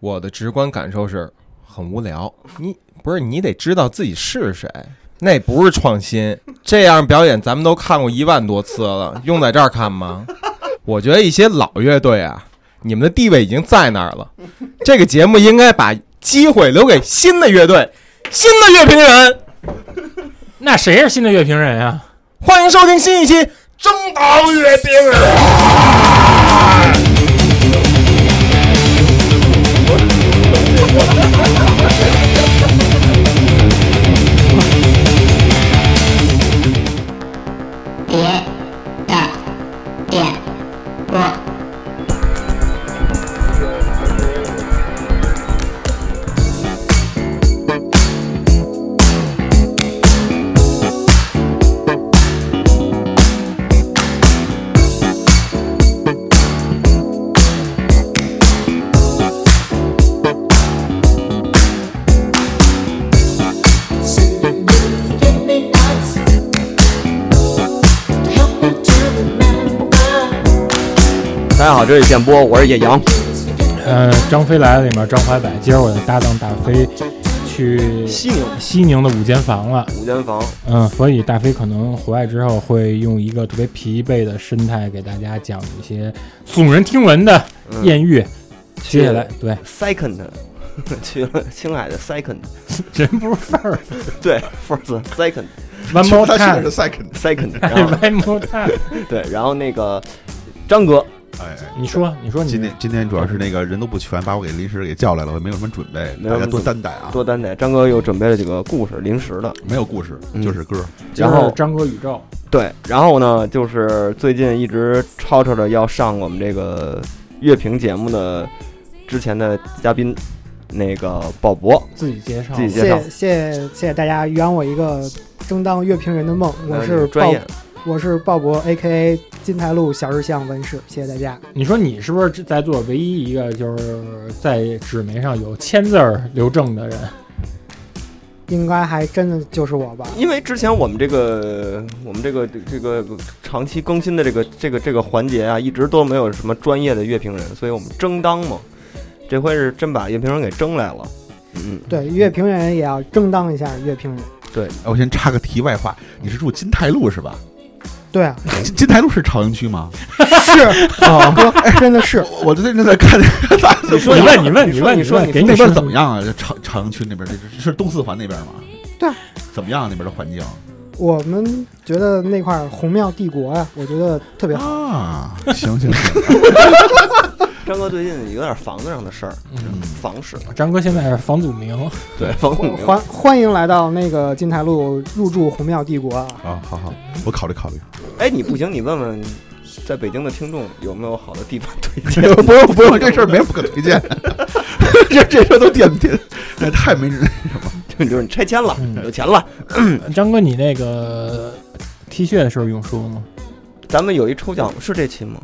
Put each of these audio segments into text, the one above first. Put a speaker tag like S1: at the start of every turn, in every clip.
S1: 我的直观感受是很无聊。你不是你得知道自己是谁，那不是创新。这样表演咱们都看过一万多次了，用在这儿看吗？我觉得一些老乐队啊，你们的地位已经在那儿了。这个节目应该把机会留给新的乐队、新的乐评人。
S2: 那谁是新的乐评人呀？
S1: 欢迎收听新一期《中岛乐评人》。
S3: 别的点播。
S4: 大家好，这里是电波，我是野羊。
S2: 呃，张飞来了里面张怀柏，今儿我的搭档大飞去
S4: 西宁
S2: 西宁的五间房了，
S4: 五间房，
S2: 嗯，所以大飞可能回来之后会用一个特别疲惫的神态给大家讲一些耸人听闻的
S4: 嗯
S2: 艳遇。接下来， 对，
S4: second 去了青海的 second，
S2: 人不是范儿
S4: 对 first second
S2: ，One more
S5: 他去
S2: time
S5: 的。是 second，
S4: second，然后
S2: 哎 One more time，
S4: 对，然后那个张哥，
S5: 哎，哎
S2: 你说，你说你
S5: 今天今天主要是那个人都不全，把我给临时给叫来了，我也没有什么准备，
S4: 没有
S5: 大
S4: 什
S5: 家
S4: 么
S5: 多
S4: 准
S5: 担待啊。
S4: 多担待，张哥又准备了几个故事，临时的，
S5: 没有故事，
S4: 嗯
S5: 就是歌。
S2: 今
S4: 然
S2: 儿
S4: 后
S2: 是张哥宇宙，
S4: 对，然后呢，就是最近一直吵吵着要上我们这个乐评节目的之前的嘉宾，那个鲍勃，
S2: 自己介绍吧，
S4: 自己介
S6: 谢
S4: 绍
S6: 谢谢谢谢谢大家圆我一个争当乐评人的梦，我
S4: 然后
S6: 是
S4: 你呃专
S6: 鲍
S4: 业，
S6: 我是鲍勃 A K A 金台路小日向文士，谢谢大家。
S2: 你说你是不是在座唯一一个就是在纸媒上有签字儿留证的人？
S6: 应该还真的就是我吧？
S4: 因为之前我们这个我们这个这个长期更新的这个这个这个环节啊，一直都没有什么专业的乐评人，所以我们争当嘛，这回是真把乐评人给争来了。嗯，
S6: 对，乐评人也要正当一下乐评人。
S5: 哎，我先插个题外话，你是住金泰路是吧？
S6: 对啊，
S5: 金金泰路是朝阳区吗？
S6: 是
S4: 哦
S5: 啊，
S6: 哥，哎真的是
S5: 我我最近在看，你
S2: 你问，你问，
S4: 你
S2: 你
S4: 说
S2: 问，
S4: 你说
S2: 问
S4: 你
S2: 给
S5: 那
S2: 说
S5: 边怎么？样啊？这朝朝阳区那边这是是东四环那边吗？
S6: 对啊，
S5: 怎么样啊那边的环境
S6: 我们觉得那块儿红庙帝国啊，我觉得特别好。
S5: 啊？行行行，
S4: 张哥最近有点房子上的事儿，
S5: 嗯
S4: 房事，
S2: 张哥现在是房祖名，
S4: 对， 房子
S6: 欢欢迎来到那个金台路入驻红庙帝国啊！
S5: 啊，好好，我考虑考虑。
S4: 哎，你不行，你问问在北京的听众有没有好的地方 推
S5: 不
S4: 荐？
S5: 用 不用不用，这事儿没有不可推荐， 这这事儿都点不点，那太没人。
S4: 这就是你拆迁了，
S2: 嗯
S4: 有钱了。
S2: 张哥，你那个 T 恤的时候用说吗？
S4: 咱们有一抽奖，是这期吗？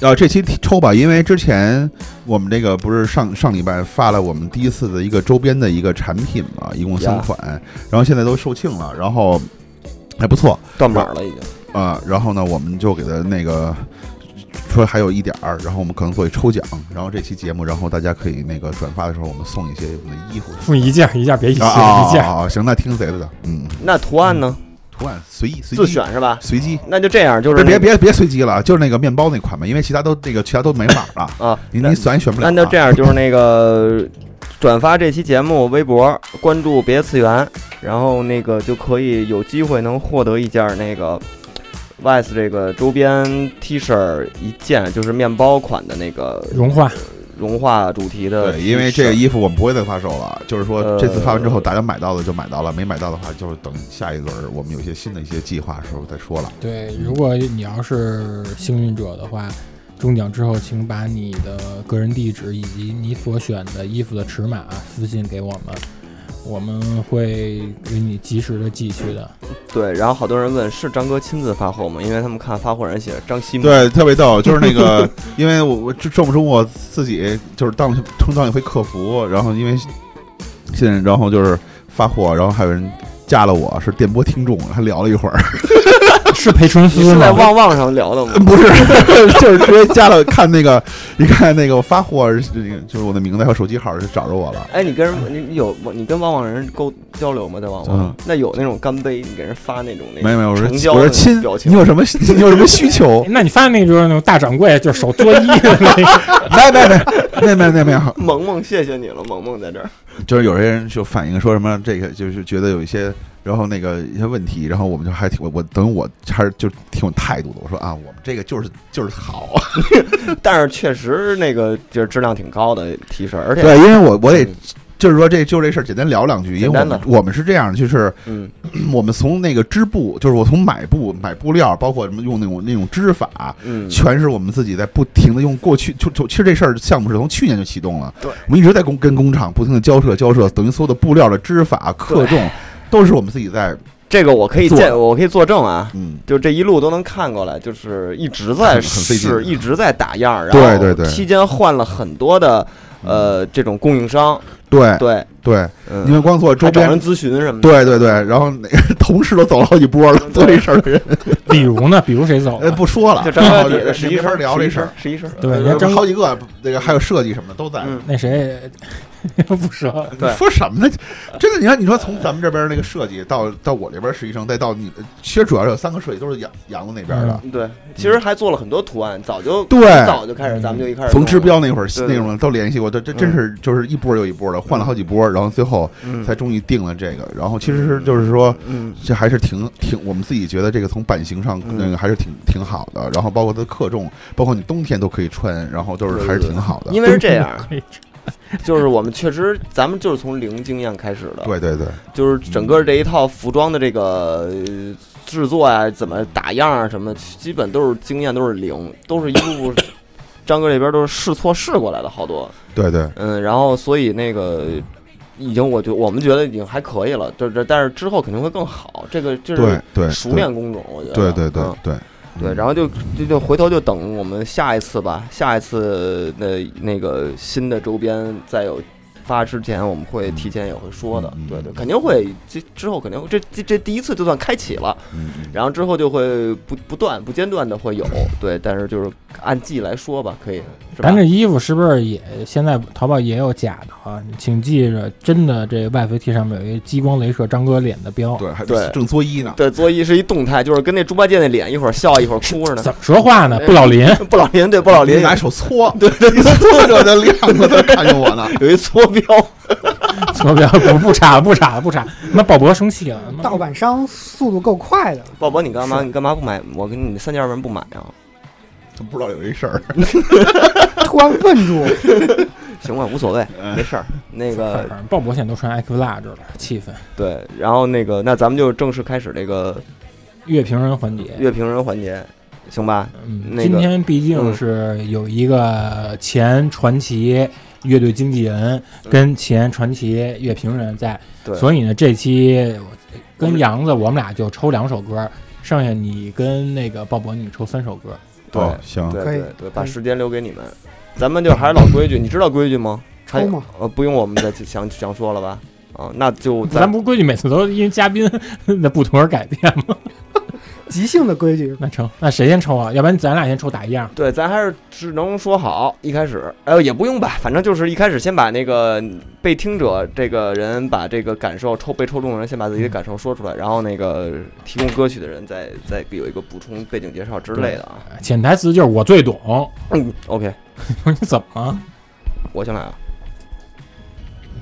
S5: 呃，这期抽吧，因为之前我们这个不是上上礼拜发了我们第一次的一个周边的一个产品嘛，一共三
S4: 呀
S5: 款，然后现在都售罄了，然后还不错
S4: 到哪儿了已经？
S5: 啊、呃然后呢，我们就给它那个说还有一点儿，然后我们可能做一抽奖，然后这期节目，然后大家可以那个转发的时候，我们送一些我们的衣服。
S2: 送一件，一件别一件，
S5: 啊啊
S2: 一件。
S5: 啊！啊行，那听谁的的？嗯，
S4: 那图案呢？
S5: 图案随意随
S4: 自
S5: 机
S4: 选是吧？
S5: 随机。
S4: 那就这样，就是
S5: 别别
S4: 那个
S5: 别别随机了，就是那个面包那款嘛，因为其他都那个其他都没码了，
S4: 啊，
S5: 你
S4: 那
S5: 你选也选不了了。啊
S4: 那就这样，就是那 个转发这期节目微博，关注别次元，然后那个就可以有机会能获得一件那个 VICE 这个周边 T 恤一件，就是面包款的那个
S5: 啊
S2: 融化，
S4: 融化主题的 T 恤。
S5: 对，因为这个衣服我们不会再发售了，就是说
S4: 呃
S5: 这次发完之后，大家买到的就买到了，没买到的话就是等下一轮儿我们有一些新的一些计划的时候再说了。
S2: 对，如果你要是幸运者的话，中奖之后，请把你的个人地址以及你所选的衣服的尺码私信给我们，我们会给你及时的寄去的。
S4: 对，然后好多人问是张哥亲自发货吗？因为他们看发货人写着张西木，
S5: 对，特别逗，就是那个，因为我我这这么说我自己就是当充当一回客服，然后因为现在然后就是发货，然后还有人加了我是电波听众，还聊了一会儿，
S2: 是裴淳
S4: 你
S2: 思
S4: 是
S2: 吗？？
S4: 在旺旺上聊的吗？
S5: 不是， 就是直接加了看那个，一看那个我发货，就是我的名字和手机号就找着我了。
S4: 哎，你跟人你有你跟旺旺人沟交流吗？在旺旺
S5: 嗯，
S4: 那有那种干杯，你给人发那种那
S5: 没
S4: 个
S5: 有没有，我说
S4: 成交
S5: 我
S4: 的
S5: 说
S4: 那种
S5: 亲
S4: 表，情
S5: 你有什么你有什么需求
S2: 哎那你发现那就是那种大掌柜，就是手作揖的那 个，
S5: 没没没没没没没有，
S4: 萌萌，谢谢你了，萌萌在这儿。
S5: 就是有些人就反映说什么这个就是觉得有一些，然后那个一些问题，然后我们就还挺我我等我还是就挺有态度的。我说啊，我们这个就是就是好，
S4: 但是确实那个就是质量挺高的 T 恤，而且
S5: 对，因为我我得
S4: 嗯
S5: 就是说这就这事儿简单聊两句，因为我
S4: 简单
S5: 们我们是这样，就是
S4: 嗯
S5: 我们从那个织布，就是我从买布买布料，包括什么用那种那种织法，
S4: 嗯，
S5: 全是我们自己在不停的用过去就就其实这事儿项目是从去年就启动了，
S4: 对，
S5: 我们一直在工跟工厂不停的交涉交涉，等于所有的布料的织法克重都是我们自己在
S4: 这个我可以
S5: 做
S4: 见，我可以作证啊。
S5: 嗯。
S4: 就这一路都能看过来，就是一直
S5: 很
S4: 在
S5: 很费劲
S4: 试，一直在打样儿，然
S5: 对
S4: 后
S5: 对嗯对
S4: 期间换了很多的呃这种供应商，
S5: 对
S4: 对，
S5: 对，
S4: 嗯
S5: 哎因为光做周
S4: 还找
S5: 边
S4: 人，咨询什么的，
S5: 对对对，然后 那个同事都走了好几波了，做这事儿的人，
S2: 比如呢，比如谁走
S5: 呃，
S2: 了？
S5: 不说了，
S4: 就张
S5: 正
S4: 小
S5: 好
S4: 底的实习
S5: 没法
S4: 生
S5: 聊这事儿，，
S4: 实习生，
S2: 对，人家
S5: 呃
S2: 张
S5: 好几个，那个还有设计什么的都在。
S4: 嗯，
S2: 那谁 不说，
S4: 对
S5: 说什么呢？真的，你看，你说从咱们这边那个设计到到我这边实习生，再到你，其实主要是有三个设计都是杨杨子那边的。
S4: 对，其实还做了很多图案，早就
S5: 对
S4: 早就开始，咱们就一开始
S5: 从
S4: 弄
S5: 支标那会儿
S4: 对
S5: 那种都联系过，这这真是就是一波又一波的换了好几波，然后最后
S4: 嗯
S5: 才终于定了这个。然后其实是就是说，
S4: 嗯
S5: 这还是挺挺我们自己觉得这个从版型上
S4: 嗯
S5: 那个还是挺挺好的。然后包括它的克重，包括你冬天都可以穿，然 后都
S4: 对
S5: 是
S4: 对
S5: 还是挺好的。
S4: 因为是这
S5: 嗯
S4: 样，
S2: 可以
S4: 就是我们确实，咱们就是从零经验开始的，
S5: 对对对，
S4: 就是整个这一套服装的这个呃制作啊，怎么打样啊，什么，基本都是经验都是零，都是一步步。 张哥这边都是试错试过来的好多，
S5: 对对，
S4: 嗯，然后所以那个已经，我觉我们觉得已经还可以了，这这但是之后肯定会更好，这个就
S5: 对
S4: 是
S5: 对，
S4: 熟练工种，我觉得
S5: 对对对
S4: 嗯
S5: 对
S4: 对，然后就就就回头就等我们下一次吧，下一次的那个新的周边再有发之前，我们会提前也会说的，
S5: 嗯嗯
S4: 对对，肯定会，这之后肯定会，这这这第一次就算开启了，
S5: 嗯嗯
S4: 然后之后就会不不断不间断的会有，对，但是就是按季来说吧，可以，是吧
S2: 咱？这衣服是不是也现在淘宝也有假的啊？请记着，真的这 YFT 上面有一激光镭射张哥脸的标。
S5: 对，还
S4: 对
S5: 正作揖呢。
S4: 对，作揖是一动态，就是跟那猪八戒那脸，一会儿笑一会儿哭着呢。
S2: 怎么说话
S5: 哎
S2: 呢？不老林，
S4: 不老林对不老林
S5: 你拿手搓，对对，一搓着就亮了，都 看见我呢。
S4: 有一缩标，
S2: 坐标不不查不查不查。那鲍勃生气了，
S6: 盗版商速度够快的，
S4: 鲍勃你干嘛你干嘛不买？我跟你三件为什么不买啊？
S5: 都不知道有这事儿，
S6: 突然问住，
S4: 行吧，无所谓，嗯没事 儿。那个
S2: 反正鲍勃现在都穿 X large 了，气氛。
S4: 对，然后那个，那咱们就正式开始这个
S2: 乐评人环节，
S4: 乐评人环节，行吧？
S2: 嗯，
S4: 那个
S2: 今天毕竟是有一个前传奇乐队经纪人跟前传奇乐评人在，
S4: 对，
S2: 所以呢，这期跟杨子我们俩就抽两首歌，剩下你跟那个鲍勃你抽三首歌。
S4: 对、
S5: 哦行
S4: 对
S6: 可以
S4: 对对，把
S6: 可以
S4: 时间留给你们。咱们就还是老规矩，你知道规矩吗？还
S6: 抽吗？
S4: 呃，不用我们再去详详说了吧？啊，那就
S2: 咱
S4: 咱
S2: 不是规矩每次都因为嘉宾的不同而改变吗？
S6: 即兴的规矩，
S2: 那成，那谁先抽啊？要不然咱俩先抽打一样。
S4: 对，咱还是只能说好一开始，哎、呦也不用吧，反正就是一开始先把那个被听者这个人把这个感受抽被抽中的人先把自己的感受说出来，然后那个提供歌曲的人再再有一个补充背景介绍之类的啊。
S2: 潜台词就是我最懂，
S4: 嗯，OK，
S2: 我说你怎么了？
S4: 我先来啊。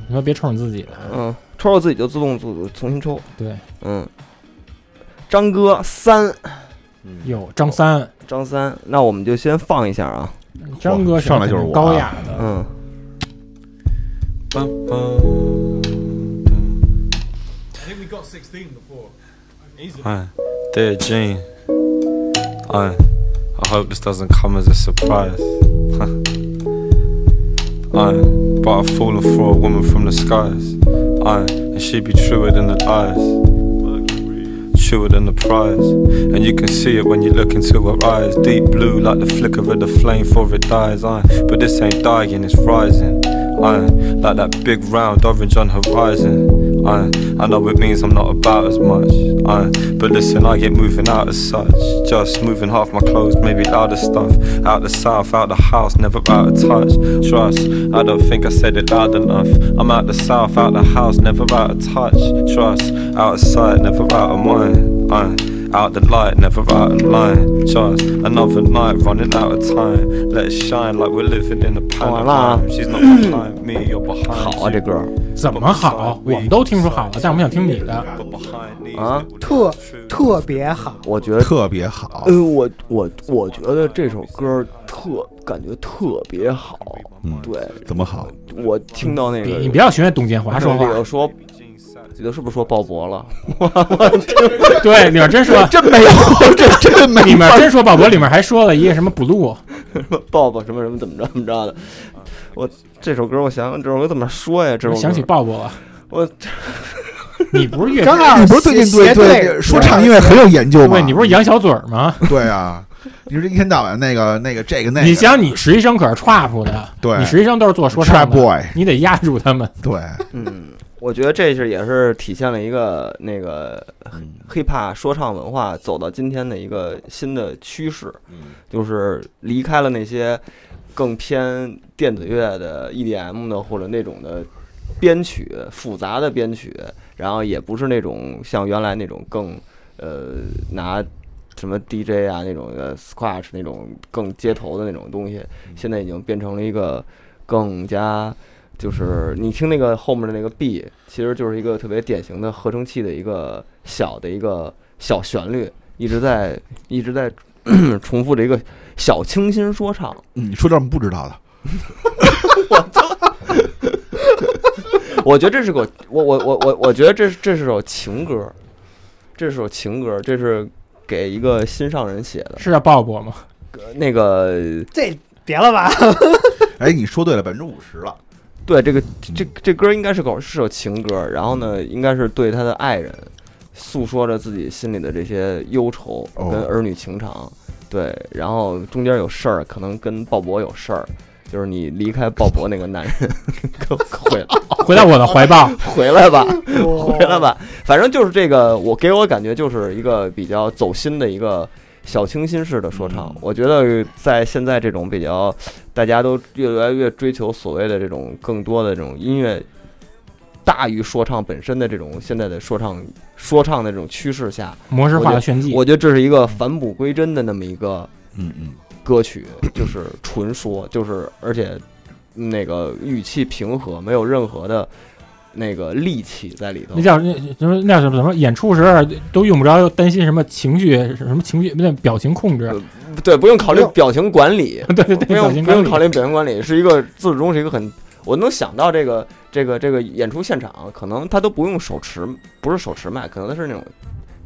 S2: 你说别抽你自己的。
S4: 嗯，抽到自己就自动自重新抽。
S2: 对，
S4: 嗯，张哥三，
S2: 哟，张三，
S4: 张三，那我们就先放一下啊。
S2: 张哥
S5: 上来就是我啊
S2: 高雅的，
S4: 嗯，
S7: Man, dear Jean, man, I hope this doesn't come as a surprise. man, but I've fallen for a woman from the skies. Man, and she be truer than the eyes, truer than the prize. And you can see it when you look into her eyes. Deep blue, like the flicker of the flame for it dies. Man, but this ain't dying, it's rising. Man, like that big round orange on horizon. I, I know it means I'm not about as much. I, but listen, I get moving out as such. Just moving half my clothes, maybe louder stuff. Out the south, out the house, never out of touch. Trust, I don't think I said it loud enough. I'm out the south, out the house, never out of touch. Trust, out of sight, never out of mind. I, out the light, never out of line. Just another night running out of time. Let it shine like we're living in a
S4: 好完了啊
S7: panorama. She's not behind me, you're behind.
S4: 好啊，这歌儿
S2: 怎么好？我们都听出好了，但我们想听你的。
S4: 啊，
S6: 特特别好，
S4: 我觉得，
S5: 特别好。
S4: 呃，我我我觉得这首歌儿特感觉特别好，
S5: 嗯，
S4: 对
S5: 怎么好？
S4: 我听到那
S2: 你
S4: 个，
S2: 你不要学董建华说话
S4: 那，个说，记得是不是说鲍勃了？
S2: 对，里面真说，
S4: 真没有，这真没
S2: 里面真说鲍勃，里面还说了一个什么 blue，
S4: 鲍勃什么什么怎么着怎么着的。我这首歌，我想想这首歌怎么说呀？这首歌
S2: 想起鲍勃了。
S4: 我
S2: 你不是乐
S6: 正
S2: 队，
S6: 好
S5: 你不是最近对
S6: 斜
S5: 对说唱音乐很有研究吗？
S2: 对，你不是杨小嘴儿吗？
S5: 对啊，你说一天到晚那个那个这个那个，
S2: 你想，你实习生可是 trap 的，
S5: 对
S2: 你实习生都是做说
S5: Trap
S2: 唱的，
S5: Boy，
S2: 你得压住他们。
S5: 对，
S4: 嗯，我觉得这是也是体现了一个那个 hiphop 说唱文化走到今天的一个新的趋势，就是离开了那些更偏电子乐的 EDM 的或者那种的编曲复杂的编曲，然后也不是那种像原来那种更呃拿。什么 DJ 啊，那种呃 scratch 那种更街头的那种东西，现在已经变成了一个更加就是你听那个后面的那个 B，其实就是一个特别典型的合成器的一个小的一个小旋律，一直在一直在 重复着一个小清新说唱。
S5: 你说这么不知道的，
S4: 我觉得这是个我我我我我觉得这是这是首情歌，这是首情歌，这是给一个心上人写的。
S2: 是叫鲍勃吗？
S4: 那个
S6: 这别了吧，
S5: 哎，你说对了，百分之五十了。
S4: 对这个这这歌应该是首是首情歌，然后呢，应该是对他的爱人诉说着自己心里的这些忧愁
S5: 哦
S4: 跟儿女情长。对，然后中间有事儿，可能跟鲍勃有事儿，就是你离开鲍勃那个男人， 可回
S2: 回到我的怀抱，
S4: 回来吧，
S6: 回
S4: 回来，吧。反正就是这个，我给我感觉就是一个比较走心的一个小清新式的说唱
S5: 嗯。
S4: 我觉得在现在这种比较大家都越来越追求所谓的这种更多的这种音乐大于说唱本身的这种现在的说唱说唱的这种趋势下，
S2: 模式化的炫技。
S4: 我觉得这是一个返璞归真的那么一个
S5: 嗯嗯，
S4: 歌曲，就是纯说，就是而且那个语气平和，没有任何的那个戾气在里头
S2: 那。叫那什么那叫什么什么？演出时候都用不着担心什么情绪，什么情绪那表情控制
S4: 呃，对，不用考虑表情管理，
S2: 对对对，
S4: 不
S2: 表
S4: 用
S2: 情
S4: 不用
S2: 管理
S4: 考虑表情管理，是一个自始至终是一个很，我能想到这个这个这个演出现场，可能他都不用手持，不是手持麦，可能他是那种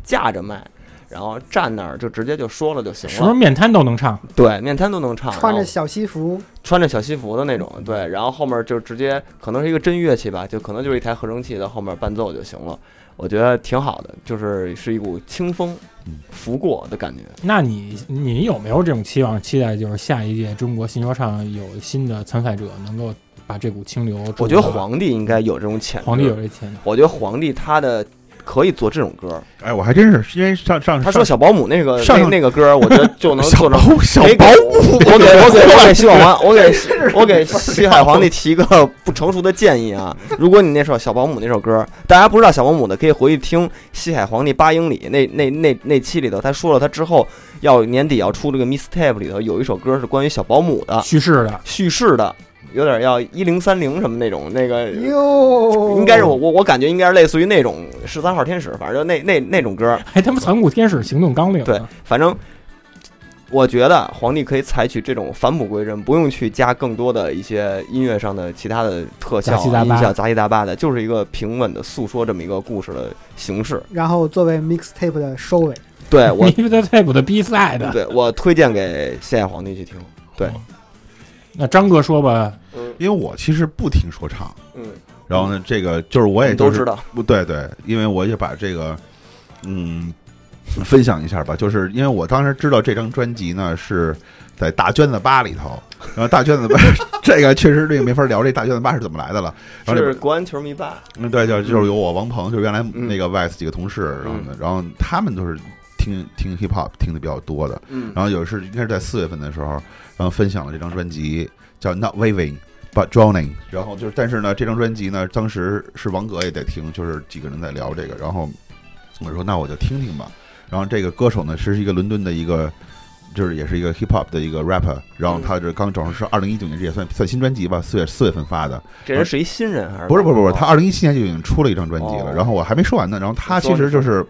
S4: 架着麦，然后站那儿就直接就说了就行
S2: 什么
S4: 了，
S2: 面瘫都能唱，
S4: 对，面瘫都能唱，然
S6: 穿
S4: 后
S6: 着小西服，
S4: 穿着小西服的那种，对，然后后面就直接可能是一个真乐器吧，就可能就是一台合成器在后面伴奏就行了，我觉得挺好的，就是是一股清风
S5: 嗯
S4: 拂过的感觉。
S2: 那你你有没有这种期望？期待就是下一届中国新说唱有新的参赛者能够把这股清流注入到。
S4: 我觉得皇帝应该有这种潜质，
S2: 皇帝有这潜力，
S4: 我觉得皇帝他的可以做这种歌儿。
S5: 哎，我还真是因为上上
S4: 他说小保姆那个
S5: 上
S4: 那那个歌儿，我觉 得就能做成。
S5: 保小
S4: 给
S5: 保
S4: 我给我给我给西广皇，我 给我给西海皇帝提一个不成熟的建议啊！如果你那首小保姆那首歌，大家不知道小保姆的，可以回去听西海皇帝八英里那那那那期里头，他说了他之后要年底要出这个 mistape 里头有一首歌是关于小保姆的
S2: 叙事的
S4: 叙事的，有点要一零三零什么那种那个
S6: 哟，
S2: 哦
S4: 应该是我我我感觉应该是类似于那种十三号天使，反正就那那那种歌。
S2: 还哎他妈残酷天使行动纲领呢。
S4: 对，反正我觉得皇帝可以采取这种返璞归真，不用去加更多的一些音乐上的其他的特效、
S2: 杂七杂八
S4: 音效、杂七杂八的，就是一个平稳的诉说这么一个故事的 形式。
S6: 然后作为 mixtape 的收尾，
S4: 对我
S2: 你，是在泰普的比赛的。
S4: 对我推荐给现在皇帝去听。
S2: 那张哥说吧，
S5: 因为我其实不听说唱，
S4: 嗯，
S5: 然后呢，这个就是我也
S4: 你
S5: 就
S4: 都
S5: 是
S4: 知道，
S5: 不对对，因为我也把这个，嗯，分享一下吧，就是因为我当时知道这张专辑呢是在大娟子吧里头，然后大娟 子吧这个确实这个没法聊，这大娟子吧是怎么来的了。然后里
S4: 是
S5: 边
S4: 国安球迷吧？
S5: 嗯，对，就就是有我王鹏，就是原来
S4: 嗯
S5: 那个 VS 几个同事，然后
S4: 嗯
S5: 呢然后他们都是听听 hip hop 听的比较多的，
S4: 嗯
S5: 然后有一次应该是在四月份的时候，然后分享了这张专辑叫《Not Waving But Drowning》，然后就是但是呢，这张专辑呢，当时是王格也在听，就是几个人在聊这个，然后我说那我就听听吧。然后这个歌手呢是一个伦敦的一个，就是也是一个 hip hop 的一个 rapper，然后他这刚正好是二零一九年，这也算算新专辑吧，四月四月份发的，
S4: 这人是一新人还是？
S5: 不是不是不是，他二零一七年就已经出了一张专辑
S4: 哦
S5: 了，然后我还没说完呢，然后他其实就是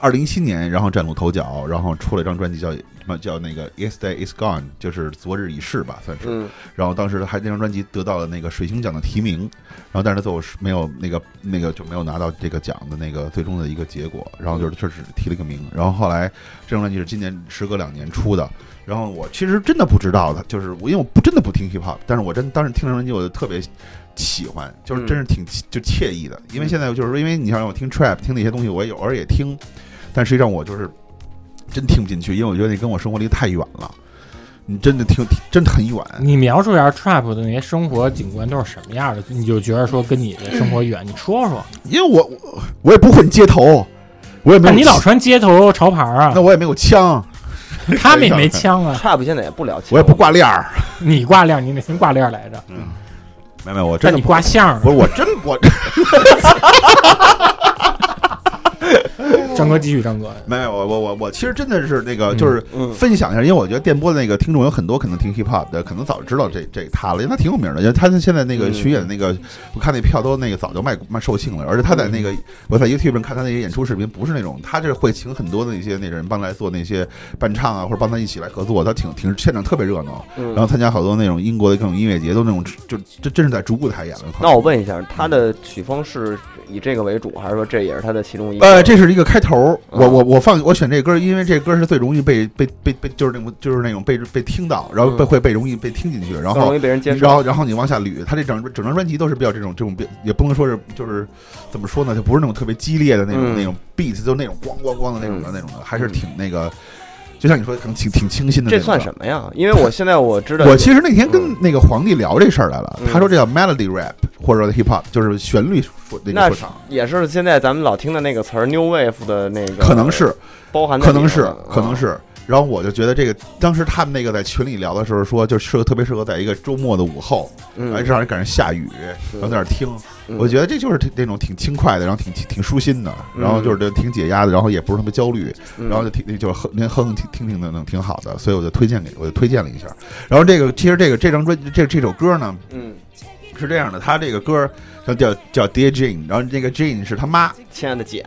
S5: 二零一七年，然后崭露头角，然后出了一张专辑叫什么叫那个 Yesterday Is Gone，就是昨日已逝吧，算是。
S4: 嗯
S5: 然后当时还那张专辑得到了那个水星奖的提名，然后但是他最后是没有那个那个就没有拿到这个奖的那个最终的一个结果，然后就是就是提了一个名，然后后来这张专辑是今年时隔两年出的，然后我其实真的不知道的，就是我因为我不真的不听 hip hop，但是我真当时听这张专辑我就特别。喜欢就是真是挺就惬意的，因为现在就是说因为你像让我听 trap 听那些东西，我也偶尔也听，但实际上我就是真听不进去，因为我觉得那跟我生活离得太远了，你真的听真的很远。
S2: 你描述一下 trap 的那些生活景观都是什么样的，你就觉得说跟你的生活远，你说说。
S5: 因为我我我也不混街头，我也没
S2: 那
S5: 有
S2: 你老穿街头潮牌啊
S5: 那？我也没有枪，
S2: 他们也没枪 啊，
S4: ，Trap 现在也不了解，
S5: 我也不挂链儿，
S2: 你挂链儿，你哪天挂链儿来着？
S5: 没有没有，我真
S2: 但
S5: 的
S2: 你挂相儿
S5: 不是我真我
S2: 张哥继续，张哥，
S5: 没有我我我我其实真的是那个就是
S4: 嗯
S5: 分享一下，因为我觉得电波的那个听众有很多可能听 hip hop 的，可能早知道这这他了，因为他挺有名的，因为他现在那个
S4: 嗯
S5: 巡演那个，我看那票都那个早就卖卖售罄了，而且他在那
S4: 嗯
S5: 个我在 YouTube 上看他那些演出视频，不是那种他这会请很多的那些那人帮来做那些伴唱啊，或者帮他一起来合作，他挺挺现场特别热闹，
S4: 嗯
S5: 然后参加好多那种英国的各种音乐节，都那种就这真是在逐步台演了。
S4: 那我问一下，他的曲风是以这个为主，还是说这也是他的其中一个？
S5: 呃，这是一个开头，
S4: 嗯
S5: 我我我放我选这歌，因为这歌是最容易被被被被就是那种就是那种被被听到，然后被
S4: 嗯
S5: 会被容易被听进去，然
S4: 更容
S5: 后
S4: 易被人接
S5: 然后
S4: 受。
S5: 然后你往下捋，他这整整张专辑都是比较这种这种比也不能说是就是怎么说呢，就不是那种特别激烈的那种
S4: 嗯
S5: 那种 beat，就那种咣咣咣的那种的
S4: 嗯
S5: 那种的，还是挺那个，就像你说的，可能挺挺清新的那
S4: 这
S5: 种
S4: 算
S5: 的。
S4: 什么呀？因为我现在我知道，
S5: 我其实那天跟
S4: 嗯
S5: 那个皇帝聊这事儿来了，
S4: 嗯
S5: 他说这叫 melody rap 或者说 hip hop，就是旋律说那个
S4: 那
S5: 说
S4: 是
S5: 唱，
S4: 也是现在咱们老听的那个词儿 “new wave” 的那个，
S5: 可能是
S4: 包含在
S5: 可
S4: 里面
S5: 能
S4: 了，
S5: 是，可
S4: 啊
S5: 能是。然后我就觉得这个，当时他们那个在群里聊的时候说，就适合特别适合在一个周末的午后，
S4: 嗯，
S5: 而
S4: 嗯，
S5: 且让人赶上下雨，然后在那儿听。
S4: 嗯
S5: 我觉得这就是挺那种挺轻快的，然后挺挺挺舒心的，然后就是挺解压的，然后也不是特别焦虑，
S4: 嗯
S5: 然后就挺就是哼连哼哼听听听的能挺好的，所以我就推荐给我就推荐了一下。然后这个其实这个这张专这这首歌呢
S4: 嗯，
S5: 是这样的，他这个歌叫叫叫 Dear Jane，然后那个 Jane 是他妈
S4: 亲爱的简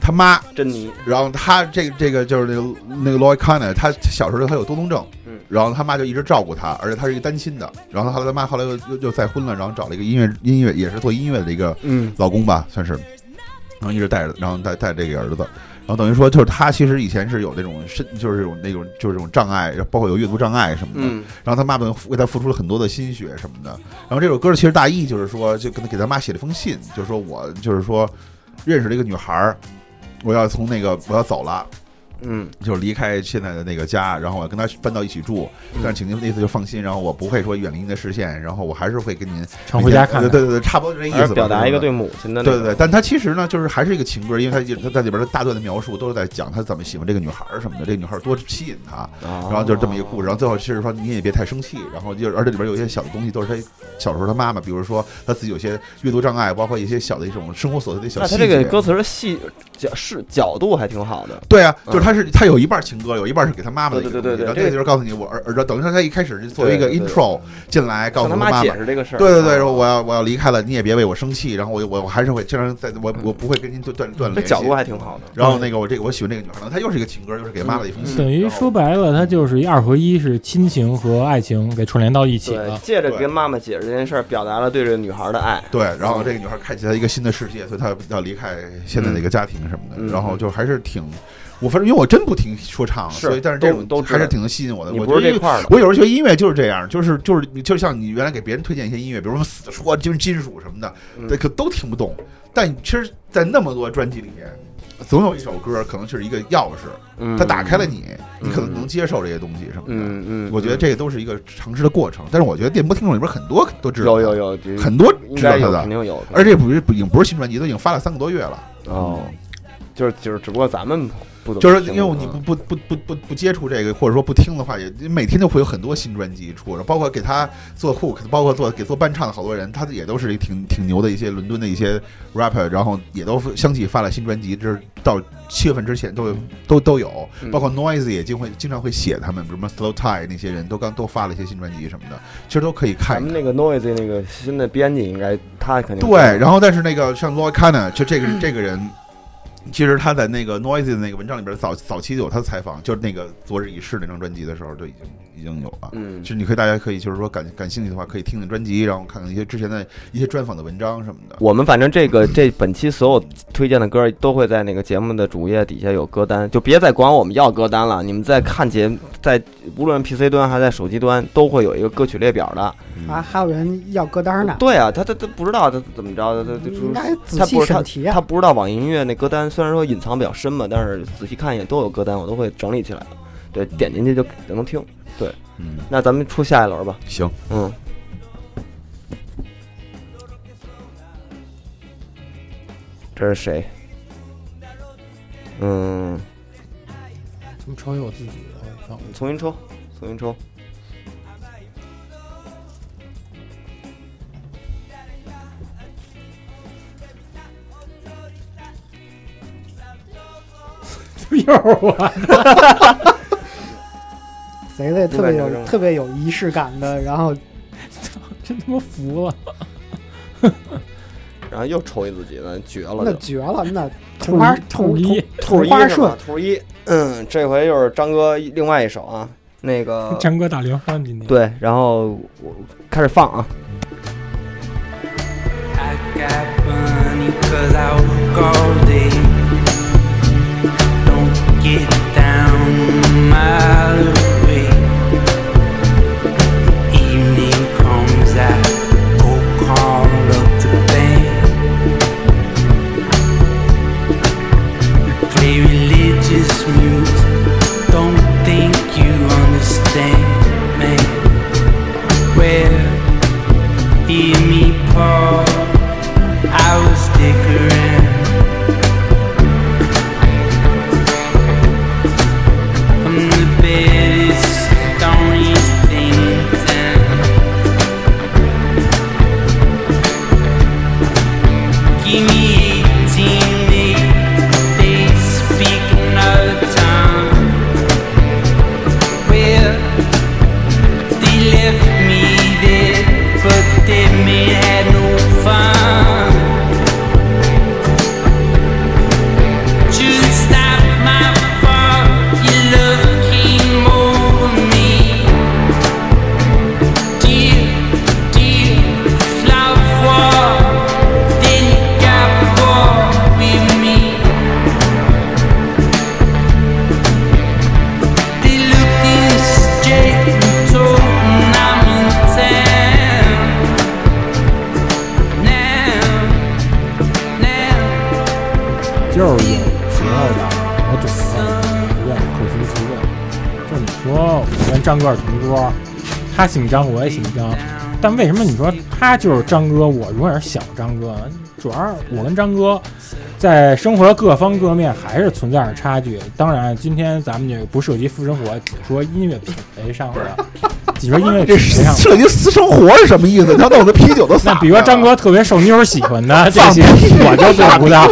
S5: 他妈
S4: 珍妮，
S5: 然后他这个这个就是那个那个 Lloyd Conner，他小时候他有多动症，
S4: 嗯
S5: 然后他妈就一直照顾他，而且他是一个单亲的，然后后来他妈后来又又又再婚了，然后找了一个音乐音乐也是做音乐的一个
S4: 嗯
S5: 老公吧，算是，然后一直带着，然后带带这个儿子，然后等于说就是他其实以前是有那种身就是这种那种就是这种障碍，包括有阅读障碍什么的，
S4: 嗯
S5: 然后他妈妈为他付出了很多的心血什么的。然后这首歌其实大意就是说，就跟他给他妈写了封信，就是说我就是说认识了一个女孩儿，我要从那个我要走了，
S4: 嗯
S5: 就是离开现在的那个家，然后我要跟她搬到一起住。但是请您那次就放心，然后我不会说远离您的视线，然后我还是会跟您
S2: 常回家看看
S5: 对对对，差不多就这意
S4: 而
S5: 思吧。
S4: 表达一个
S5: 对
S4: 对
S5: 吧。
S4: 母亲的那
S5: 对
S4: 个
S5: 对对，但他其实呢，就是还是一个情歌，因为他就他在里边的大段的描述都是在讲他怎么喜欢这个女孩儿什么的，这个女孩儿多吸引他，
S4: 然
S5: 然后就是这么一个故事，然后最后其实说你也别太生气，然后就是而且里边有一些小的东西都是他小时候他妈妈，比如说他自己有些阅读障碍，包括一些小的一种生活琐碎的小
S4: 那
S5: 细
S4: 他
S5: 节。
S4: 这个歌词的细角是角度还挺好的，
S5: 对啊，
S4: 嗯
S5: 就是他是他有一半情歌，有一半是给他妈妈的一个
S4: 对对
S5: 东西
S4: 对对对
S5: 然后
S4: 这
S5: 这
S4: 个
S5: 个就是告诉你我儿儿子，等于说他一开始就作为一个
S4: 对对对
S5: intro 进来，告
S4: 向
S5: 诉
S4: 他
S5: 妈妈。
S4: 解释这个事儿。
S5: 对对对，
S4: 啊
S5: 说我要我要离开了，你也别为我生气，然后我我我还是会经常在我我不会跟您断断断
S4: 嗯这
S5: 联系。
S4: 角度还挺嗯好的。
S5: 然后那个我这个我喜欢这个女孩，然后她又是一个情歌，又是给妈妈的一
S4: 嗯
S5: 封信，
S2: 等于
S5: 然后
S2: 说白了，它就是一二合一，是亲情和爱情给串联到一起
S4: 对，
S2: 了。
S4: 借着
S5: 对
S4: 跟妈妈解释这件事儿，表达了对这个女孩的爱。
S5: 对，然后这个女孩开启了一个新的世界，所以她要要离开现在的一个家庭什么的，
S4: 嗯
S5: 然后就还是挺，我反正因为我真不听说唱，
S4: 是
S5: 所以但是这种
S4: 都都知道
S5: 还是挺能吸引我的。
S4: 你
S5: 我
S4: 不是
S5: 觉得
S4: 这块儿的
S5: 我有时候觉得音乐就是这样，就是就是就像你原来给别人推荐一些音乐，比如说死说金金属什么的，
S4: 嗯
S5: 对可都听不懂，但其实，在那么多专辑里面。总有一首歌可能是一个钥匙，
S4: 嗯
S5: 它打开了，你，
S4: 嗯
S5: 你可能能接受这些东西什么的。
S4: 嗯嗯，
S5: 我觉得这个都是一个尝试的过程，但是我觉得电波听众里边很多都知道，
S4: 有有有，这
S5: 很多
S4: 嗯应
S5: 知道
S4: 该
S5: 他
S4: 有，肯
S5: 的，
S4: 定有，
S5: 而且不是不已经不是新专辑，都已经发了三个多月了，
S4: 哦，就是就是，只不过咱们不懂，
S5: 就是因为
S4: 啊
S5: 你不不不不不不接触这个，或者说不听的话，也每天都会有很多新专辑出，包括给他做 hook，包括做给做伴唱的好多人，他也都是一挺挺牛的一些伦敦的一些 rapper，然后也都相继发了新专辑，这是到七月份之前都有都都有，
S4: 嗯
S5: 包括 Noise 也经会经常会写他们，比如什么 Slow Tie 那些人都刚都发了一些新专辑什么的，其实都可以
S4: 咱
S5: 看一
S4: 们。
S5: 看
S4: 那个 noise 那个新的编辑应该他肯定
S5: 对，然后但是那个像 Lloyd Kana，就这个这个人，其实他在那个 Noisy 的那个文章里边早早期就有他的采访，就是那个《昨日已逝》那张专辑的时候就已经已经有了。
S4: 嗯
S5: 就，是你可以，大家可以就是说感感兴趣的话，可以听听专辑，然后看看一些之前的一些专访的文章什么的。
S4: 我们反正这个这本期所有推荐的歌都会在那个节目的主页底下有歌单，就别再管我们要歌单了。你们在看节在无论 PC 端还是在手机端，都会有一个歌曲列表的。
S6: 啊，还有人要歌单呢，
S4: 对啊，他他他不知道他怎么着，他他
S6: 应
S4: 他
S6: 该仔细审题
S4: 他
S6: 啊。
S4: 不知道网易音乐那歌单，虽然说隐藏比较深吧，但是仔细看一眼都有歌单，我都会整理起来的。对，点进去就就能听。
S5: 嗯，
S4: 那咱们出下一轮吧。
S5: 行，
S4: 嗯，这是谁？嗯，
S2: 怎么超越我自己了？我操！
S4: 重新抽，重新抽。
S2: 又是我，
S6: 贼类
S4: 不
S6: 特别
S4: 敢扔
S6: 有特别有仪式感的，然后
S2: 真他妈服了！
S4: 然后又抽一自己的，绝了
S6: 那
S4: 就！
S6: 绝了， 那同花
S2: 统
S6: 同
S2: 一
S6: 同同花
S4: 是吧
S6: 顺，
S4: 兔儿一。嗯，这回又是张哥另外一首啊，那个
S2: 张哥打零番今天。
S4: 对，然后我开始放啊。
S8: I got money cause I work all day. Don't get down a mile away. Evening comes, I go call up the band. We play religious music. Don't think you understand, man. Well, hear me, Paul. I will stick around. I'm the baddest, thorniest thing in town. Give me 18, they, they speak another tongue. Well, they left me there, but they may had no fun. Just stop my fault. Your love came over me. Dear, dear, flower wall. Then you got bored with me. They looked in straight and told me I'm in town. Now, now.
S2: 就是有时候吧，我总是愿意口出其问。就你说我跟张哥是同桌，他姓张，我也姓张，但为什么你说他就是张哥，我永远是小张哥呢？主要是我跟张哥在生活的各方各面还是存在着差距。当然，今天咱们也不涉及私生活，只说音乐品味上的，只说音乐品
S5: 这
S2: 味上的。
S5: 涉及私生活是什么意思？他弄的啤酒都洒
S2: 那
S5: 了。
S2: 比如说张哥特别受妞儿喜欢的这些，我就做不到。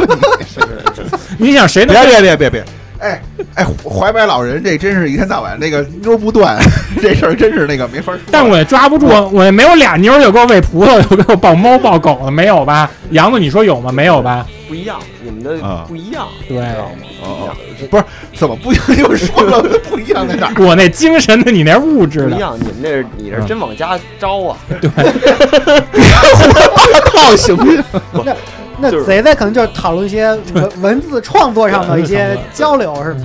S2: 你想谁能
S5: 别别别别别！哎哎，怀白老人这真是一天到晚那个妞不断， 这事儿真是那个没法说。
S2: 但我也抓不住，我也没有俩妞儿有给我喂葡萄，有给我抱猫抱狗的，没有吧？杨子，你说有吗？没有吧？
S4: 不一样，你们的
S5: 啊
S4: 不一样，
S2: 对
S4: 你知道吗？
S5: 哦哦，不是怎么不一样？又说了 不一样 在哪儿？
S2: 我那精神的，你那物质
S4: 不一
S2: 的，嗯
S4: 样，你们那是你是真往家招啊！
S5: 靠，行不行？
S6: 那那
S4: 就是
S6: 贼类可能就是讨论一些 文文字创作上的一些交流，是吧？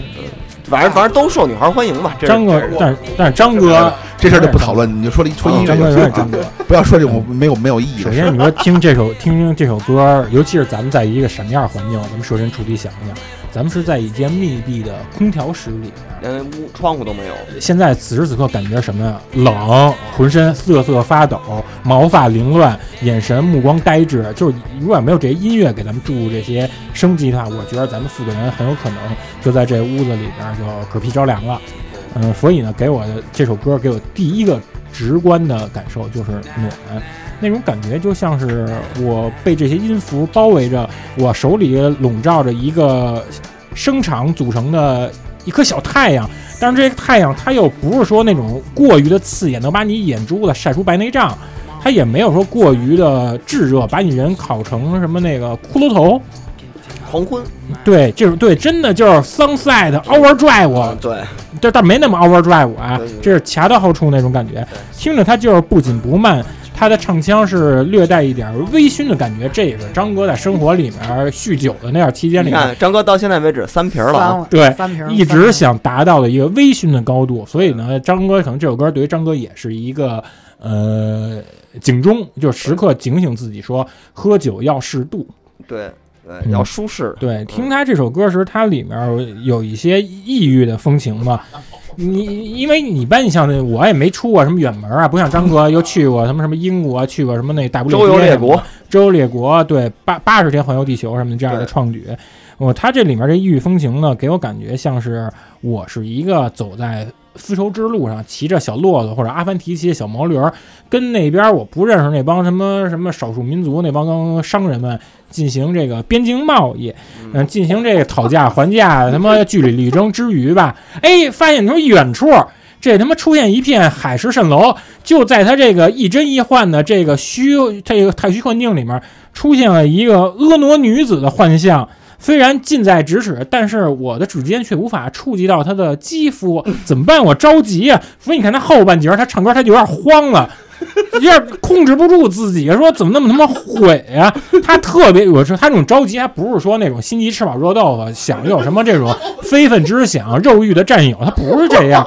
S4: 反正反正都受女孩欢迎吧。这是
S2: 张哥
S4: 这是，
S2: 但是但是张哥，
S5: 这事儿就不讨论，你就说了一说音乐
S2: 张哥有
S5: 就
S2: 点
S5: 行
S2: 张哥
S5: 了，。 不要说这种没有没有意义
S2: 首
S5: 的事
S2: 先，
S5: 儿。
S2: 你说听这首听听这首歌，尤其是咱们在一个什么样的环境，咱们设身处地想一想，咱们是在一间密闭的空调室里面。
S4: 连屋窗户都没有。
S2: 现在此时此刻感觉什么呀？冷，浑身瑟瑟发抖，毛发凌乱，眼神目光呆滞。就是如果没有这些音乐给咱们注入这些生机的话，我觉得咱们四个人很有可能就在这屋子里边就嗝屁着凉了。嗯，所以呢，给我的这首歌给我第一个直观的感受就是暖，那种感觉就像是我被这些音符包围着，我手里笼罩着一个生长组成的一颗小太阳，但是这个太阳它又不是说那种过于的刺眼，能把你眼珠子晒出白内障，它也没有说过于的炙热，把你人烤成什么那个骷髅头。
S4: 黄昏，
S2: 对，这种对，真的就是 sunset overdrive，我
S4: 嗯，对，
S2: 但但没那么 overdrive 啊
S4: 对对，对
S2: 这是恰到好处那种感觉。听着它就是不紧不慢，它的唱腔是略带一点微醺的感觉。这也是张哥在生活里面酗酒的那段期间里
S4: 你
S2: 面，
S4: 看张哥到现在为止三瓶了啊，
S2: 对
S6: 三瓶儿
S2: 一
S6: 三瓶
S2: 直
S6: 儿
S2: 想达到的一个微醺的高度。所以呢，张哥可能这首歌对于张哥也是一个呃警钟，就是时刻警醒自己说喝酒要适度。
S4: 对对，
S2: 嗯
S4: 要舒适，
S2: 对，听他这首歌时，它里面有一些异域的风情 嘛。你因为你般你像那我也没出过什么远门啊，不像张哥又去过什么什么英国，啊去过什么那大不列
S4: 周游
S2: 颠
S4: 列
S2: 什么
S4: 国
S2: 的，周游列国，对八八十天环游地球什么的这样的
S4: 对
S2: 创举。我、他这里面这异域风情呢，给我感觉像是我是一个走在丝绸之路上，骑着小骆驼或者阿凡提骑着小毛驴儿，跟那边我不认识那帮什么什么少数民族那帮商人们进行这个边境贸易，嗯、进行这个讨价还价、他妈据理力争之余吧，哎，发现说远处。这他妈出现一片海市蜃楼，就在他这个一真一幻的这个虚这个太虚幻境里面，出现了一个婀娜女子的幻象。虽然近在咫尺，但是我的指尖却无法触及到她的肌肤，怎么办？我着急呀、所以你看他后半截儿，他唱歌他就有点慌了。有点控制不住自己，说怎么那么他妈毁呀、他特别，我说他这种着急，还不是说那种心急吃饱热豆腐，想有什么这种非分之想、肉欲的占有，他不是这样，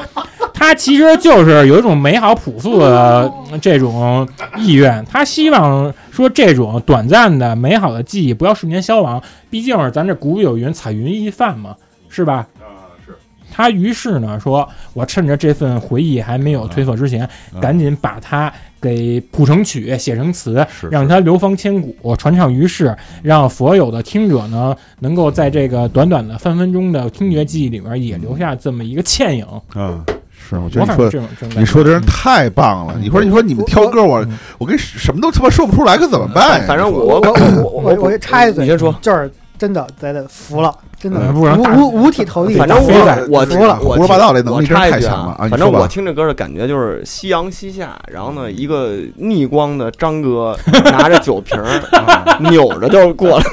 S2: 他其实就是有一种美好朴素的这种意愿，他希望说这种短暂的美好的记忆不要瞬间消亡，毕竟是咱这古语有云“彩云易散”嘛，是吧？
S5: 啊
S2: 他于是呢说，我趁着这份回忆还没有褪色之前，
S5: 嗯
S2: 赶紧把它给谱成曲、写成词，
S5: 是
S2: 让它流芳千古、传唱于世，让所有的听者呢能够在这个短短的三分钟的听觉记忆里面也留下这么一个倩影。
S5: 啊，是，我觉
S2: 我
S5: 得你
S2: 反
S5: 说
S2: 正这种
S5: 的
S2: 嗯这种
S5: 你
S2: 感觉，
S5: 说的真是太棒了！你说你说你们挑歌，我
S2: 嗯
S5: 我跟什么都他妈说不出来，可怎么办呀？
S4: 反正
S5: 哎你说
S4: 我
S6: 我我
S4: 我
S6: 我我插一嘴，
S4: 你先说，
S6: 就是真的咱得服了，真的
S2: 嗯不然大
S6: 五五五体投地，
S4: 反正
S2: 大飞
S4: 我
S2: 仔
S4: 我
S6: 服
S4: 听
S6: 了
S4: 我
S5: 啊胡说八道这
S4: 听
S5: 能
S4: 我
S5: 力
S4: 插
S5: 真是
S4: 一
S5: 太
S4: 句
S5: 强了啊你
S4: 反
S5: 说
S4: 正
S5: 吧嗯
S4: 我听这歌的感觉就是夕阳西下，然后呢，一个逆光的张哥拿着酒瓶 儿，
S5: 啊
S4: 扭着就过来，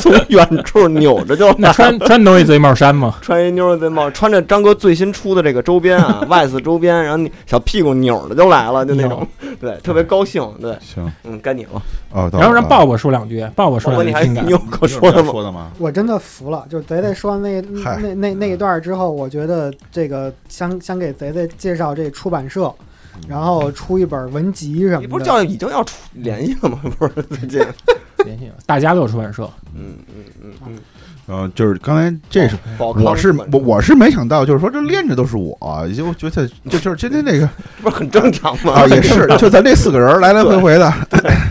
S4: 从远处扭着就
S2: 那
S4: 来。
S2: 穿穿东西贼帽衫吗？
S4: 穿一妞儿的帽，穿着张哥最新出的这个周边啊，VICE 周边，然后你小屁股扭着就来了，就那种，对，特别高兴，对，
S5: 行
S4: 嗯，该你了，
S5: 哦，到
S2: 然后让
S5: 了
S2: 鲍勃说两句，鲍勃
S4: 包
S2: 说
S4: 括
S2: 两
S4: 你
S2: 句
S4: 还
S2: 情感嗯
S4: 你。有可说的吗？
S5: 说的吗？
S6: 我真的服了，就是贼贼说完那
S5: 嗨
S6: 那那那一段之后，我觉得这个想想给贼贼介绍这出版社，
S5: 嗯
S6: 然后出一本文集什
S4: 你不
S6: 么
S4: 是
S6: 的。
S4: 叫已经要出联系了吗？不是最近，
S2: 联系了大家乐出版社，
S4: 嗯嗯嗯嗯，
S5: 呃，就是刚才这是
S4: 宝康
S5: 我是
S4: 嘛
S5: 我我是没想到，就是说这练着都是我，也就觉得就就是今天这个
S4: 不是很正常 吗？
S5: 啊也是，就咱这四个人来来回回的。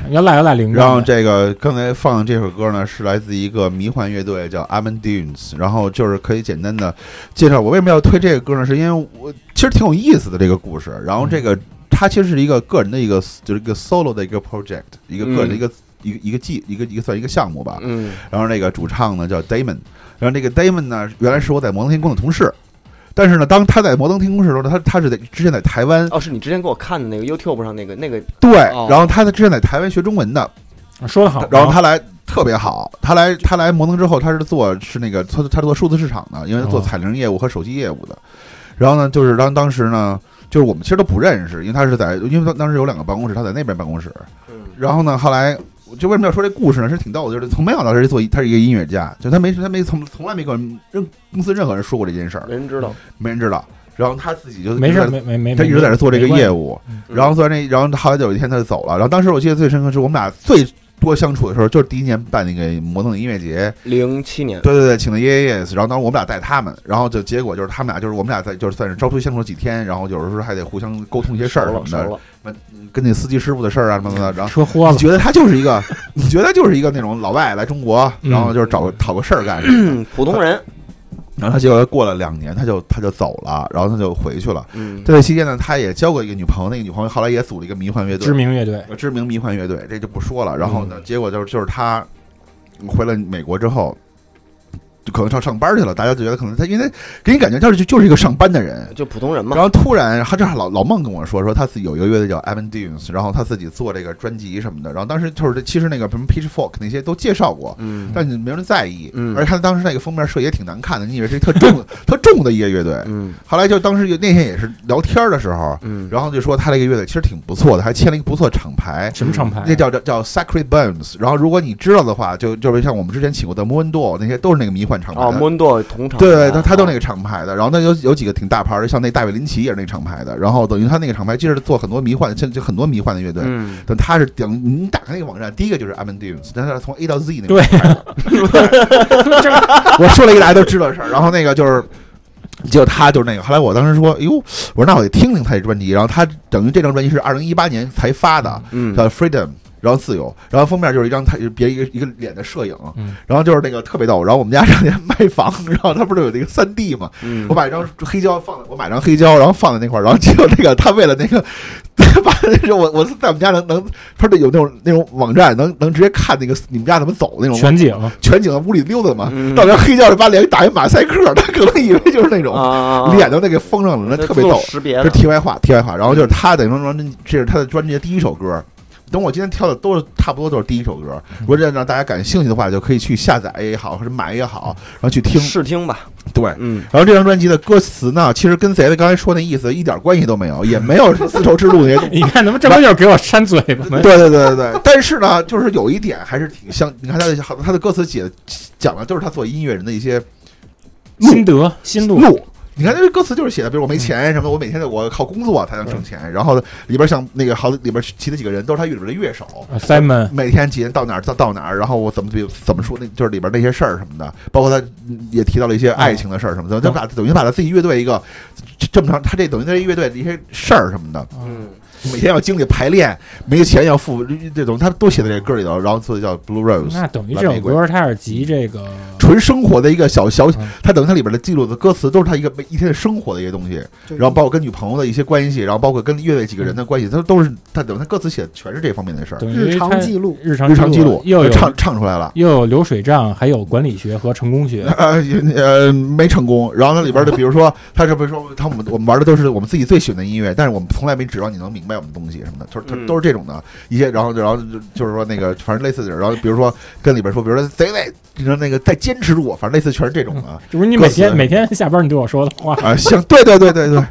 S2: 要赖要赖灵
S5: 然后
S2: 感。
S5: 这个刚才放的这首歌呢，是来自一个迷幻乐队叫 a m a n Dunes。然后就是可以简单的介绍我为什么要推这个歌呢？是因为我其实挺有意思的这个故事。然后这个它其实是一个个人的一个就是一个 solo 的一个 project，一个个人的一个、一个一个计一个一个算一个项目吧。
S4: 嗯，
S5: 然后那个主唱呢叫 Damon，然后那个 Damon 呢原来是我在摩登天空的同事，但是呢，当他在摩登天空的时候呢，他他是在之前在台湾，
S4: 哦，是你之前给我看的那个 YouTube 上那个那个，
S5: 对，
S4: 哦
S5: 然后他在之前在台湾学中文的，
S2: 说的好，
S5: 然后他来特别好，他来
S2: 嗯
S5: 他来摩登之后，他是做是那个他他是做数字市场的，因为他做
S2: 哦
S5: 彩铃业务和手机业务的。然后呢，就是当当时呢，就是我们其实都不认识，因为他是在因为他当时有两个办公室，他在那边办公室。然后呢，后来就为什么要说这故事呢？是挺逗的，就是从没想到他是做他是一个音乐家，就他没他没从从来没跟人任公司任何人说过这件事儿
S4: 没，人知道，
S5: 没人知道。然后他自己就
S2: 没
S5: 就
S2: 事，
S5: 在
S2: 没哎没没，
S5: 他一直在这做这个业
S2: 务。
S5: 务，然后做完这，然后后来有一天他就走了。然后当时我记得最深刻是我们俩最。多相处的时候，就是第一年办那个摩登的音乐节，
S4: 零七年，
S5: 对对对，请的耶耶 Yes，然后当时我们俩带他们，然后就结果就是他们俩就是我们俩在就是算是朝夕相处几天，然后有时候还得互相沟通一些事儿什
S4: 熟
S5: 么
S4: 了熟
S5: 的，
S4: 了，
S5: 跟那司机师傅的事儿啊什么的，然后。
S2: 车豁
S5: 你
S2: 了，
S5: 觉得他就是一个，你觉得他就是一个那种老外来中国，然后就是找个讨个事儿干什么的，
S4: 嗯，普通人，
S5: 然后他结果过了两年，他就他就走了，然后他就回去了。
S4: 嗯，
S5: 在这期间呢，他也交过一个女朋友，那个女朋友后来也组了一个迷幻乐队，
S2: 知名乐队，
S5: 呃知名迷幻乐队，这就不说了。然后
S4: 嗯
S5: 呢，结果就是就是他回了美国之后，就可能上上班去了，大家就觉得可能他因为给你感觉他是就就是一个上班的人。
S4: 就普通人嘛
S5: 然，后突然，他这老老孟跟我说，说他自己有一个乐队叫 Evan Dunes，然后他自己做这个专辑什么的。然后当时就是其实那个什么 Pitchfork 那些都介绍过，
S4: 嗯
S5: 但没人在意。
S4: 嗯
S5: 而且他当时那个封面设计也挺难看的，你以为是一特 重特重的一个乐队。
S4: 嗯
S5: 后来就当时那天也是聊天的时候，
S4: 嗯，
S5: 然后就说他这个乐队其实挺不错的，还签了一个不错厂牌，
S2: 什么厂牌？
S5: 那叫叫叫 Sacred Bones。然后如果你知道的话，就就是像我们之前请过的 Moon d o o 那些都是那个迷幻厂牌
S4: 哦，
S5: 的。
S4: 莫恩多同场，
S5: 嗯对对，他他都那
S4: 个，
S5: 个厂牌的，然后那有有几个挺大牌的，像那大卫林奇也是那个厂牌的，然后等于他那个厂牌接着做很多迷幻，就就很多迷幻的乐队。
S4: 嗯，
S5: 等他是等你打开那个网站，第一个就是 a m a n d u n s 但是他从 A 到 Z 那个
S2: 对
S5: 厂牌的 我说了一 个大家都知道的事儿，然后那个就是。结果他就是那个，后来我当时说，哎呦，我说那我得听听他这专辑。然后他等于这张专辑是二零一八年才发的，
S4: 嗯，
S5: 叫 Freedom，然后自由，然后封面就是一张他别一个一个脸的摄影
S2: 嗯，
S5: 然后就是那个特别逗。然后我们家 上年卖房，然后他不是有那个三 D 嘛，
S4: 嗯
S5: 我把一张黑胶放在，我买张黑胶，然后放在那块儿，然后结果那个他为了那个，他把那是我我是在我们家能能，他是有那种那种网站能能直接看那个你们家怎么走那种
S2: 全 景，
S5: 全景，屋里溜达嘛
S4: 嗯。
S5: 到那黑胶里把脸打一马赛克，他可能以为就是那种
S4: 啊，
S5: 脸都那个封上了，那特别逗。
S4: 识别
S5: 这
S4: 的嗯
S5: 是题外话，题外话。然后就是他等于说，这是他的专辑的第一首歌。等我今天挑的都是差不多都是第一首歌。如果这样让大家感兴趣的话，就可以去下载也好，或者买也好，然后去听。
S4: 试听吧，
S5: 对。
S4: 嗯，
S5: 然后这张专辑的歌词呢，其实跟贼的刚才说那意思一点关系都没有，也没有丝绸之路那些东西。
S2: 你看他妈这不就是给我扇嘴巴吗？
S5: 对对对对对，但是呢，就是有一点还是挺像。你看他的他的歌词写讲的就是他做音乐人的一些
S2: 心得心路，
S5: 路。你看这歌词就是写的，比如我没钱什么，我每天得我靠工作才能挣钱。然后里边像那个好里边骑的几个人都是他乐里边的乐手，
S2: 啊 Simon
S5: 每天几人到哪儿到到哪儿，然后我怎么怎么怎么说，那就是里边那些事儿什么的，包括他嗯也提到了一些爱情的事儿什么的，就把等于把他自己乐队一个这这么长，他这等于他这乐队的一些事儿什么的，
S4: 嗯，
S5: 每天要经历排练，没钱要付这种，他都写在这歌里头，然后所以叫 Blue Rose，
S2: 那等于这首歌它是集这个
S5: 纯生活的一个小小
S2: 嗯，
S5: 他等于他里边的记录的歌词都是他一个一天的生活的一些东西，
S6: 就
S5: 然后包括跟女朋友的一些关系，然后包括跟乐队几个人的关系，他都是他等于他歌词写的全是这方面的事儿，
S2: 等于
S6: 日
S2: 它
S6: 常记录，
S2: 日常
S5: 日常记录
S2: 又有
S5: 唱唱出来了。
S2: 又有流水账，还有管理学和成功 学，
S5: 呃也呃，没成功。然后它里边的，比如说，他这不是说，他们我们玩的都是我们自己最喜欢的音乐，但是我们从来没指望你能明白我们东西什么的，就是它
S4: 嗯
S5: 都是这种的一些。然后，然后就就是说那个，反正类似的。然后比如说跟里边说，比如说贼伟，你说那个再坚持住我，反正类似全是这种的
S2: 这不是你
S5: 歌
S2: 每
S5: 词
S2: 天每天下班你对我说的话。
S5: 啊。行，对对对对对，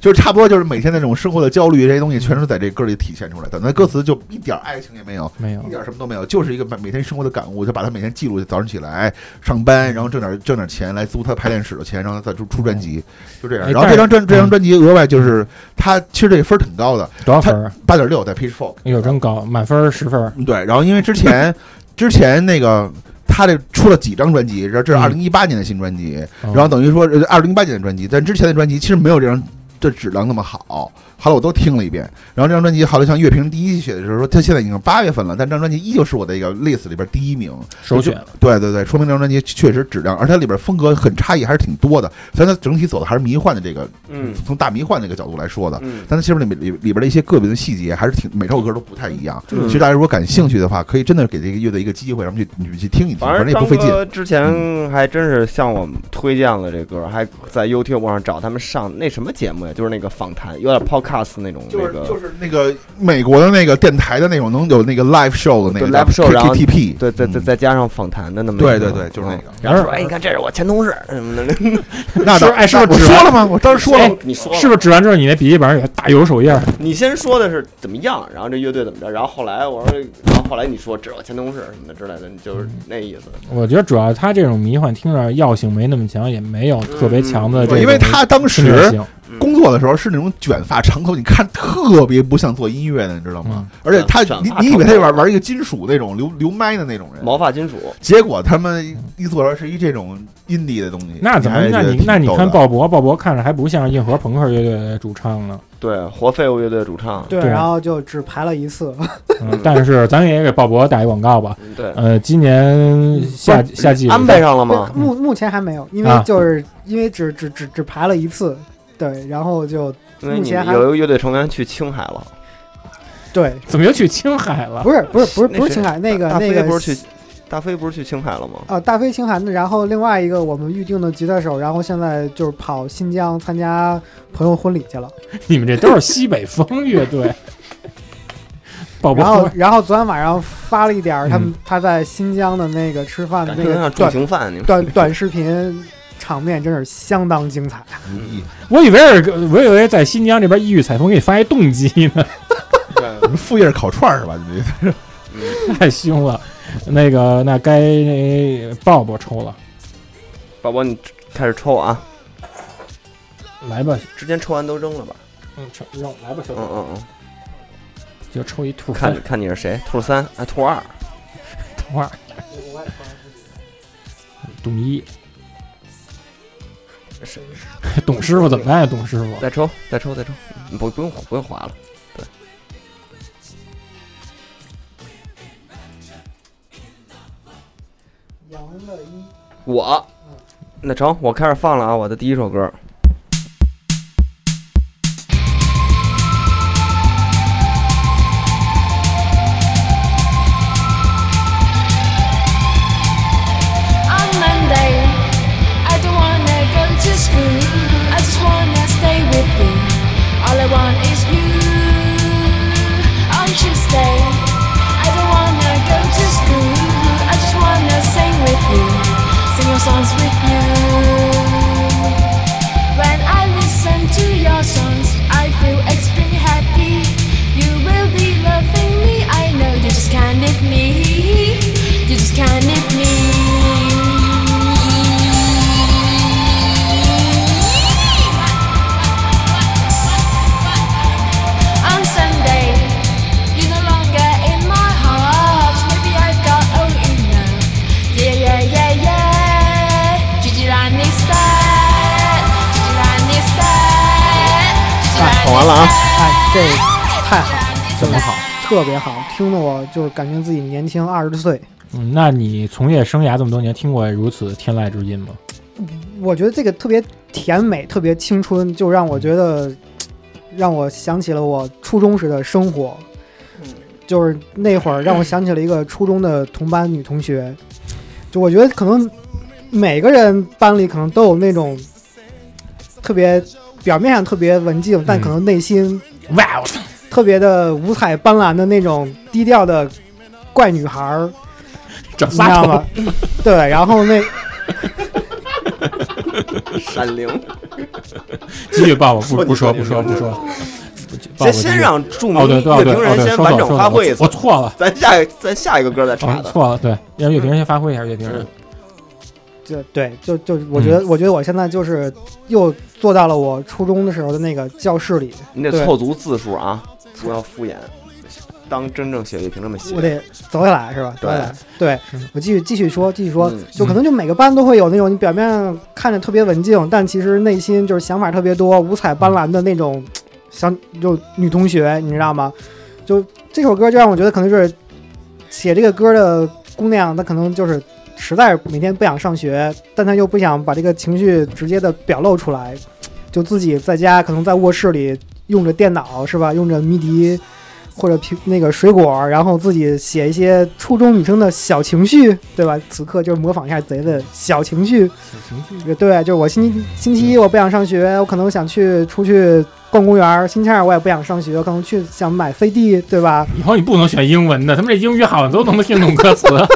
S5: 就是差不多就是每天那种生活的焦虑这些东西，全是在这歌里体现出来的。那歌词就一点爱情也没有，
S2: 没有
S5: 一，点什么都没有，就是一个每每天生活的感悟，就把他每天记录，早上起来上班，然后挣点挣点钱来租他排练室的钱，然后再出出专辑，就这样。
S2: 哎
S5: 然后
S2: 但是
S5: 这张专这张专辑额外就是他其实这分儿挺高的，
S2: 多少分儿啊？
S5: 八点六在 Pitchfork。
S2: 哎呦，真高，满分十分儿。
S5: 嗯对，然后因为之前 之前那个他这出了几张专辑，然后这是
S2: 嗯
S5: 二零一八年的新专辑，
S2: 然
S4: 哦
S5: 然后等于说呃二零一八年的专辑，但之前的专辑其实没有这张这质量那么好。后来我都听了一遍，然后这张专辑后来像乐评第一写的时候说，他现在已经八月份了，但这张专辑依旧是我的一个 list 里边第一名。
S2: 首选，
S5: 对对对，说明这张专辑确实质量，而它里边风格很差异还是挺多的。虽然它整体走的还是迷幻的这个，
S4: 嗯
S5: 从大迷幻这个角度来说的，
S4: 嗯，
S5: 但它其实里面里里边的一些个别的细节还是挺每首歌都不太一样。
S4: 嗯
S5: 其实大家如果感兴趣的话，可以真的给这个乐队一个机会，然后去你们去听一听，
S4: 反
S5: 反正
S4: 正
S5: 也不
S4: 张
S5: 费劲。嗯
S4: 哥之前还真是向我们推荐了这歌，还在 YouTube 上找他们上那什么节目呀，就是那个访谈，有点 podcast 那种
S5: 就
S4: 那
S5: 是
S4: 个
S5: 就，是那个美国的那个电台的那种能有那个 live show 的那个
S4: 对，live show，然后
S5: K T P，
S4: 对，再再再加上访谈的那么一
S5: 嗯对
S4: 个，嗯
S5: 对对，就是那个。
S4: 然后说，哎，你看这是我前同事什么的，
S5: 那
S2: 是
S5: 倒
S2: 哎是不是指
S5: 那我说
S2: 完
S5: 了吗？我当时说了
S4: 哎，你说了
S2: 是不是指完之后你那笔记本上有个大有手印儿？
S4: 你先说的是怎么样，然后这乐队怎么着，然后后来我说，然后后来你说这是我前同事什么的之类的，你就是那意思。
S2: 我觉得主要他这种迷幻听着药性没那么强，也没有特别强的这
S5: 对
S2: 种
S5: 嗯因为他当
S2: 侵略
S5: 时
S2: 性
S5: 工作的时候是那种卷发长头，你看特别不像做音乐的，你知道
S2: 嗯
S5: 吗？而且他
S4: 卷
S5: 你
S4: 发
S5: 你以
S4: 长
S5: 为他
S4: 头
S5: 玩玩一个金属那种留留麦的那种人，
S4: 毛发金属，
S5: 结果他们一做出来是一这种阴地的东西。
S2: 那怎么？
S5: 还
S2: 那
S5: 觉得
S2: 你
S5: 挺
S2: 那你
S5: 逗
S2: 看
S5: 的
S2: 鲍勃，鲍勃看着还不像硬核朋克乐队的主唱呢。
S4: 对，活废物乐队主唱，
S6: 对，
S2: 对
S6: 然后就只排了一次，
S2: 嗯，但是咱也给鲍勃打一广告吧。
S4: 嗯对，
S2: 呃，今年夏
S4: 不是
S2: 夏季
S4: 安排上了
S5: 啊
S4: 吗？
S6: 目目前还没有，因
S2: 啊
S6: 为就是因为只只只只排了一次，对，然后就
S4: 因为
S6: 目
S4: 你
S6: 前还
S4: 有一个乐队成员去青海了，
S6: 对，
S2: 怎么又去青海了？
S6: 不是不是不是
S4: 那
S6: 不
S4: 谁
S6: 是青海那个
S4: 大
S6: 那
S4: 飞
S6: 个
S4: 不是去，大飞不是去青海了吗？
S6: 呃大飞青寒的，然后另外一个我们预定的吉他手，然后现在就是跑新疆参加朋友婚礼去了，
S2: 你们这都是西北风乐队。鲍
S8: 哦
S6: 然后
S2: 勃，
S6: 然后昨天晚上发了一点儿他们、
S8: 嗯
S6: 他在新疆的那个吃饭的
S4: 感
S6: 啊
S4: 觉
S6: 那个
S4: 像重
S6: 短
S4: 刑犯，你们
S6: 短短视频。场面真是相当精彩，
S5: 你
S2: 我以为是，我以为在新疆这边异域采风给你发一动机呢，
S5: 你副业是烤串儿是吧？你这
S2: 太凶了。那个，那该那鲍勃抽了，
S4: 宝宝你开始抽啊，
S2: 来吧，
S4: 之前抽完都扔了吧？
S2: 嗯，抽扔，来吧，
S4: 嗯
S2: 小
S4: 嗯嗯，
S2: 就抽一兔
S4: 看
S2: 三
S4: 看你是谁，兔三啊，兔二，
S2: 花儿，董一，
S4: 是
S2: 董师傅怎么办呀？董师傅，
S4: 再抽再抽再抽，嗯不不用不用划了，我，嗯那成，我开始放了啊，我的第一首歌。
S8: On Monday, I don't wanna go to school. I just wanna stay with you. All I want is you. On Tuesday, I don't wanna go to school. I just wanna sing with you, sing your songs with you. When I listen to your songs, I feel extremely happy. You will be loving me. I know you just can't leave me. You just can't leave me. on Sunday. You're no longer in my heart. Maybe I've got old enough. Yeah, yeah, yeah, yeah. Gigi Lan is back. Gigi Lan is back. Gigi
S4: 哎
S8: Lan
S4: 放完了啊
S8: is back.
S6: 哎，这太好了，
S8: 怎么
S6: 好？特别好，听得我就是感觉自己年轻二十岁。
S2: 嗯，那你从业生涯这么多年，听过如此天籁之音吗？
S6: 我觉得这个特别甜美，特别青春，就让我觉得，让我想起了我初中时的生活。就是那会儿让我想起了一个初中的同班女同学，就我觉得可能每个人班里可能都有那种特别表面上特别文静，但可能内心
S2: 哇，我
S6: 特别的五彩斑斓的那种低调的怪女孩儿，
S2: 整
S6: 你知道吗？对，然后那
S4: 闪灵，
S2: 继续报吧， 不不说
S4: 你
S2: 不说
S4: 说你
S2: 不说，报吧
S4: 先先让著名
S2: 哦对
S4: 乐
S2: 对哦对
S4: 评
S2: 哦
S4: 人
S2: 对，
S4: 先
S2: 说
S4: 完
S2: 错了
S4: 整
S2: 说
S4: 发
S2: 错
S4: 挥一
S2: 了，
S4: 次
S2: 我，错了，
S4: 咱下一咱下一个歌再插
S2: 哦
S4: 的。
S2: 错了，对，让乐评人先发挥一下，乐评人，
S6: 就对，就就我觉得，我觉得我现在就是又坐到了我初中的时候的那个教室里，
S4: 你得
S6: 对
S4: 凑足字数啊，不要敷衍。当真正写乐评这么写，
S6: 我得走下来是吧？
S4: 对
S6: 走下来，对
S2: 是
S6: 我继续继续说，继续说
S4: 嗯，
S6: 就可能就每个班都会有那种你表面上看着特别文静，但其实内心就是想法特别多、五彩斑斓的那种小就女同学，你知道吗？就这首歌就让我觉得可能是写这个歌的姑娘，她可能就是实在是每天不想上学，但她又不想把这个情绪直接的表露出来，就自己在家可能在卧室里用着电脑是吧，用着迷笛或者苹那个水果，然后自己写一些初中女生的小情绪，对吧？此刻就是模仿一下贼的小情绪，对，就是我星期星期一我不想上学，我可能想去出去逛公园儿；星期二我也不想上学，我可能去想买 CD，对吧？
S2: 以后你不能选英文的，他们这英语好像都能听懂歌 词，我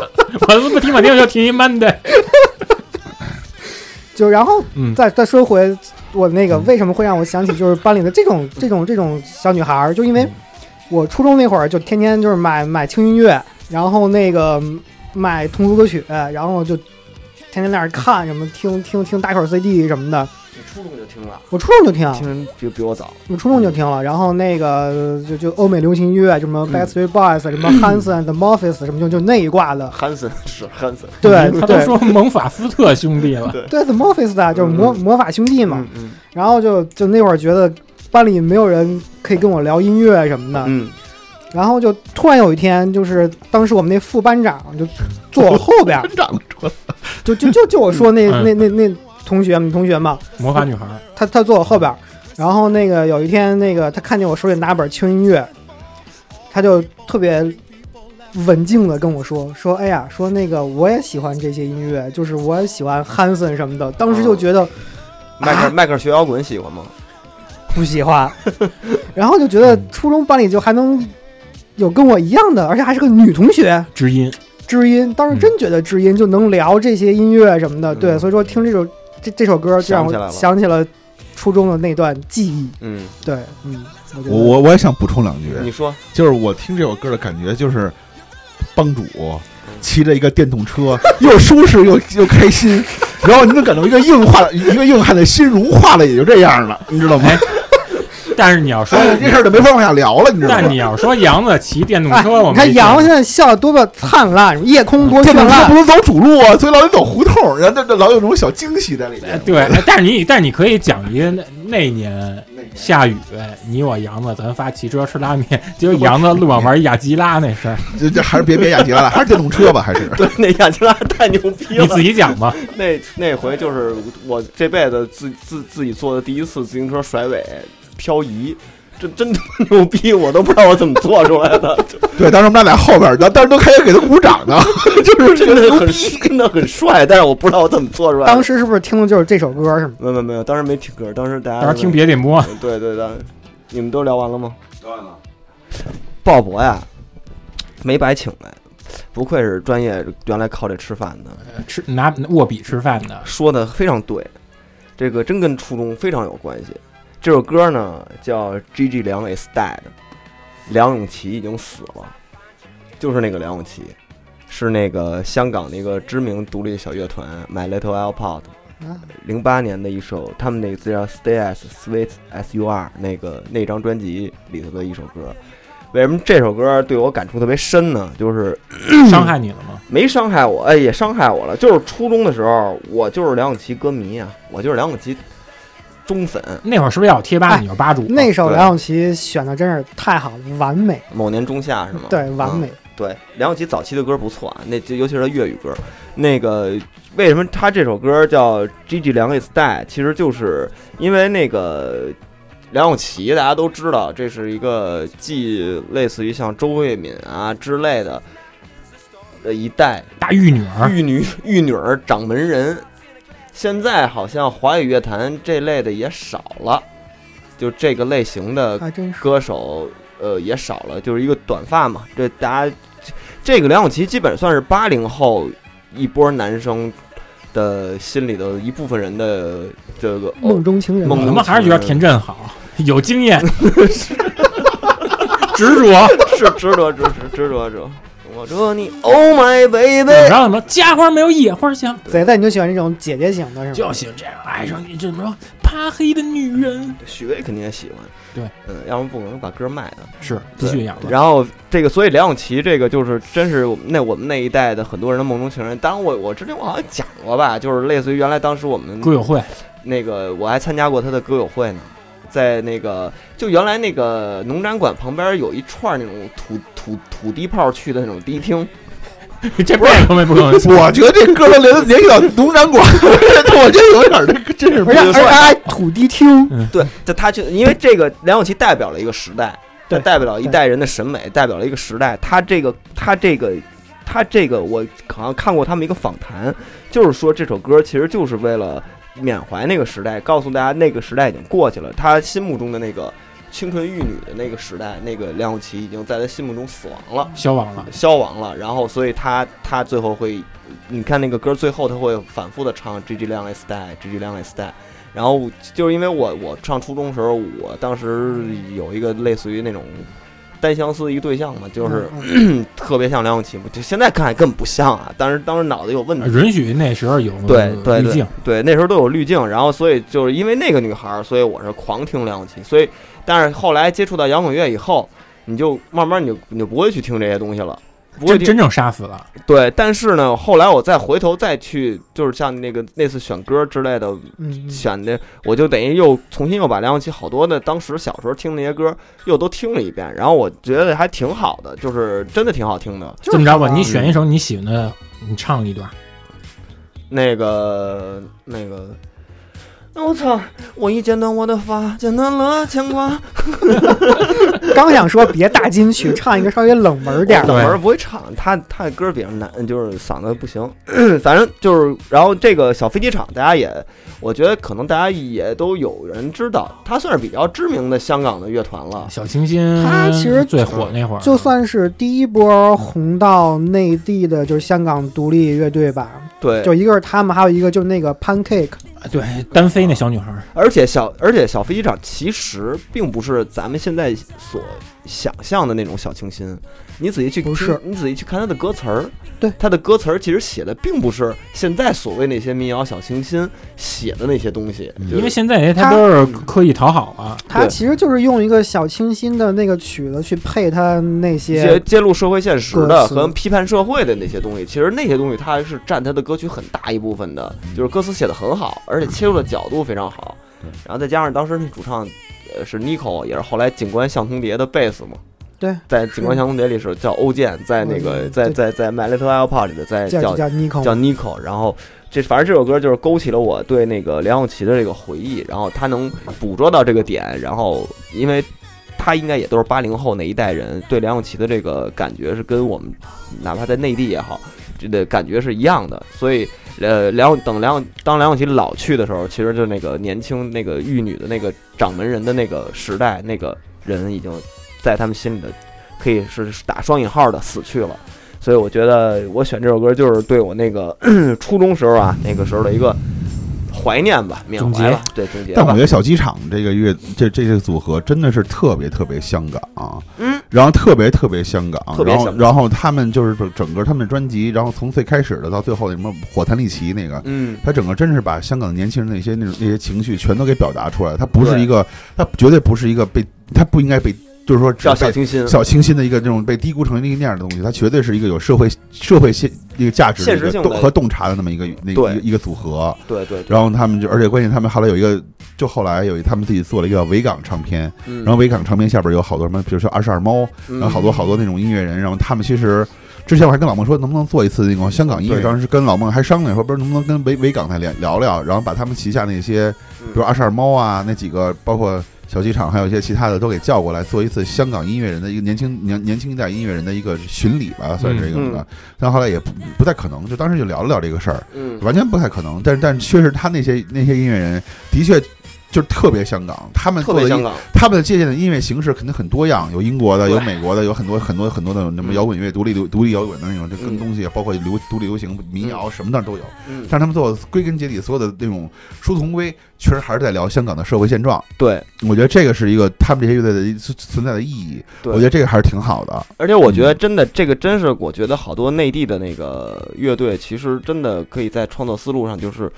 S2: 他妈听半天就听一 Monday，
S6: 就然后
S2: 嗯
S6: 再再说回我那个为什么会让我想起就是班里的这
S2: 嗯
S6: 种这种这种小女孩儿，就因为我初中那会儿就天天就是买买轻音乐，然后那个嗯买童书歌曲，然后就天天在那儿看什么听听听大口 CD 什么的，
S4: 我初中就听了，
S6: 我初中就听，
S4: 听比比我早。
S6: 我初中就听了，然后那个就就欧美流行音乐，什么
S2: 嗯
S6: Backstreet Boys，什么 Hanson、The Morphs，什么就就那一挂的，
S4: 汉森是汉森，
S6: 对
S2: 嗯他都
S6: 对
S2: 说蒙法斯特兄弟了，
S6: 对 The Morphs 的，就是魔魔法兄弟嘛
S4: 嗯。嗯
S6: 然后就就那会儿觉得班里没有人可以跟我聊音乐什么的，
S4: 嗯，
S6: 然后就突然有一天，就是当时我们那副班长就坐我后边儿，
S5: 长得出
S6: 就就就就我说那
S2: 嗯
S6: 那那那同学女同学嘛，
S2: 魔法女孩儿，
S6: 他他坐我后边儿，然后那个有一天，那个他看见我手里拿本轻音乐，他就特别文静的跟我说说，哎呀，说那个我也喜欢这些音乐，就是我也喜欢 Hanson 什么的。当时就觉得
S4: 迈克尔迈克尔学摇滚喜欢吗？
S6: 不 喜欢，然后就觉
S4: 嗯
S6: 得初中班里就还能有跟我一样的，而且还是个女同学，
S2: 知音，
S6: 知音。当时真觉得知音就能聊这些音乐什么的，
S4: 嗯
S6: 对，所以说听这首这这首歌就
S4: 想
S6: 让
S4: 起来
S6: 我
S4: 了
S6: 想起了初中的那段记忆。
S4: 嗯，
S6: 对，嗯，我觉得
S5: 我我我也想补充两句，
S4: 你说
S5: 就是我听这首歌的感觉就是，帮主骑着一个电动车， 又舒适又又开心， 然后你能感到一个硬化一个硬汉的心融化了，也就这样了，你知道吗？
S2: 哎但是你要说，
S5: 哎，这事儿就没法往下聊了，你知道
S2: 但
S5: 吗
S2: 你？要说杨子骑电动
S6: 哎，
S2: 车，我们
S6: 你看
S2: 这
S6: 杨现在笑得多么灿烂，夜 空多绚
S5: 电动车
S6: 烂
S5: 不。能走主路啊，所以老得走胡同儿，然后那那老有那种小惊喜在里
S2: 哎
S5: 面。
S2: 对，哎但是你但是你可以讲一个那那年下雨，你我杨子咱发骑车吃拉面，结果杨子路上玩雅基拉那事儿，
S5: 这这还是别别雅集了，还是电动车吧，还是
S4: 对那亚基拉太牛逼
S2: 你
S4: 了，
S2: 自己讲吧。
S4: 那那回就是我这辈子自自自己坐的第一次自行车甩尾漂移，这真他妈牛逼，我都不知道我怎么做出来 的，
S5: 对。当时我们俩在后边儿，然后当时都开始给他鼓掌呢，就是
S4: 真
S5: 觉得
S4: 的
S5: 牛
S4: 很
S5: 逼。
S4: 真的很帅，但是我不知道我怎么做出来的。
S6: 当时是不是听的就是这首歌？是吗？
S4: 没有没有没有，当时没听歌，当时大家
S2: 到时候听别的摸，
S4: 对对对，你们都聊完了吗？聊完了。鲍勃呀，没白请来，不愧是专业，原来靠这吃饭的，
S2: 吃拿握笔吃饭 的，
S4: 说的非常对，这个真跟初中非常有关系。这首歌呢叫《G G 梁 is dead》，梁咏琪已经死了，就是那个梁咏琪，是那个香港的一个知名独立小乐团 My Little Alpod
S6: 啊，
S4: 零八年的一首，他们那个字叫《Stay as Sweet as You Are》那个那张专辑里头的一首歌。为什么这首歌对我感触特别深呢？就是
S2: 伤害你了吗？
S4: 没伤害我，哎，也伤害我了。就是初中的时候，我就是梁咏琪歌迷啊，我就是梁咏琪忠粉。
S2: 那会儿是不是要有贴吧？
S6: 哎
S2: 你就吧主
S6: 那首
S4: 嗯对
S6: 梁咏琪选的真是太好，完美，
S4: 某年中夏是吗？
S6: 对，完
S4: 嗯
S6: 美。
S4: 对，梁咏琪早期的歌不错啊，那就尤其是她粤语歌。那个为什么她这首歌叫《G G 梁 is dead》，其实就是因为那个梁咏琪，大家都知道，这是一个既类似于像周慧敏啊之类的呃一代
S2: 大玉女儿，
S4: 玉女玉女儿掌门人，现在好像华语乐坛这类的也少了，就这个类型的
S6: 还真是。
S4: 歌手呃也少了，就是一个短发嘛。这大家这个梁咏琪基本算是八零后一波男生的心里的一部分人的这个哦偶
S6: 梦中情人，啊
S4: 梦
S2: 我他
S4: 中
S2: 妈还是觉得田震好，有经验，执着。
S4: 是值得值值值得值得。我说你，Oh my
S2: 怎么
S4: baby，
S2: 着怎么着，家花没有野花香，
S6: 仔仔你就喜欢这种姐姐型的是吗？
S2: 就喜欢这样爱上你这么趴黑的女人。
S4: 许巍肯定也喜欢。
S2: 对，
S4: 嗯，要不不可能把歌卖了。
S2: 是，继续养吧。
S4: 然后这个，所以梁咏琪这个就是真是我们那我们那一代的很多人的梦中情人。当然我我之前我好像讲过吧，就是类似于原来当时我们
S2: 歌友会，
S4: 那个我还参加过他的歌友会呢，在那个就原来那个农展馆旁边有一串那种土土土地炮去的那种迪厅，
S2: 这辈子都没不可能。
S5: 我觉得这歌都联联系到农展馆，我觉得有点儿这个真是
S6: 而且而且还土地厅，
S4: 对，这他就因为这个梁咏琪代表了一个时代，
S6: 对
S4: 他代表了一代人的审美，代表了一个时代。他这个，他这个，他这个，我好像看过他们一个访谈，就是说这首歌其实就是为了缅怀那个时代，告诉大家那个时代已经过去了，他心目中的那个青春玉女的那个时代，那个梁咏琪已经在他心目中死亡了。
S2: 消亡了，
S4: 消亡了，然后所以他他最后会，你看那个歌最后他会反复的唱 “G G 亮 S t y G G 亮 S t y 然后就是因为我我上初中的时候，我当时有一个类似于那种单相思一个对象嘛，就是
S6: 嗯
S4: 特别像梁咏琪嘛，就现在看根本不像啊，但是当时脑子有问题，
S2: 允许那时候有
S4: 对嗯对
S2: 滤
S4: 对
S2: 镜，
S4: 对，那时候都有滤镜，然后所以就是因为那个女孩儿，所以我是狂听梁咏琪，所以但是后来接触到摇滚乐以后，你就慢慢你就你就不会去听这些东西了，不会
S2: 真
S4: 听
S2: 真正杀死了。
S4: 对，但是呢，后来我再回头再去，就是像那个那次选歌之类的，
S6: 嗯，
S4: 选的我就等于又重新又把梁咏琪好多的当时小时候听那些歌又都听了一遍，然后我觉得还挺好的，就是真的挺好听的。
S6: 这
S2: 这么着吧，你选一首你喜欢的，你唱一段。
S4: 那个那个，我操！我一剪短我的发，剪断了牵挂。
S6: 刚想说别大金曲，唱一个稍微冷门点儿
S4: 冷
S6: 的。
S4: 门不会唱，他他的歌比较难，就是嗓子不行。 反正就是，然后这个小飞机场，大家也，我觉得可能大家也都有人知道，他算是比较知名的香港的乐团了。
S2: 小清新，
S6: 他其实
S2: 最火那会儿，
S6: 就算是第一波红到内地的，就是香港独立乐队吧，
S4: 对，
S6: 就一个是他们，还有一个就是那个 Pancake，
S2: 对单飞那小女孩儿，
S4: 而且小而且小飞机场其实并不是咱们现在所想象的那种小清新。你仔细去
S6: 不
S4: 听
S6: 是
S4: 你仔细去看他的歌词儿，
S6: 对
S4: 他的歌词儿其实写的并不是现在所谓那些民谣小清新写的那些东西，
S5: 嗯
S4: 就是
S2: 因为现在他都是刻意讨好啊了。
S6: 他
S4: 对
S6: 其实就是用一个小清新的那个曲子去配他那
S4: 揭
S6: 些，
S4: 揭露社会现实的
S6: 歌词
S4: 和批判社会的那些东西，其实那些东西它还是占他的歌曲很大一部分的，就是歌词写的很好，而且切入的角度非常好
S5: 对，
S4: 然后再加上当时那主唱呃是 Nico，也是后来《景观相同碟》的贝斯嘛。
S6: 对，
S4: 在《景观相同碟》里是叫欧健，在那个
S6: 嗯
S4: 在
S6: 对
S4: 在在《My Little iPod》里的在
S6: 叫
S4: 叫
S6: 叫 Nico，
S4: 叫 Nico，然后这反正这首歌就是勾起了我对那个梁咏琪的这个回忆，然后他能捕捉到这个点，然后因为他应该也都是八零后那一代人，对梁咏琪的这个感觉是跟我们哪怕在内地也好，这的感觉是一样的，所以。呃，梁咏等梁咏当梁咏琪老去的时候，其实就那个年轻那个玉女的那个掌门人的那个时代，那个人已经在他们心里的可以是打双引号的死去了。所以我觉得我选这首歌就是对我那个 初中时候啊，那个时候的一个怀念吧，缅
S2: 总
S4: 怀
S2: 结
S4: 吧，对总结
S5: 但我
S4: 吧
S5: 觉。得小机场这个乐这这个组合真的是特别特别香港、啊
S4: 嗯，
S5: 然后特别特别香港，
S4: 特别
S5: 然后
S4: 香港
S5: 然后他们就是整整个他们的专辑，然后从最开始的到最后的什么火炭利奇那个。
S4: 嗯，
S5: 他整个真是把香港年轻人那些那种那些情绪全都给表达出来了，他不是
S4: 对
S5: 一个，他绝对不是一个被，他不应该被，就是说只
S4: 叫
S5: 被
S4: 小清新，
S5: 小清新的一个这种被低估成那个那样的东西，它绝对是一个有社会社会现一个价值的一
S4: 现实
S5: 个
S4: 性
S5: 洞
S4: 的
S5: 和洞察的那么一个那个
S4: 对
S5: 一个一个组合。
S4: 对对对，
S5: 然后他们就，而且关键他们后来有一个，就后来有一他们自己做了一个叫维港唱片，
S4: 嗯
S5: 然后维港唱片下边有好多什么，比如说二十二猫，
S4: 嗯
S5: 然后好多好多那种音乐人，然后他们其实。之前我还跟老孟说，能不能做一次那种香港音乐？
S4: 对
S5: 当时跟老孟还商量说，不是能不能跟维维港再聊聊聊，然后把他们旗下那些，比如
S4: 嗯
S5: 二十二猫啊，那几个，包括小机场，还有一些其他的，都给叫过来做一次香港音乐人的一个年轻年年轻一代音乐人的一个巡礼吧，算是一个什么
S4: 嗯
S5: 的。但后来也不不太可能，就当时就聊了聊这个事儿，
S4: 嗯
S5: 完全不太可能。但是但确实，他那些那些音乐人的确就是特别香港，他们
S4: 特
S5: 做的
S4: 别
S5: 音
S4: 香港，
S5: 他们借鉴的音乐形式肯定很多样，有英国的，
S4: 对
S5: 有美国的，有很多很多很多的什么
S4: 嗯
S5: 摇滚乐、独立流独立摇滚的那种，就
S4: 嗯
S5: 跟东西，啊包括流独立流行、民谣什么的都有。
S4: 嗯，
S5: 但是他们做的归根结底，所有的那种殊途同归，确实还是在聊香港的社会现状。
S4: 对
S5: 我觉得这个是一个他们这些乐队的一存存在的意义，
S4: 对，
S5: 我觉得这个还是挺好的。
S4: 而且我觉得真的，这个真是我觉得好多内地的那个乐队，其实真的可以在创作思路上，就是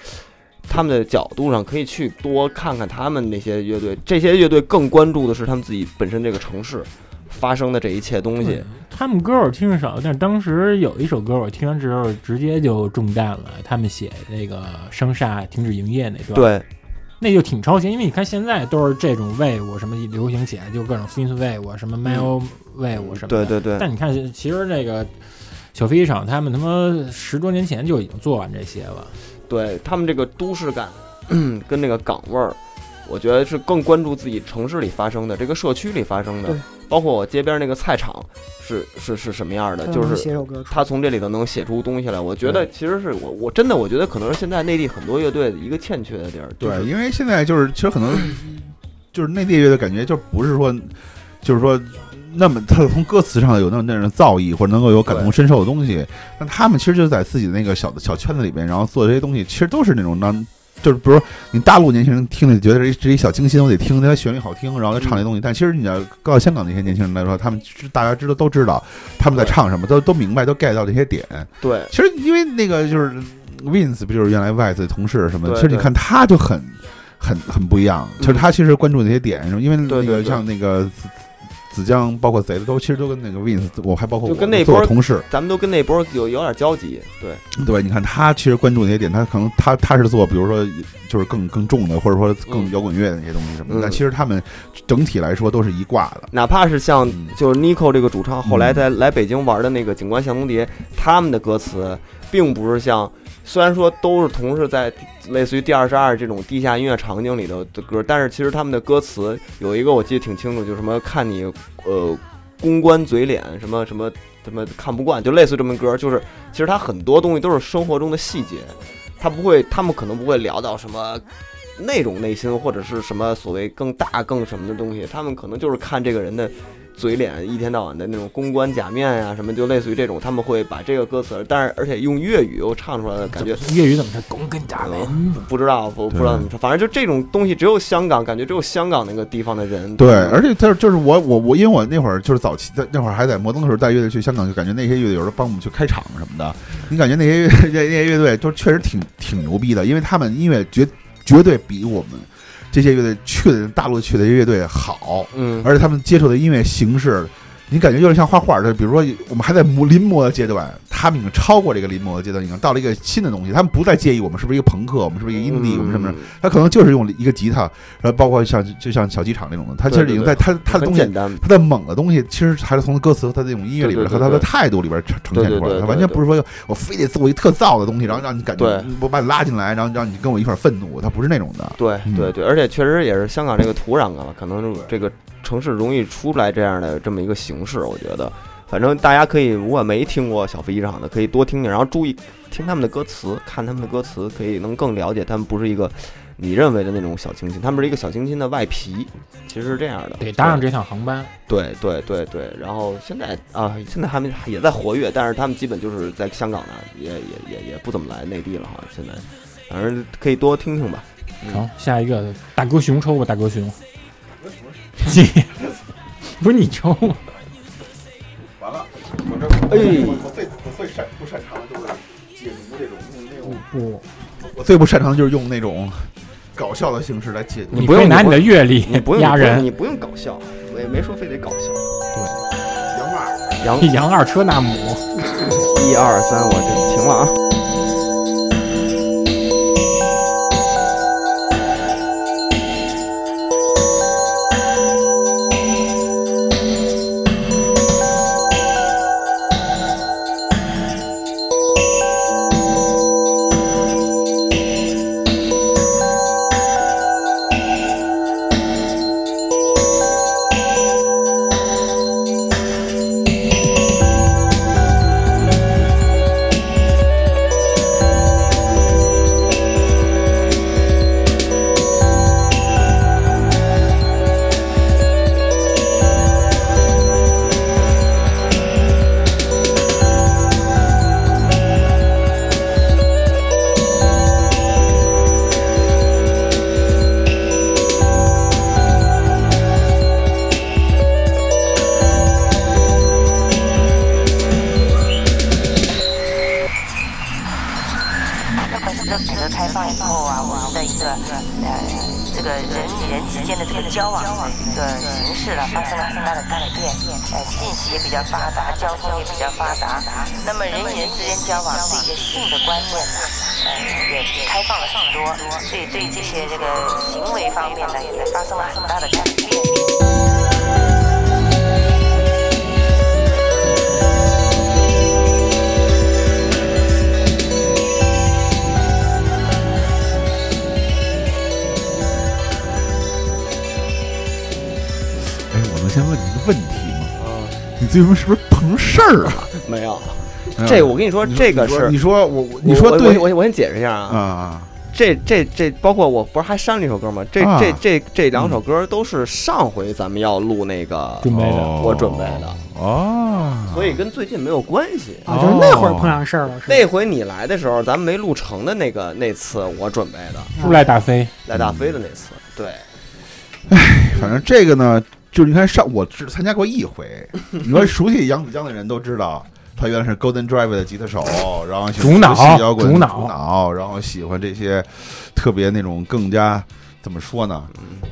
S4: 他们的角度上，可以去多看看他们那些乐队，这些乐队更关注的是他们自己本身这个城市发生的这一切东西
S2: 对。他们歌我听的少，但是当时有一首歌我听完之后直接就中弹了。他们写那个商厦停止营业那段，，
S4: 对，
S2: 那就挺超前，因为你看现在都是这种 wave 什么流行起来就各种 synth wave 什么 metal wave 什么的，
S4: 对对对，
S2: 但你看，其实那个小飞机场他们他妈十多年前就已经做完这些了。
S4: 对他们这个都市感跟那个港味儿，我觉得是更关注自己城市里发生的，这个社区里发生的
S6: 对，
S4: 包括我街边那个菜场是是是什么样的，就
S6: 他们
S4: 是
S6: 写首歌出
S4: 他
S6: 来，
S4: 从这里头能写出东西来。我觉得其实是我我真的我觉得可能是现在内地很多乐队的一个欠缺的地儿，就是
S5: 对，因为现在就是其实很 多就是内地乐队感觉就不是说就是说那么他从歌词上有那种那种造诣或者能够有感同身受的东西，但他们其实就在自己的那个小小圈子里边，然后做这些东西，其实都是那种让就是比如你大陆年轻人听着觉得这一这一小清新，我得听它旋律好听，然后他唱
S4: 嗯
S5: 这东西。但其实你要告诉香港那些年轻人来说，他们知大家知道都知道他们在唱什么，都都明白，都 get 到这些点。
S4: 对，
S5: 其实因为那个就是 Vince 不就是原来 Vice 的同事什么的，
S4: 对
S5: 其实你
S4: 对嗯
S5: 看他就很很很不一样，就是他其实关注那些点，什么因为那
S4: 对对
S5: 个
S4: 对
S5: 像那个子子江，包括贼的都其实都跟那个 Vince，我还包括
S4: 就
S5: 我
S4: 跟那
S5: 做
S4: 波
S5: 我同事，
S4: 咱们都跟那波有有点交集。对，
S5: 对，你看他其实关注那些点，他可能他他是做比如说就是更更重的，或者说更
S4: 嗯
S5: 摇滚乐的那些东西什么的，
S4: 嗯
S5: 但其实他们整体来说都是一挂的。
S4: 哪怕是像
S5: 嗯
S4: 就是 Nico 这个主唱，后来
S5: 嗯
S4: 在来北京玩的那个《警官向东蝶》，他们的歌词并不是像，虽然说都是同是在类似于第二十二这种地下音乐场景里头的歌，但是其实他们的歌词有一个我记得挺清楚，就是什么看你呃公关嘴脸什么什么什么看不惯，就类似这么歌，就是其实它很多东西都是生活中的细节，他不会，他们可能不会聊到什么那种内心或者是什么所谓更大更什么的东西，他们可能就是看这个人的嘴脸，一天到晚的那种公关假面呀、什么，就类似于这种，他们会把这个歌词，但是而且用粤语又唱出来的感觉，
S2: 粤语怎么是公跟大门？
S4: 不知道我不知道怎么说，反正就这种东西只有香港，感觉只有香港那个地方的人
S5: 对，而且他就是我我我，因为我那会儿就是早期在那会儿还在摩登的时候带乐队去香港，就感觉那些乐队有时候帮我们去开场什么的，你感觉那些乐那些乐队 就确实挺挺牛逼的，因为他们音乐绝绝对比我们这些乐队去的大陆去的乐队好，
S4: 嗯，
S5: 而且他们接触的音乐形式。你感觉就是像画画的，比如说我们还在磨临摹的阶段，他们已经超过这个临摹的阶段，已经到了一个新的东西。他们不再介意我们是不是一个朋克，我们是不是一
S4: 嗯
S5: 个 indie，、我们什么什么，他可能就是用一个吉他，然后包括像就像小机场那种的，他其实已经在他他的
S4: 很
S5: 东
S4: 简
S5: 西，
S4: 单，
S5: 他的猛的东西，其实还是从歌词和他这种音乐里边
S4: 对对对
S5: 和他的
S4: 对
S5: 态度里边呈呈
S4: 对
S5: 现
S4: 对
S5: 出来
S4: 对
S5: 的。
S4: 对
S5: 他完全不是说我非得做一特造的东西，然后让你感觉
S4: 对
S5: 我把你拉进来，然后让你跟我一块儿愤怒，他不是那种的。
S4: 对
S5: 嗯
S4: 对对，而且确实也是香港这个土壤啊，可能这个城市容易出来这样的这么一个形式，我觉得。反正大家可以，如果没听过小飞机场的，可以多听听，然后注意听他们的歌词，看他们的歌词，可以能更了解他们不是一个你认为的那种小清新，他们是一个小清新的外皮，其实是这样的。
S2: 得搭上这趟航班。
S4: 对对对对，然后现在啊，现在还没也在活跃，但是他们基本就是在香港呢，也也也也不怎么来内地了，好像现在，反正可以多听听吧。
S2: 成，下一个大哥熊抽吧，大哥熊。不是你抽吗？
S5: 完了，我这
S4: 哎
S5: 我最我最擅不擅长的就是解读这种用那种，
S2: 不，
S5: 我最不擅长的就是用那种搞笑的形式来解读。
S2: 你不用拿你的阅历
S4: 你不用
S2: 压人。
S4: 你不用搞笑，啊我也没说非得搞笑。
S5: 洋话
S4: 杨
S2: 杨二车那姆，
S4: 一二三，我就停了啊。
S9: 这改革开放以后啊，我们的一个呃这个人与人之间的这个交往的一个形式啊，发生了很大的改变。呃，信息也比较发达，交通也比较发达，那么人与人之间交往的一些性的观念呢，呃也开放了很多，所以对这些这个行为方面呢，也在发生了很大的改变。
S5: 哎，我能先问你一个问题
S4: 啊
S5: 吗？你最近是不是碰事儿啊了？
S4: 没啊有，这我跟你说，这个
S5: 你说
S4: 是
S5: 你说我我你说
S4: 我
S5: 对
S4: 我我我先解释一下啊，
S5: 啊，
S4: 这这这，包括我不是还删了一首歌吗？这
S5: 啊
S4: 这这这两首歌都是上回咱们要录那个，
S2: 准备的。
S5: 哦
S4: 我准备的
S5: 哦，
S4: 所以跟最近没有关系。
S6: 啊，就是那会儿碰上事儿了，是吧？
S4: 那回你来的时候，咱们没录成的那个那次，我准备的
S2: 是不是赖大飞？
S4: 赖大飞的那次，对，
S5: 反正这个呢，就是你看上我只参加过一回，你说熟悉扬子江的人都知道。他原来是 Golden Drive 的吉他手，然后喜欢
S2: 主脑
S5: 西摇滚
S2: 主
S5: 主
S2: 脑
S5: 脑，然后喜欢这些特别那种更加怎么说呢？
S4: 嗯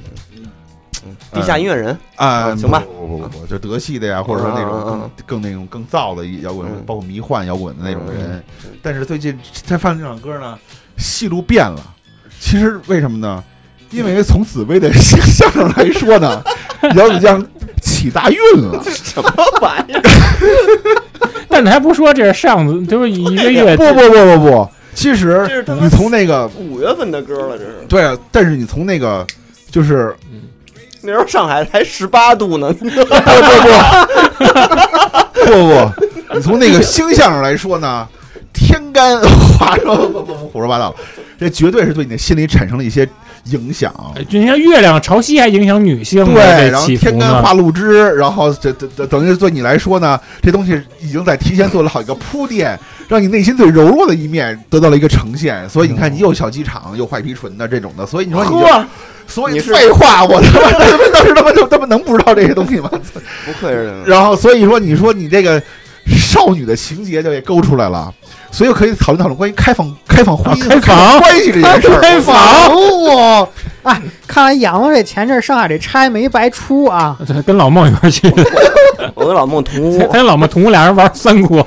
S4: 地下音乐人，
S5: 啊，
S4: 行吧
S5: 不不不不不，就德系的呀，或者说那种
S4: 嗯嗯
S5: 更更那种更燥的摇滚
S4: 嗯，
S5: 包括迷幻摇滚的那种人
S4: 嗯嗯。
S5: 但是最近才发现这首歌呢，戏路变了。其实为什么呢？因为从紫薇的 形象上来说呢，姚子江起大运了，
S4: 什么玩意儿？
S2: 但你还不说这是上次，就是一个月
S5: 哎不不不不不，其实
S4: 哎这是他妈
S5: 你从那个
S4: 五月份的歌了，这是
S5: 对啊，但是你从那个就是
S4: 那时候上海才十八度呢，
S5: 不不不，你从那个星象上来说呢，天干华说不不不胡说八道了，这绝对是对你的心理产生了一些影响。
S2: 就像月亮潮汐还影响女性呢，
S5: 对，
S2: 这
S5: 然后
S2: 起伏
S5: 天干
S2: 呢。
S5: 化禄之，然后这这这等于对你来说呢，这东西已经在提前做了好一个铺垫，让你内心最柔弱的一面得到了一个呈现。所以你看，你又小鸡场，又坏皮唇的这种的，所以你说你就，
S4: 呵，
S5: 所以
S4: 你是
S5: 废话，我他妈他妈当时他妈就他妈能不知道这些东西吗？
S4: 不愧是人。
S5: 然后所以说，你说你这个少女的情节就给勾出来了，所以可以讨论讨论关于开放开放婚姻、
S2: 啊开放
S5: 关系这件事儿。 哦
S2: 开放
S5: 我
S6: 哎看来杨子这前阵儿上海这差没白出啊，
S2: 对跟老孟一块儿去，
S4: 我跟老孟同 屋，
S2: 咱老孟同屋俩人玩三国，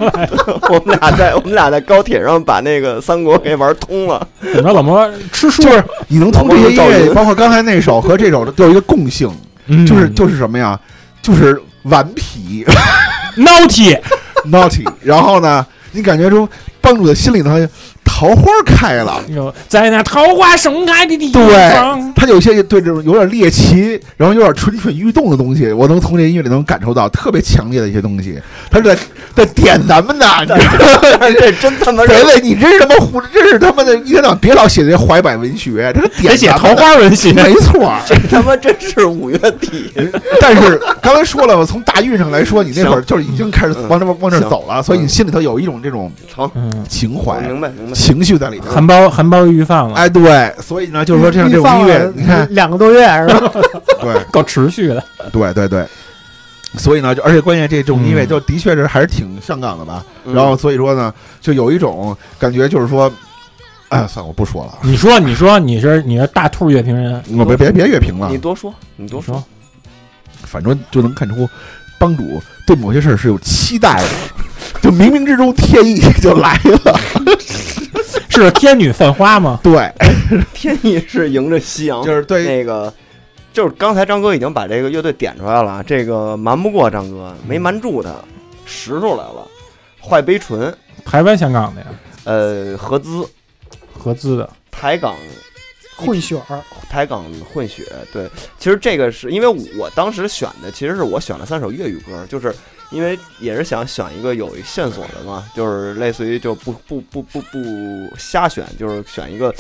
S4: 我们俩在我们俩在高铁上把那个三国给玩通了。
S2: 怎么着？老孟吃书
S5: 就是你能通过这些音
S4: 老孟赵
S5: 乐，
S4: 云
S5: 包括刚才那首和这首都有一个共性，
S2: 嗯
S5: 就是就是什么呀？就是顽皮
S2: naughty，
S5: naughty，然 后呢，你感觉出帮主的心里头桃花开了。
S2: 有在那桃花盛开的地方
S5: 对。他有些对这种有点猎奇，然后有点蠢蠢欲动的东西，我能从这音乐里能感受到特别强烈的一些东西。他是在 在点咱们呢，你知道吗？
S4: 但是这真他妈
S5: 雷
S4: 是，
S5: 雷，你这是什么胡？这是他妈的一天到晚别老写这些怀柏文学，这是点
S2: 得写
S5: 咱
S2: 桃
S5: 们的，
S2: 花文学，
S5: 没错。
S4: 这他妈真是五月底。
S5: 但是刚才说了嘛，从大运上来说，你那会儿就是已经开始
S4: 嗯
S5: 往这往这
S4: 行
S5: 走了，所以你心里头有一种这种
S4: 成，
S2: 嗯，嗯
S5: 情
S4: 我
S5: 怀、
S4: 明白明白。
S5: 情绪在里头。
S2: 含苞含苞欲放了，
S5: 哎，对，所以呢，就是说这样这
S6: 预
S5: 种
S6: 放
S5: 音乐
S6: 了，
S5: 你看，
S6: 两个多月是吧？
S5: 对。
S2: 够持续的。
S5: 对对对，所以呢，就而且关键这种音乐
S2: 嗯
S5: 就的确是还是挺香港的吧。
S4: 嗯
S5: 然后所以说呢，就有一种感觉，就是说，哎，算了，我不说了，
S2: 你说，你说，你是你是大兔乐评人，
S5: 我别别别乐评了
S4: 你，多说，你多
S2: 你
S4: 说
S2: 说，
S5: 反正就能看出帮主对某些事儿是有期待 的，就冥冥之中天意 就来了。
S2: 是天女散花吗？
S5: 对，
S4: 天意是迎着夕阳，
S5: 就是对
S4: 那个，就是刚才张哥已经把这个乐队点出来了啊，这个瞒不过张哥，
S5: 嗯
S4: 没瞒住他，识出来了。坏杯醇，
S2: 台湾、香港的呀，
S4: 呃，合资
S2: 合资的。
S4: 台港
S6: 混血儿，
S4: 台港混血，对，其实这个是因为我当时选的，其实是我选了三首粤语歌，就是因为也是想选一个有线索的嘛，就是类似于就不不不不不瞎选，就是选一个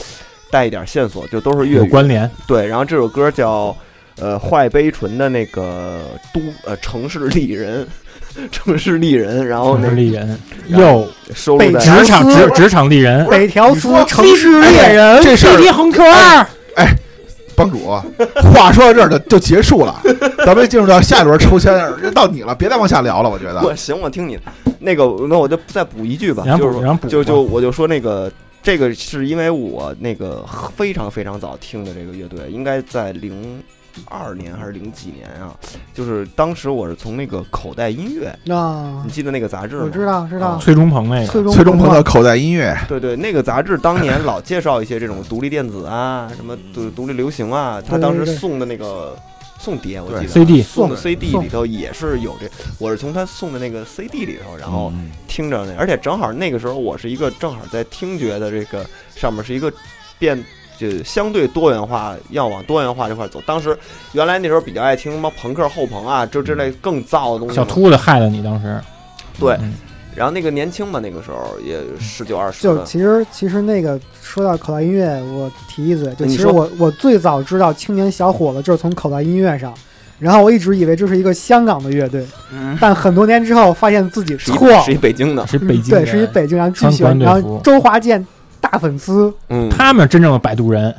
S4: 带一点线索，就都是粤
S2: 有
S4: 语
S2: 关联，
S4: 对，然后这首歌叫呃坏杯唇的那个都呃城市丽人， 城市丽人，然
S2: 城
S4: 后哦那
S2: 市丽人，
S4: 然后
S2: 又
S4: 收录
S6: 被
S4: 在
S6: 指
S2: 职场
S6: 公
S2: 职
S6: 司
S2: 职场丽 人，
S6: 北条
S5: 你
S6: 司
S5: 说
S6: 城市
S4: 哎
S6: 猎人，
S5: 这事儿
S2: 飞机红 Q 二，
S5: 帮主，啊话说到这儿就就结束了， 咱们进入到下一轮抽签，到你了，别再往下聊了，我觉
S4: 我
S5: 得。
S4: 行，我听你的。那个，那我就再补一句吧，
S2: 然后
S4: 就是
S2: 补然后补
S4: 说就
S2: 吧
S4: 就我就说那个，这个是因为我那个非常非常早听的这个乐队，应该在零二年还是零几年啊？就是当时我是从那个口袋音乐，
S6: 啊
S4: 你，记得那个杂志吗？
S6: 我知道知
S4: 哦
S6: 道，
S2: 崔中鹏
S4: 哎
S2: 那个，
S6: 崔中
S5: 崔中鹏
S6: 嘛
S5: 的口袋音乐，
S4: 对对，那个杂志当年老介绍一些这种独立电子啊，什么独独立流行啊，他
S6: 对
S4: 当时
S6: 对对
S4: 送的那个送碟，我记
S5: 对
S4: 得
S2: CD
S4: 送的
S5: 送
S4: CD
S6: 送
S4: 里头也是有这，我是从他送的那个 CD 里头，然
S5: 然
S4: 后
S5: 后
S4: 听着那，而且正好那个时候我是一个正好在听觉的这个上面是一个变。就相对多元化，要往多元化这块走。当时原来那时候比较爱听什么朋克、后朋啊，就这类更燥的东西嘛。
S2: 小秃子害了你当时，
S4: 对
S2: 嗯，
S4: 然后那个年轻嘛，那个时候也十九二十
S6: 就
S4: 的，
S6: 其实其实那个说到口袋音乐，我提一嘴，就
S4: 嗯你
S6: 其实
S4: 说
S6: 我我最早知道青年小伙子就是从口袋音乐上，然后我一直以为这是一个香港的乐队，
S9: 嗯，
S6: 但很多年之后发现自己
S4: 是
S6: 错
S4: 一
S6: 了，
S4: 是一北京的，
S2: 是
S6: 嗯
S2: 北京
S6: 对，
S2: 人，
S6: 是一北京人，巨
S2: 穿
S6: 喜欢，
S2: 官队
S6: 然后
S2: 服
S6: 周华健大粉丝，
S4: 嗯，
S2: 他们真正的摆渡人，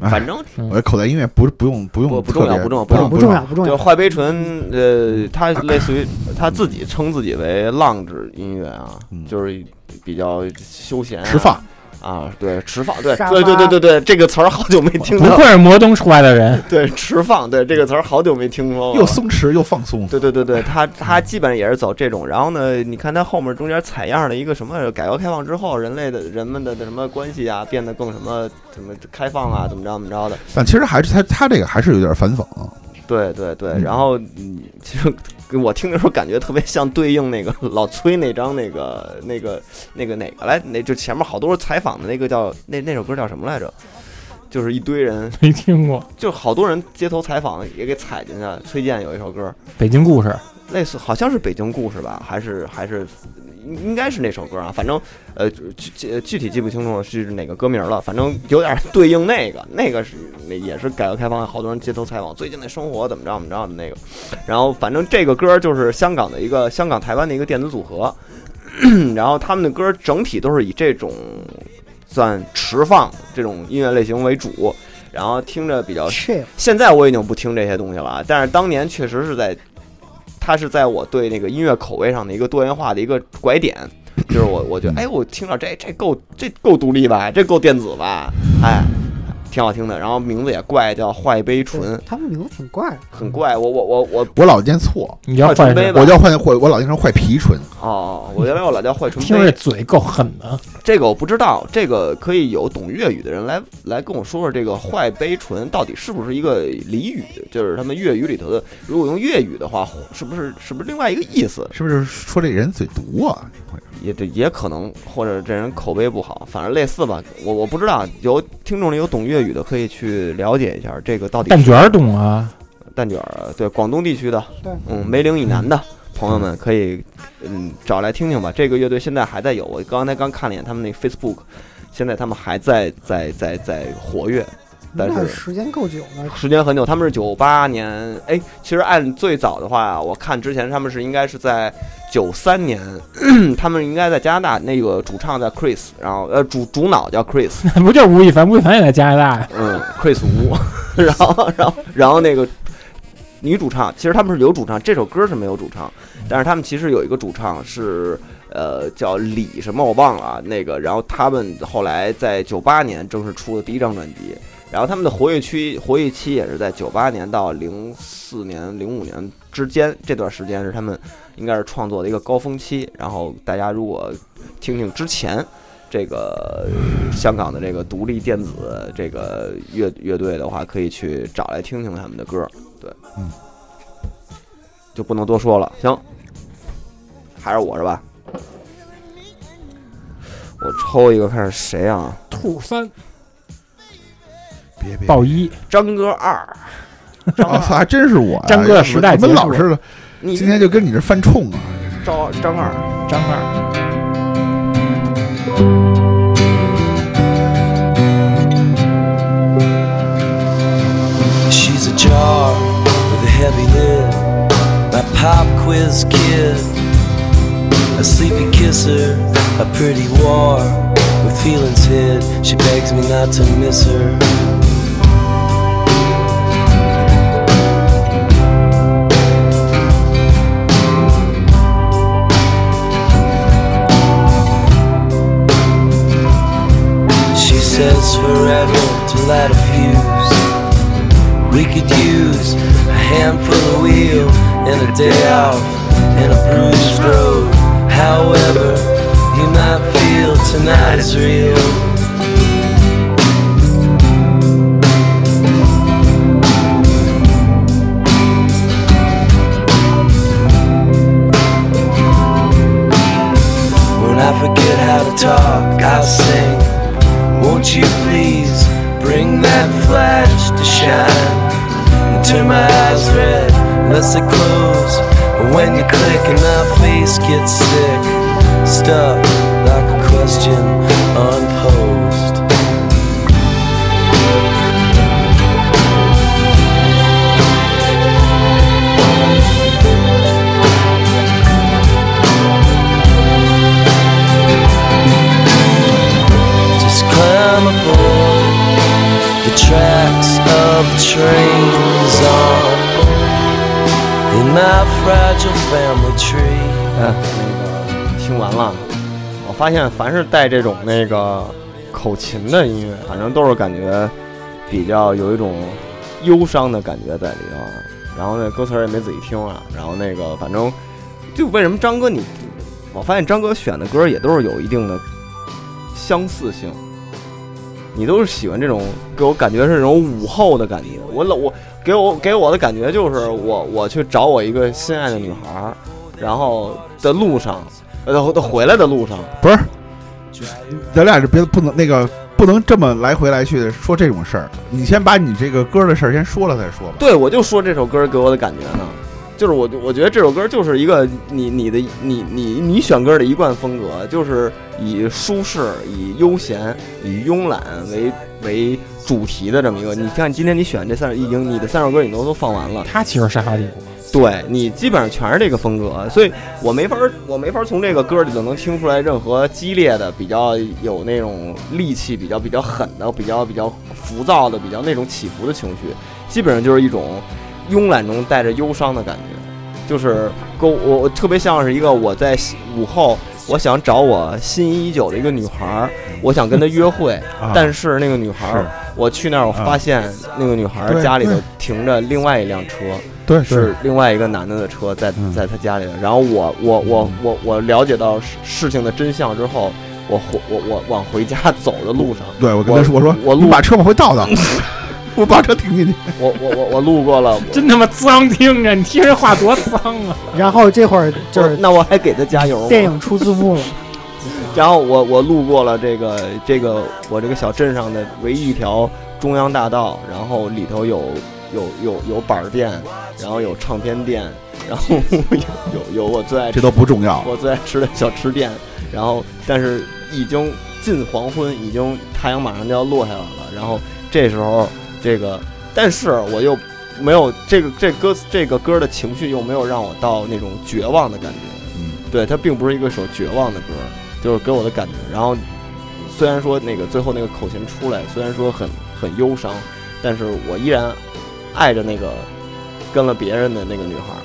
S5: 哎
S4: 反正
S5: 我这口袋音乐不是不用不
S4: 不
S5: 用
S4: 不重要
S5: 特别
S4: 不重要
S5: 不
S4: 不
S6: 不重要，不重
S4: 就是
S6: 要，
S4: 坏杯纯，呃，他类似于他自己称自己为浪子音乐啊，
S5: 嗯
S4: 就是比较休闲、啊、
S5: 吃饭
S4: 啊，对，持放，对，
S6: 沙
S4: 对对对
S6: 发
S4: 对对，这个词儿好久没听
S2: 不
S4: 到，
S2: 愧是摩登出来的人，
S4: 对，持放，对这个词儿好久没听说了，
S5: 又松弛又放松，
S4: 嗯对对对对，他他基本上也是走这种。然后呢，你看他后面中间采样了一个什么改革开放之后人类的人们的什么关系啊，变得更什么什么开放啊，怎么着怎么着的。
S5: 但其实还是他他这个还是有点反讽啊，
S4: 对对对，
S5: 嗯
S4: 然后嗯其实跟我听的时候感觉特别像对应那个老崔那张那个那个那个哪个来，那就前面好多人采访的那个叫那那首歌叫什么来着？就是一堆人，
S2: 没听过
S4: 就好多人街头采访也给采进去了。崔健有一首歌，
S2: 《北京故事》，
S4: 类似好像是《北京故事》吧，还是还是应应该是那首歌啊，反正呃具具具体记不清楚是哪个歌名了，反正有点对应那个，那个是那也是改革开放，好多人街头采访最近的生活怎么着怎么着的那个，然后反正这个歌就是香港的一个香港台湾的一个电子组合， 然后他们的歌整体都是以这种算持放这种音乐类型为主。然后听着比较
S6: Chill
S4: 现在我已经不听这些东西了，但是当年确实是在，它是在我对那个音乐口味上的一个多元化的一个拐点，就是我我觉得，
S5: 嗯
S4: 哎，我听着这这够这够独立吧，这够电子吧，哎，挺好听的。然后名字也怪，叫坏杯
S6: 对
S4: 醇，
S6: 他们名字挺怪的，
S4: 很怪。我我我我
S5: 我老念错，
S2: 你要换
S4: 换成杯
S2: 人，
S4: 吧
S5: 我叫坏坏，我老念成坏皮唇，
S4: 哦，我原来我老叫坏醇
S2: 听着这
S4: 杯，
S2: 嘴够狠的，
S4: 这个我不知道，这个可以有懂粤语的人来来跟我说说这个坏杯醇到底是不是一个俚语，就是他们粤语里头的，如果用粤语的话，是不是是不是另外一个意思？
S5: 是不是说这人嘴毒啊？
S4: 也这也可能，或者这人口碑不好，反正类似吧。我我不知道，有听众里有懂粤语的，可以去了解一下这个到底是
S2: 蛋卷儿懂啊，
S4: 蛋卷儿，对广东地区的，
S6: 对
S4: 嗯，梅岭以南的朋友们可以嗯找来听听吧。这个乐队现在还在有，我刚才刚看了一眼他们那个 Facebook，现在他们还在在在在活跃，但
S6: 那
S4: 是
S6: 时间够久了，
S4: 时间很久，他们是九八年，哎，其实按最早的话，我看之前他们是应该是在九三年， 他们应该在加拿大，那个主唱叫 Chris，然后呃主主脑叫 Chris，
S2: 不就是吴亦凡？吴亦凡也在加拿大呀，
S4: 嗯，Chris 吴， 然后然后然后那个女主唱，其实他们是有主唱，这首歌是没有主唱，但是他们其实有一个主唱是呃叫李什么我忘了啊，那个，然后他们后来在九八年正式出的第一张专辑，然后他们的活跃期活跃期也是在九八年到零四年零五年之间这段时间是他们应该是创作的一个高峰期，然后大家如果听听之前。这个呃香港的这个独立电子这个乐乐队的话，可以去找来听听他们的歌。对，
S5: 嗯，
S4: 就不能多说了。行，还是我是吧？我抽一个，看是谁啊？
S2: 兔三
S5: 别别，
S2: 报一，
S4: 张哥二，张
S5: 啊，
S4: 二，
S5: 还真是我呀，
S2: 张哥的时代
S5: 怎
S2: 结束
S5: 么
S2: 了
S5: 老是
S4: 你
S5: 今天就跟你这犯冲啊？
S4: 招张二，
S2: 张二，
S10: She's a jar with a heavy lid. My pop quiz kid. A sleepy kisser, a pretty war with feelings hid. She begs me not to miss her. She says forever to light a fuse. We could use a handful of wheel and a day off and a bruised road. However, you might feel tonight is real. When I forget how to talk, I sing. Won't you please bring that flash to shine? And turn my eyes red unless they close. And when you click and my face gets sick, stuck like a question unposed. Just climb aboard the tracks of the trains on in my fragile family tree.
S4: 哎，那个听完了，我发现凡是带这种那个口琴的音乐，反正都是感觉比较有一种忧伤的感觉在里头啊。然后那歌词儿也没仔细听啊。然后那个反正就为什么张哥你，我发现张哥选的歌也都是有一定的相似性。你都是喜欢这种给我感觉是这种午后的感觉，我老我给我给我的感觉就是我我去找我一个心爱的女孩儿，然后的路上，呃，他回来的路上，
S5: 不是，咱俩是别不能那个不能这么来回来去的说这种事儿。你先把你这个歌的事儿先说了再说吧。
S4: 对我就说这首歌给我的感觉呢，就是我我觉得这首歌就是一个你你的你你你选歌的一贯风格，就是以舒适、以悠闲、以慵懒 为为主题的这么一个。你看今天你选这三已经你的三首歌你都都放完了，
S2: 他其实沙发帝国，
S4: 对你基本上全是这个风格，所以我没法儿，我没法儿从这个歌里头能听出来任何激烈的、比较有那种戾气、比较比较狠的、比较比较浮躁的、比较那种起伏的情绪，基本上就是一种慵懒中带着忧伤的感觉，就是跟我我特别像是一个我在午后，我想找我心仪已久的一个女孩儿，我想跟她约会，
S5: 嗯 啊
S4: 但是那个女孩儿
S5: 是，
S4: 我去那儿我
S5: 啊
S4: 发现那个女孩儿
S5: 对
S4: 家里头
S5: 对
S4: 停着另外一辆车。
S5: 对
S4: 是另外一个男的的车在
S5: 嗯
S4: 在他家里，然后我我我我我了解到事事情的真相之后，我回我我往回家走的路上，
S5: 对，我跟他说，我说
S4: 我
S5: 你
S4: 路
S5: 把车往回倒 倒，我把车停进去。
S4: 我我我我路过 了，
S2: 真他妈脏，听着你听这话多脏啊！
S6: 然后这会儿就
S4: 就是
S6: 是
S4: 那我还给他加油吗
S6: 电影出字幕了，
S4: 然后我我路过了这个这个我这个小镇上的唯一一条中央大道，然后里头有有有有板儿店，然后有唱片店，然后 有有有我最爱吃
S5: 这都不重要，
S4: 哎我最爱吃的小吃店，然后但是已经近黄昏，已经太阳马上就要落下来了，然后这时候这个，但是我又没有这个这歌词这个歌的情绪又没有让我到那种绝望的感觉，
S5: 嗯，
S4: 对，它并不是一个首绝望的歌，就是给我的感觉。然后虽然说那个最后那个口琴出来，虽然说很很忧伤，但是我依然爱着那个跟了别人的那个女孩儿，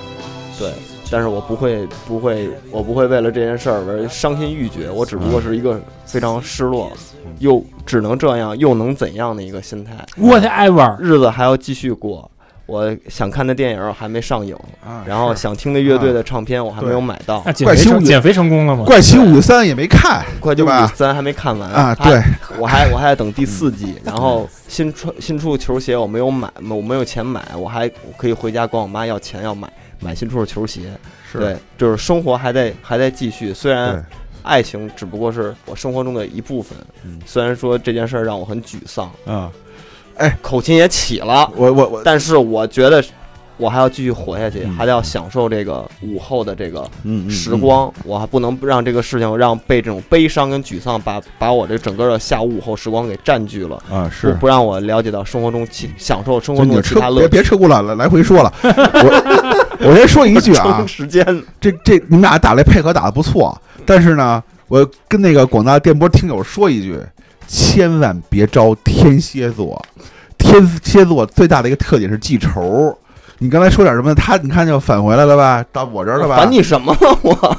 S4: 对。但是我不会，不会，我不会为了这件事儿而伤心欲绝。我只不过是一个非常失落，又只能这样，又能怎样的一个心态。
S2: Whatever，
S4: 日子还要继续过，我想看的电影还没上映，
S5: 啊
S4: 然后想听的乐队的唱片我还没有买 到
S2: 那，减
S5: 怪
S2: 肥
S5: 羞
S2: 成
S5: 你
S2: 减肥成功了吗？
S5: 怪奇五三也没看，
S4: 快
S5: 对
S4: 就
S5: 吧？
S4: 三还没看完
S5: 啊，
S4: 还
S5: 对，
S4: 我还我还等第
S5: 嗯
S4: 四季，然后新出新出的球鞋我没有买，我没有钱买，我还我可以回家管我妈要钱要买买新出的球鞋。对
S5: 是，，
S4: 就是嗯生活还在还在继续，虽然
S5: 对，
S4: 爱情只不过是我生活中的一部分
S5: 嗯，
S4: 虽然说这件事儿让我很沮丧，
S5: 啊，
S4: 口琴也起了，
S5: 我我我，
S4: 但是我觉得我还要继续活下去，
S5: 嗯
S4: 还得要享受这个午后的这个
S5: 嗯，嗯
S4: 时，光，我还不能让这个事情让被这种悲伤跟沮丧把把我这整个的下午午后时光给占据了，
S5: 嗯啊，
S4: 不
S5: 是。
S4: 不让我了解到生活中其享受生活中
S5: 就你
S4: 的
S5: 就
S4: 其
S5: 车
S4: 他乐趣。
S5: 别别车轱辘了，来回 说了。我我先说一句啊
S4: 充，时间
S5: 这这你们俩打雷配合打得不错，
S4: 嗯
S5: 但是呢，我跟那个广大电波听友说一句，千万别招天蝎座。天蝎座最大的一个特点是记仇。你刚才说点什么？他你看就返回来了吧，到我这儿了吧？
S4: 烦你什么了？我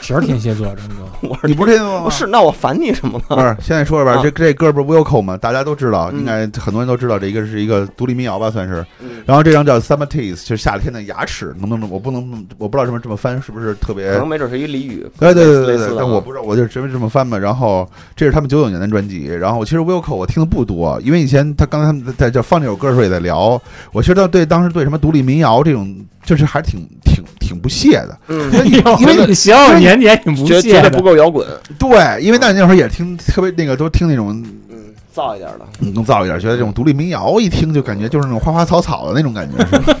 S2: 谁是天蝎座？真哥，
S5: 你不是天蝎座吗？
S4: 不是，那我烦你什么了？
S5: 不是，现在说说吧，
S4: 啊
S5: 这这歌不是 Wilco 吗？大家都知道，
S4: 嗯
S5: 应该很多人都知道，这一个是一个独立民谣吧，算是
S4: 嗯。
S5: 然后这张叫 Summer Teeth，就是夏天的牙齿，能不能？我不能，我不知道这么这么翻是不是特别
S4: 可能没准是一俚语，
S5: 啊对对对
S4: 类
S5: 对
S4: 似的
S5: 对，
S4: 啊
S5: 但我不知道，我就直接这么翻吧。然后这是他们九九年的专辑，然后其实 Wilco 我听的不多，因为以前他刚才他们在这放这首歌的时候也在聊，我其实到对当时对什么独立民谣这种，就是还挺挺挺不屑的，
S4: 嗯，
S5: 因为
S2: 行，年年挺不
S4: 觉
S2: 屑
S4: 觉得
S2: 的
S4: 不，够摇滚，
S5: 对，因为那那会儿也听特别那个都听那种
S4: 嗯，燥一点的。
S5: 嗯更燥一点，觉得这种独立民谣一听就感觉就是那种花花草草的那种感觉，是吧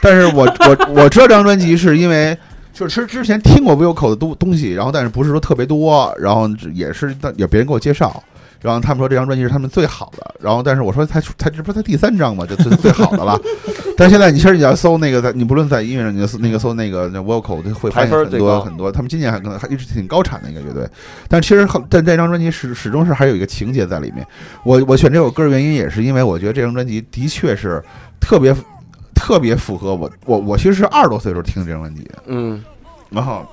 S5: 但是我 我我知道这张专辑是因为。就是之之前听过 Wilco 的东东西，然后但是不是说特别多，然后也是但有别人给我介绍，然后他们说这张专辑是他们最好的，然后但是我说才才这不是才第三张嘛，这最 最好的了。但是现在你其实你要搜那个，在你不论在音乐上，你就搜那个搜那个那 Wilco，就会发
S4: 排
S5: 现
S4: 分
S5: 很
S4: 最
S5: 多
S4: 高
S5: 很多。他们今年还可能还一直挺高产的一个乐队，但其实后但这张专辑始始终是还有一个情节在里面。我我选这首歌的原因也是因为我觉得这张专辑的确是特别特别符合我我我其实是二十多岁的时候听这张专辑的。
S4: 嗯
S5: 然后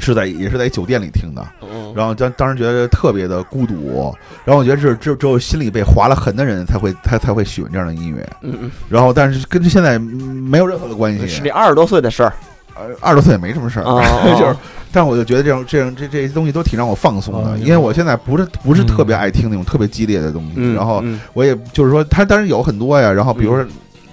S5: 是在也是在酒店里听的，
S2: 哦
S4: 嗯，
S5: 然后当当时觉得特别的孤独，然后我觉得只有只有只有心里被划了痕的人才会才才会喜欢这样的音乐，
S4: 嗯
S5: 然后但是跟现在没有任何的关
S4: 嗯，
S5: 系，
S4: 是你二十多岁的事儿
S5: 呃二十多岁也没什么事儿，
S2: 哦
S4: 啊，
S5: 就是，但是我就觉得这种这种这这些东西都挺让我放松
S2: 哦
S5: 的，
S2: 明白
S5: 因为我现在不是不是
S2: 嗯
S5: 特别爱听那种特别激烈的东西，
S4: 嗯，
S5: 然后
S4: 嗯
S5: 我也就是说，它当然有很多呀，然后比如说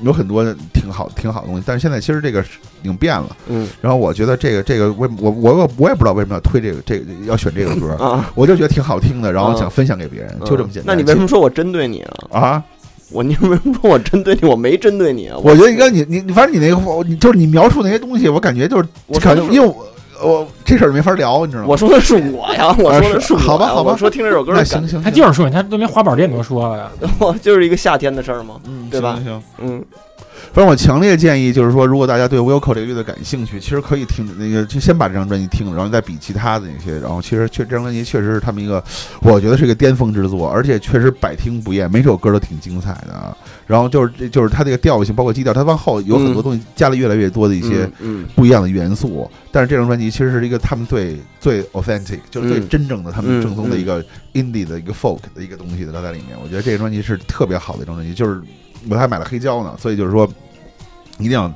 S5: 有很多挺好挺好的东西，但是现在其实这个是已经变了。
S4: 嗯，
S5: 然后我觉得这个这个为我我我我也不知道为什么要推这个这个要选这个歌
S4: 啊，
S5: 我就觉得挺好听的，然后想
S4: 啊
S5: 分享给别人，就这么简单。
S4: 那你为什么说我针对你啊？
S5: 啊？
S4: 我你为什么说我针对你？我没针对你啊，
S5: 我觉得你看你你你反正你那个你就是你描述那些东西，我感觉就是
S4: 我
S5: 感
S4: 说
S5: 觉
S4: 的是
S5: 因为我我这事儿没法聊，你知道吗？
S4: 我说的是我呀，我说的
S5: 啊是
S4: 我呀，
S5: 好吧好吧
S4: 我说听这首歌的
S5: 那
S4: 感
S5: 行
S4: 觉，
S5: 行，
S2: 他就是说你，他都连华宝殿都说了呀。
S4: 我 就是一个夏天的事儿嘛，
S5: 嗯
S4: 对吧
S5: 行行行
S4: 嗯
S5: 反正我强烈建议，就是说，如果大家对 Wilco 这个乐队感兴趣，其实可以听那个，就先把这张专辑听了，然后再比其他的那些。然后，其实确这张专辑确实是他们一个，我觉得是一个巅峰之作，而且确实百听不厌，每首歌都挺精彩的啊。然后就是这就是它这个调性，包括基调，它往后有很多东西加了越来越多的一些
S4: 嗯
S5: 不一样的元素。但是这张专辑其实是一个他们最最 authentic，就是最
S4: 嗯
S5: 真正的他们
S4: 嗯
S5: 正宗的
S4: 嗯
S5: 一个 indie 的一个 folk 的一个东西的在里面。我觉得这个专辑是特别好的一张专辑，就是我还买了黑胶呢，所以就是说一定要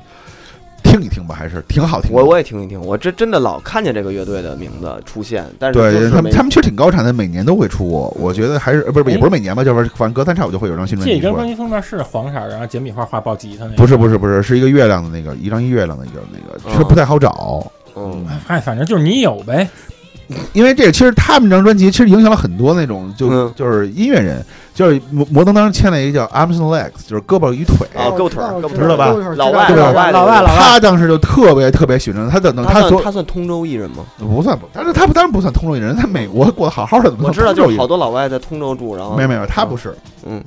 S5: 听一听吧，还是挺好听的。
S4: 我我也听一听，我这真的老看见这个乐队的名字出现，但是就
S5: 对
S4: 是
S5: 他
S4: 没
S5: 们，他们确实挺高产的，每年都会出。我觉得还是呃不是也不是每年
S4: 嗯
S5: 吧，就是反正隔三差五就会有张新专
S2: 这
S5: 辑
S2: 一张
S5: 出
S2: 专
S5: 来。
S2: 辑封面是黄色儿，然后简笔画画抱吉他那个。
S5: 不是不是不是，是一个月亮的那个，一张一月亮的一个那个，确实不太好找。
S4: 哦嗯
S2: 嗨，反正就是你有呗。
S5: 因为这个其实他们这张专辑其实影响了很多那种就、
S4: 嗯
S5: 就是音乐人，就是摩摩登当时签了一个叫 Arms and Legs，就是胳膊与腿。
S4: 啊，胳膊腿儿，胳膊腿儿
S5: 哎知道吧
S4: 老外
S6: 老
S5: 老
S4: 外
S6: 老外，老外，
S5: 他当时就特别特别喜欢他，等等
S4: 他
S5: 所
S4: 算他算通州艺人吗？
S5: 不算不，但是他不当然不算通州艺人，在美国过得好好的，怎么
S4: 我知道，
S5: 能
S4: 就是
S5: 通州
S4: 好多老外在通州住，然
S5: 艺人
S4: 后
S5: 没有没有，他不是。
S4: 嗯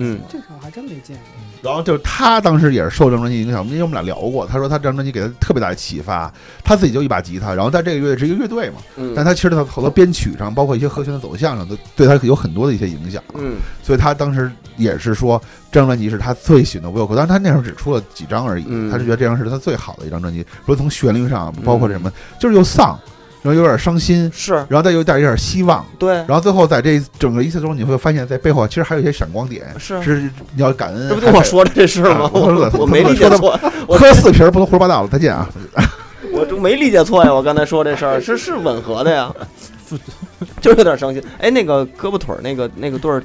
S4: 嗯
S6: 这个我还真没见过。
S5: 然后就是他当时也是受这张专辑影响，因为我们俩聊过，他说他这张专辑给他特别大的启发，他自己就一把吉他，然后在这个乐队是一个乐队嘛，
S4: 嗯，
S5: 但他其实他好多编曲上，包括一些和弦的走向上，都对他有很多的一些影响。
S4: 嗯
S5: 所以他当时也是说，这张专辑是他最喜欢的 Wilco，但是他那时候只出了几张而已，
S4: 嗯
S5: 他是觉得这张是他最好的一张专辑，说从旋律上，包括
S4: 嗯
S5: 什么，就是又丧，然后又有点伤心，
S4: 是
S5: 然后再有点有点希望，
S4: 对
S5: 然后最后在这整个一次中，你会发现在背后其实还有一些闪光点，
S4: 是。
S5: 是你要感恩。
S4: 这不就我 说的这事儿吗
S5: 啊？我我
S4: 我没理解
S5: 我
S4: 错，
S5: 还喝四瓶不能胡说八道了，再见啊！
S4: 我就没理解错呀！我刚才说这事儿是是吻合的 呀， 就是有点伤心。哎，那个胳膊腿儿那个那个对儿，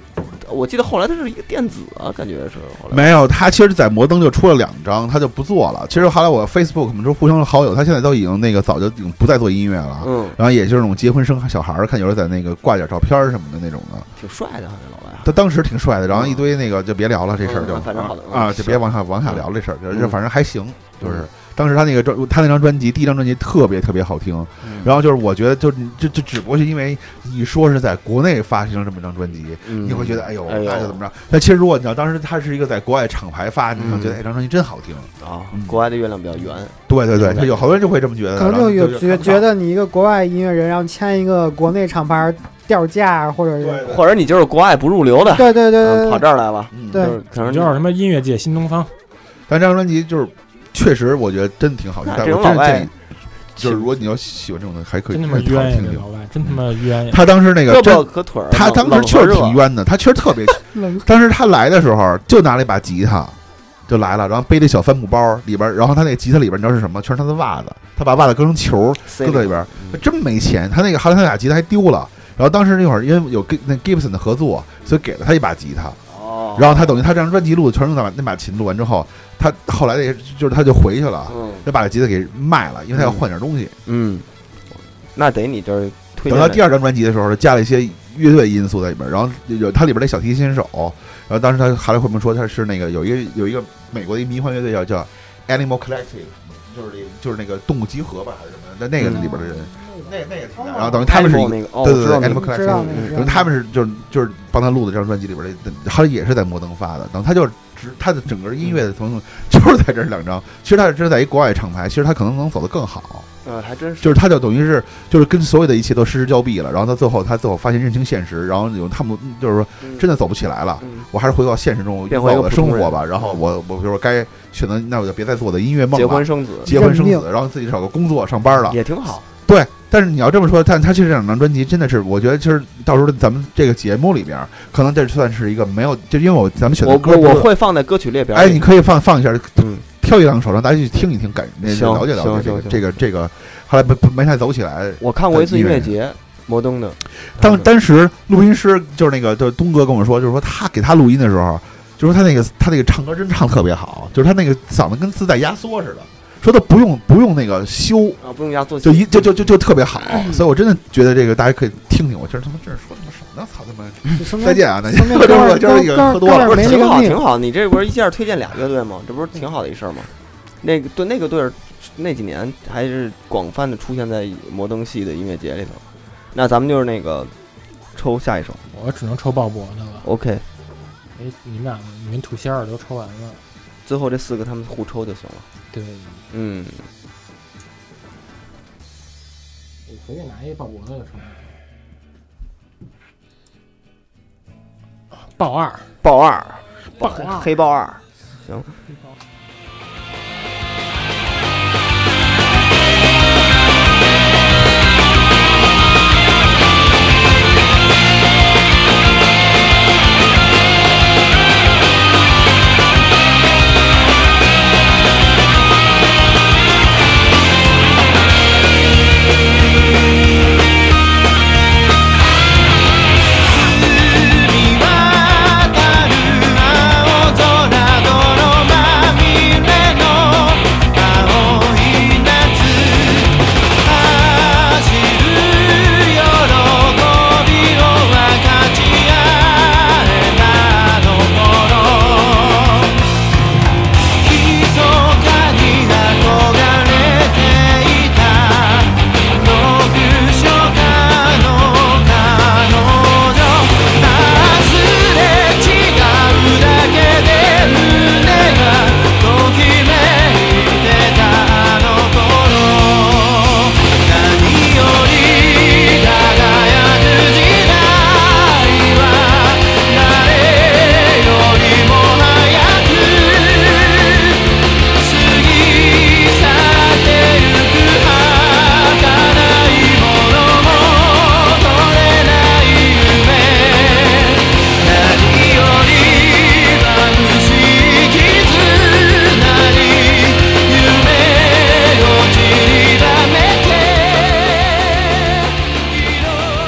S4: 我记得后来它是一个电子啊，感觉是后来
S5: 没有，他其实，在摩登就出了两张，他就不做了。其实后来我 Facebook 我们都互相好友，他现在都已经那个早就已经不再做音乐了。
S4: 嗯，
S5: 然后也就是那种结婚生小孩儿，看有时候在那个挂点照片儿什么的那种的。
S4: 挺帅的，好像老外。
S5: 他当时挺帅的，然后
S4: 嗯
S5: 一堆那个就别聊了，这事儿就
S4: 嗯反正好的
S5: 啊，
S4: 嗯
S5: 就别往下往下聊这事儿，就
S4: 嗯
S5: 就反正还行，就是
S4: 嗯
S5: 当时他那个专他那张专辑第一张专辑特别特别好听，
S4: 嗯
S5: 然后就是我觉得就就就只不过是因为你说是在国内发行了这么一张专辑，
S4: 嗯
S5: 你会觉得哎呦
S4: 哎呦
S5: 那就怎么着？但其实如果你要当时他是一个在国外厂牌发，你
S4: 嗯
S5: 会觉得哎这张专辑真好听，
S4: 啊
S5: 嗯，
S4: 国外的月亮比较圆，
S5: 对对对，
S4: 嗯
S5: 他有好多人就会这么觉得，
S6: 可能
S4: 呃
S5: 然后
S6: 就有
S5: 就
S6: 觉觉得你一个国外音乐人，然后签一个国内厂牌掉价，啊或者是
S4: 或者你就是国外不入流的，
S6: 对对对
S4: 嗯跑
S6: 对
S4: 这儿来了，
S5: 嗯
S6: 对
S4: 就是可能
S2: 就是什么音乐界新东方，
S5: 但这张专辑就是确实我觉得真挺好听，
S4: 那
S5: 但
S4: 啊这种老
S5: 是我真的
S4: 外
S5: 建议，就是如果你要喜欢这种的，还可以
S2: 真他妈
S5: 还是好好
S2: 冤呀！
S5: 听
S2: 这
S5: 听。
S2: 老外真他妈冤呀！
S5: 他当时那个
S4: 胳
S5: 真
S4: 膊和腿儿，
S5: 他
S4: 冷
S5: 当时确实挺，
S4: 冷
S5: 冤的，他确实 特别。
S6: 对，冷
S5: 当时他来的时候就拿了一把吉他，就来了，然后背着小帆布包，里边，然后他那吉他里边你知道是什么？全是他的袜子，他把袜子割成球
S4: 和热
S5: 搁在里边，
S4: 嗯
S5: 真没钱。他那个后来他俩吉他还丢了，然后当时那会儿因为有跟那 Gibson 的合作，所以给了他一把吉他，
S4: 哦，
S5: 然后他等于他这张专辑录的全是那把那把琴录完之后，他后来那个就是他就回去了，
S4: 嗯
S5: 就把这吉他给卖了，因为他要换点东西。
S4: 嗯，那得你这儿推
S5: 等
S4: 荐
S5: 到
S4: 的
S5: 第二张专辑的时候，加了一些乐队因素在里边儿，然后有它里边儿那小提琴手，然后当时他还来会们说他是那个有一个有一个美国的一迷幻乐队叫叫 Animal Collective，就是那就是那个动物集合吧还是什么的，在那个里边儿的人，嗯那个那哦个挺大，然后等于他们是一
S4: Animal
S5: 个
S4: 那个，哦，我
S5: 对对
S4: 知道
S5: 对
S4: 那个
S5: ，Animal
S6: 知道
S5: Collective，
S6: 那个知
S5: 等
S6: 道
S5: 于他们是就是就是帮他录的这张专辑里边儿的，他也是在摩登发的，然后他就是只他的整个音乐的从就是在这两张，其实他是在一国外厂牌，其实他可能能走得更好。
S4: 呃，还真是
S5: 就是他就等于是就是跟所有的一切都失之交臂了，然后到最后他最后发现认清现实，然后有他们就是说真的走不起来了，
S4: 嗯
S5: 我还是回到现实中
S4: 变
S5: 过
S4: 回一个
S5: 我的生活
S4: 普通
S5: 吧。
S4: 人
S5: 然后我我比如说该选择，那我就别再做我的音乐梦
S4: 结
S5: 了，
S4: 婚生子
S5: 结婚生
S6: 认
S5: 子，然后自己找个工作上班了，
S4: 也挺好，
S5: 对，但是你要这么说，但他其实这两张专辑真的是，我觉得其实到时候咱们这个节目里边儿，可能这算是一个没有，就因为我咱们选
S4: 我
S5: 的歌
S4: 我
S5: 不是
S4: 我会放在歌曲列表
S5: 哎，
S4: 里。
S5: 你可以放放一下，
S4: 嗯
S5: 挑一两首让大家去听一听，感那
S4: 行
S5: 了解了
S4: 行
S5: 解这个
S4: 行嗯
S5: 这个这个，后来没没太走起来，
S4: 我看过一次
S5: 音
S4: 音
S5: 乐
S4: 乐
S5: 人
S4: 节，摩登的，
S5: 当当时录音师就是那个，就是东哥跟我说，就是说他给他录音的时候，就说他那个他那个唱歌真唱特别好，就是他那个嗓子跟自带压缩似的，说他不用不用那个修，
S4: 啊，不用压缩
S5: 就
S4: 机
S5: 一就就就就特别好，
S6: 嗯
S5: 所以我真的觉得这个大家可以听听，我今儿他妈真是说他妈什么呢？操他妈！
S6: 就说明
S5: 再见啊，大家
S6: 说明
S5: 喝多
S6: 哥
S5: 了，今儿
S6: 哥
S5: 已经
S6: 哥
S5: 喝多
S6: 哥们
S5: 了
S6: 儿。没那
S4: 挺
S6: 个
S4: 好，
S6: 命
S4: 挺。好。你这不是一下推荐俩乐队吗？这不是挺好的一事儿吗？那个对那个队儿，那几年还是广泛的出现在摩登系的音乐节里头。那咱们就是那个抽下一首
S2: 我只能抽鲍勃的了。
S4: ，OK，
S2: 哎，你们俩你们土仙儿都抽完了，
S4: 最后这四个他们互抽就行了。
S2: 对，
S4: 嗯，
S2: 我随便拿一鲍勃的就成。鲍二，
S4: 豹二，
S2: 鲍二，
S4: 黑豹二，行。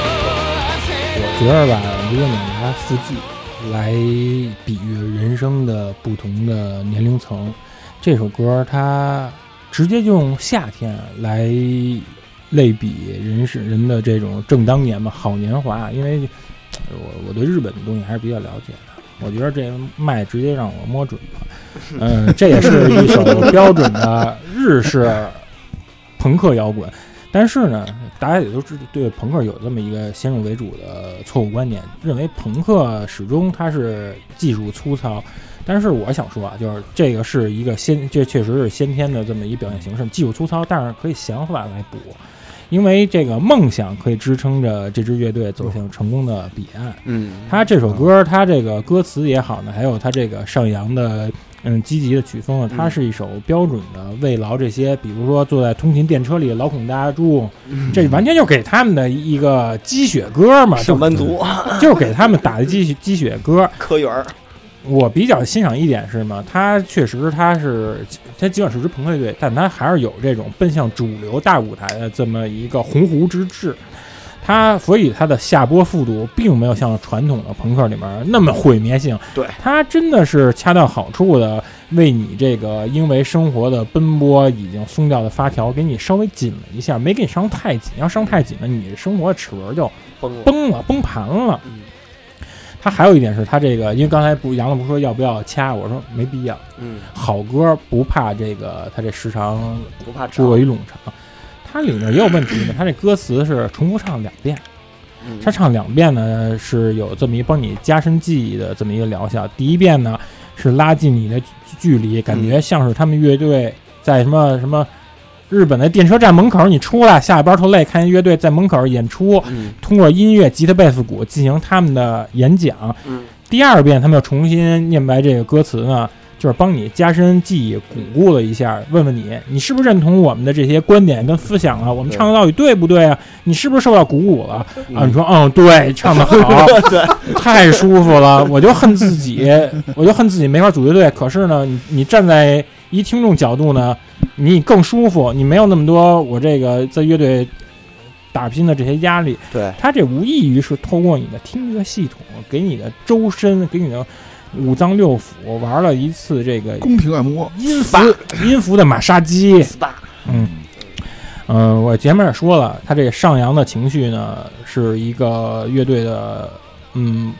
S2: 我觉得吧，如果你拿四季来比喻人生的不同的年龄层，这首歌它直接就用夏天来类比人是人的这种正当年吧，好年华。因为呃我我对日本的东西还是比较了解的，我觉得这麦直接让我摸准了。嗯，这也是一首标准的日式朋克摇滚。但是呢，大家也都知对朋克有这么一个先入为主的错误观点，认为朋克始终它是技术粗糙。但是我想说啊，就是这个是一个先，这确实是先天的这么一表现形式，技术粗糙，但是可以想法来补，因为这个梦想可以支撑着这支乐队走向成功的彼岸。
S4: 嗯，
S2: 他这首歌，他这个歌词也好呢，还有他这个上扬的，嗯，积极的曲风啊，
S4: 嗯
S2: 它是一首标准的慰劳这些，比如说坐在通勤电车里劳苦大众，
S4: 嗯
S2: 这完全就是给他们的一个鸡血歌嘛，
S4: 上班族
S2: 就就是给他们打的鸡血鸡血歌。
S4: 科员儿，
S2: 我比较欣赏一点是嘛，他确实他是他尽管是支朋克乐队，但他还是有这种奔向主流大舞台的这么一个鸿鹄之志。它所以它的下播速度并没有像传统的朋克里面那么毁灭性，
S4: 对，
S2: 它真的是恰到好处的为你这个因为生活的奔波已经松掉的发条给你稍微紧了一下，没给你伤太紧，要伤太紧了，你生活的齿轮就
S4: 崩了，
S2: 崩了，崩盘了
S4: 嗯。
S2: 它还有一点是，它这个，因为刚才不杨子不说要不要掐，我说没必要。
S4: 嗯，
S2: 好歌不怕这个，它这时长
S4: 不怕长
S2: 过，于冗长。它里面也有问题的，它这歌词是重复唱两遍。
S4: 嗯
S2: 它唱两遍呢是有这么一帮你加深记忆的这么一个疗效。第一遍呢是拉近你的距距离，感觉像是他们乐队在什么什么日本的电车站门口，你出来下班头累，看见乐队在门口演出，
S4: 嗯
S2: 通过音乐、吉他、贝斯、鼓进行他们的演讲。
S4: 嗯
S2: 第二遍他们又重新念白这个歌词呢，就是帮你加深记忆、巩固了一下，问问你，你是不是认同我们的这些观点跟思想啊？我们
S4: 对
S2: 唱的到底对不对啊？你是不是受到鼓舞了？啊，你
S4: 嗯
S2: 说，嗯，对，唱的 好，太舒服了，我就恨自己，我就恨自己没法组乐队。可是呢，你你站在一听众角度呢，你更舒服，你没有那么多我这个在乐队打拼的这些压力。
S4: 对，
S2: 它这无异于是透过你的听觉系统，给你的周身，给你的五脏六腑玩了一次这个
S5: 宫廷按摩，
S2: 音符音符的马杀鸡。
S4: SPA
S2: 嗯，呃，我前面也说了，他这个上扬的情绪呢，是一个乐队的，嗯，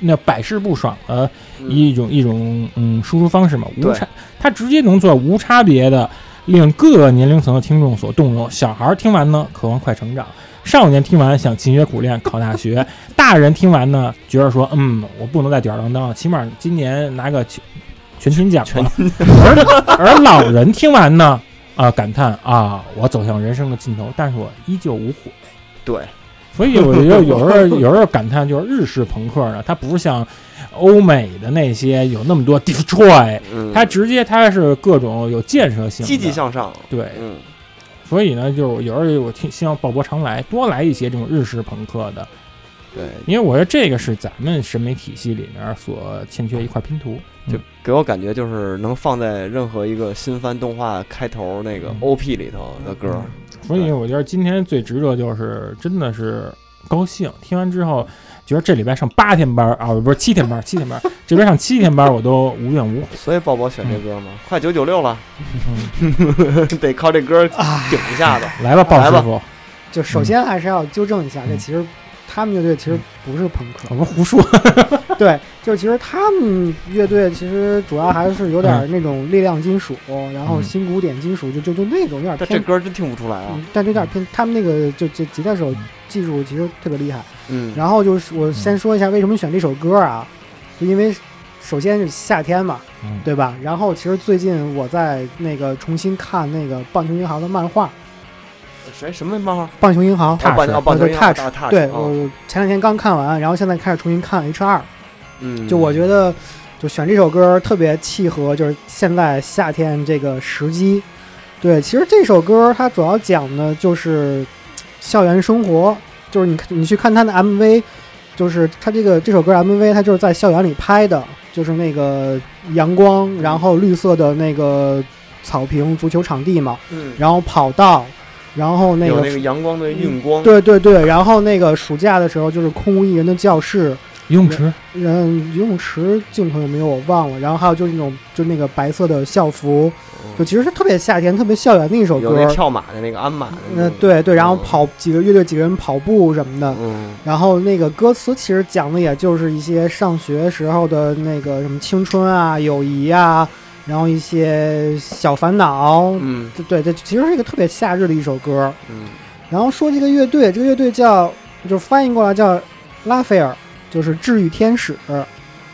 S2: 那百试不爽的一种、一种嗯输出方式嘛，无
S4: 对
S2: 差，他直接能做无差别的，令各个年龄层的听众所动容。小孩儿听完呢，渴望快成长。少年听完想勤学苦练考大学，大人听完呢，觉得说，嗯，我不能再吊儿郎当了，起码今年拿个全全勤奖吧。而而老人听完呢，啊、感叹啊，我走向人生的尽头，但是我依旧无悔。
S4: 对，
S2: 所以我觉得有时候有时候感叹就是日式朋克呢，它不是像欧美的那些有那么多 destroy，
S4: 嗯
S2: 它直接它是各种有建设性的，
S4: 积极向上，
S2: 对，
S4: 嗯
S2: 所以呢，就是有时候我听希望鲍勃常来，多来一些这种日式朋克的，
S4: 对，
S2: 因为我觉得这个是咱们审美体系里面所欠缺一块拼图。
S4: 就给我感觉就是能放在任何一个新番动画开头那个
S2: 嗯
S4: OP 里头的歌，
S6: 嗯
S2: 所以我觉得今天最值得就是真的是高兴，听完之后觉得这礼拜上八天班儿啊，不是七天班儿，七天班儿，这边上七天班儿我都无怨无悔。
S4: 所以鲍勃选
S6: 嗯
S4: 这歌嘛，快九九六了，
S2: 嗯，
S4: 得靠这歌
S6: 啊，
S4: 顶一下子。
S2: 来吧，鲍
S4: 来吧
S2: 师傅，
S6: 就首先还是要纠正一下，这
S2: 嗯
S6: 其实他们乐队其实
S4: 嗯
S6: 不是朋克
S2: 我，们胡说，
S6: 对，就是其实他们乐队其实主要还是有点那种力量金属，然后
S2: 嗯
S6: 新古典金属，就就就那种有点
S4: 但这
S6: 偏，
S4: 歌真听不出来啊
S6: 嗯，但这有点偏，他们那个就就吉他手技术其实特别厉害。
S4: 嗯，
S6: 然后就是我先说一下为什么选这首歌啊，就因为首先是夏天嘛，
S2: 嗯
S6: 对吧？然后其实最近我在那个重新看那个棒球银行的漫画，
S4: 谁什么漫画？
S6: 棒球银行
S2: 踏实
S4: 哦棒哦棒球
S6: 对
S4: 银行
S6: Touch，
S4: Touch，
S6: 对
S4: 哦
S6: 我前两天刚看完，然后现在开始重新看 H 二，
S4: 嗯，
S6: 就我觉得就选这首歌特别契合，就是现在夏天这个时机。对，其实这首歌它主要讲的就是校园生活，就是你你去看它的 MV，就是它这个这首歌 MV 它就是在校园里拍的，就是那个阳光，然后绿色的那个草坪、足球场地嘛，
S4: 嗯，
S6: 然后跑道，然后那
S4: 有
S6: 个嗯
S4: 那个阳光的晕光，
S6: 对对对，然后那个暑假的时候就是空无一人的教室，
S2: 游泳池，
S6: 嗯，游泳池镜头有没有我忘了，然后还有就是那种就那个白色的校服，就
S4: 嗯
S6: 其实是特别夏天、特别校园的一首
S4: 有
S6: 歌
S4: 那。跳马的那个鞍马的那
S6: 嗯
S4: 个，
S6: 对对，然后
S4: 嗯，
S6: 跑几个乐队几个人跑步什么的，
S4: 嗯
S6: 然后那个歌词其实讲的也就是一些上学时候的那个什么青春啊、友谊啊，然后一些小烦恼。
S4: 嗯
S6: 对对，这其实是一个特别夏日的一首歌。
S4: 嗯
S6: 然后说这个乐队，这个乐队叫就翻译过来叫拉斐尔，就是治愈天使，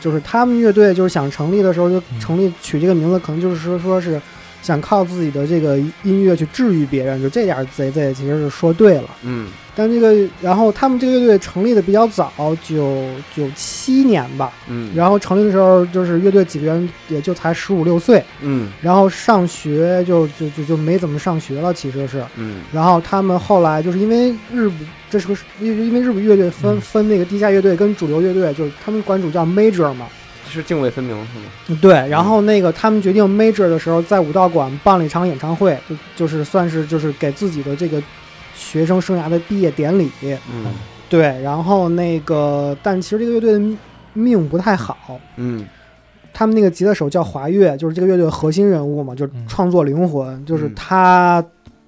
S6: 就是他们乐队就是想成立的时候就成立取这个名字，可能就是说说是想靠自己的这个音乐去治愈别人，就这点儿贼贼其实是说对了。
S4: 嗯
S6: 但这个然后他们这个乐队成立的比较早，九九七年吧，
S4: 嗯，
S6: 然后成立的时候就是乐队几个人也就才十五六岁，
S4: 嗯
S6: 然后上学就就就就没怎么上学了，其实是。
S4: 嗯
S6: 然后他们后来就是因为日本，这是个因因为日本乐队分分那个地下乐队跟主流乐队，就是他们管主叫 major 嘛，嗯
S4: 是泾渭分明是吗？
S6: 对。然后那个他们决定 major 的时候，在武道馆办了一场演唱会，就就是算是就是给自己的这个学生生涯的毕业典礼。
S4: 嗯
S6: 对，然后那个，但其实这个乐队的命不太好。
S4: 嗯
S6: 他们那个吉他手叫华月，就是这个乐队的核心人物嘛，就是
S2: 嗯
S6: 创作灵魂。就是
S4: 嗯
S6: 他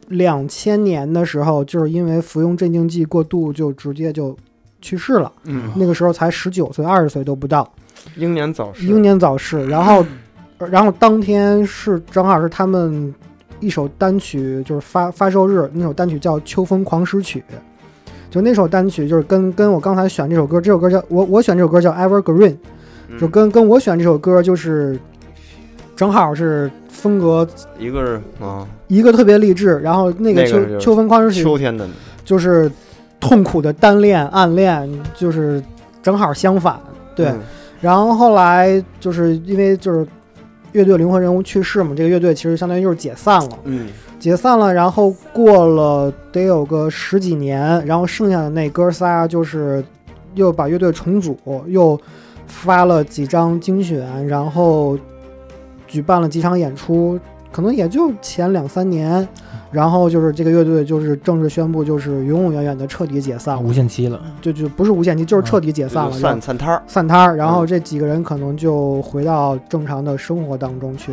S6: 两千年的时候，就是因为服用镇静剂过度，就直接就去世了。
S4: 嗯，
S6: 那个时候才十九岁、二十岁都不到，
S4: 英年早逝，
S6: 英年早逝。然后，然后当天是正好是他们一首单曲，就是发发售日，那首单曲叫《秋风狂诗曲》。就那首单曲，就是跟跟我刚才选这首歌，这首歌叫我我选这首歌叫《Evergreen》，
S4: 嗯
S6: 就跟跟我选这首歌就是正好是风格
S4: 一个是啊，
S6: 一个特别励志，然后那个
S4: 那个
S6: 秋、
S4: 就是
S6: 秋风狂诗曲
S4: 秋天的
S6: 就是痛苦的单恋暗恋，就是正好相反。对，
S4: 嗯
S6: 然后后来就是因为就是乐队灵魂人物去世嘛，这个乐队其实相当于就是解散了，
S4: 嗯
S6: 解散了，然后过了得有个十几年，然后剩下的那哥仨就是又把乐队重组，又发了几张精选，然后举办了几场演出，可能也就前两三年，然后就是这个乐队就是正式宣布就是永永远远的彻底解散
S2: 啊，无
S6: 了，
S2: 限期了，
S6: 就就不是无限期，就是彻底解
S4: 就
S6: 散了，然后
S4: 散散摊儿，
S6: 散摊儿，然
S4: 嗯
S6: 后这几个人可能就回到正常的生活当中去。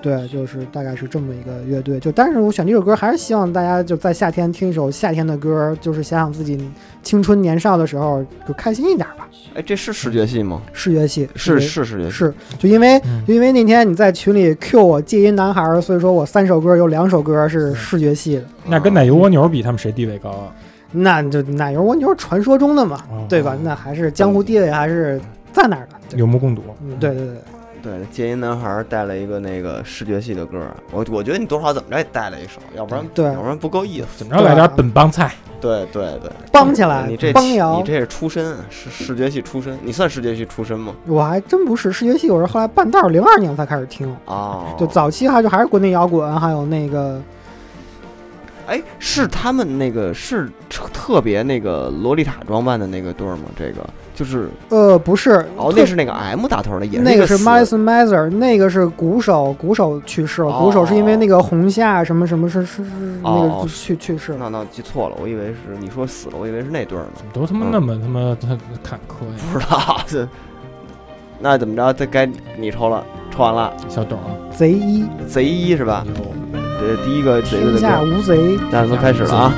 S6: 对，就是大概是这么一个乐队。就但是我选这首歌，还是希望大家就在夏天听一首夏天的歌，就是想想自己青春年少的时候，就开心一点吧。
S4: 哎，这是视觉系吗？
S6: 视觉系
S4: 是
S6: 视
S4: 是视
S6: 觉
S4: 觉系，
S6: 嗯是，就因为
S2: 嗯
S6: 就因为那天你在群里 Q 我戒音男孩儿，所以说我三首歌有两首歌是视觉系的。
S2: 那
S4: 啊
S2: 跟奶油蜗牛比，他们谁地位高啊？
S6: 那就奶油蜗牛传说中的嘛，
S2: 哦
S6: 对吧？那还是江湖地位还是在那儿的。对
S2: 有目共睹。
S6: 嗯，对对对。
S4: 对，戒烟男孩儿带了一个那个视觉系的歌儿，啊我我觉得你多少怎么着也带了一首，要不然
S6: 对
S4: 要不然不够意思。
S2: 怎么着来点本帮菜？
S4: 对对对，
S6: 帮起来
S4: 你这
S6: 帮摇
S4: 你这是出身啊，是视觉系出身，你算视觉系出身吗？
S6: 我还真不是视觉系，我是后来半道零二年才开始听，
S4: 啊，
S6: 就早期还就还是国内摇滚，还有那个
S4: 哎，是他们那个是特特别那个洛丽塔装扮的那个队儿吗？这个就是
S6: 呃不是
S4: 哦，
S6: 特
S4: 那是那个 M 打头的，也
S6: 那
S4: 个
S6: 个是
S4: 死
S6: Madison Mather，那个是鼓手，鼓手去世了，
S4: 哦
S6: 鼓手是因为那个红夏什么什么是是是那
S4: 哦
S6: 个就去去世了。
S4: 那那记错了，我以为是你说死了，我以为是那队儿呢，
S2: 啊怎么都他妈那么他妈他坎坷呀？
S4: 不知道 这。那怎么着？这该你抽了，抽完了，
S2: 小董，
S6: 贼一
S4: 贼一是吧？这第一个贼的
S6: 天
S4: 队
S6: 下
S4: 儿，
S6: 无贼，
S4: 那咱们开始了啊！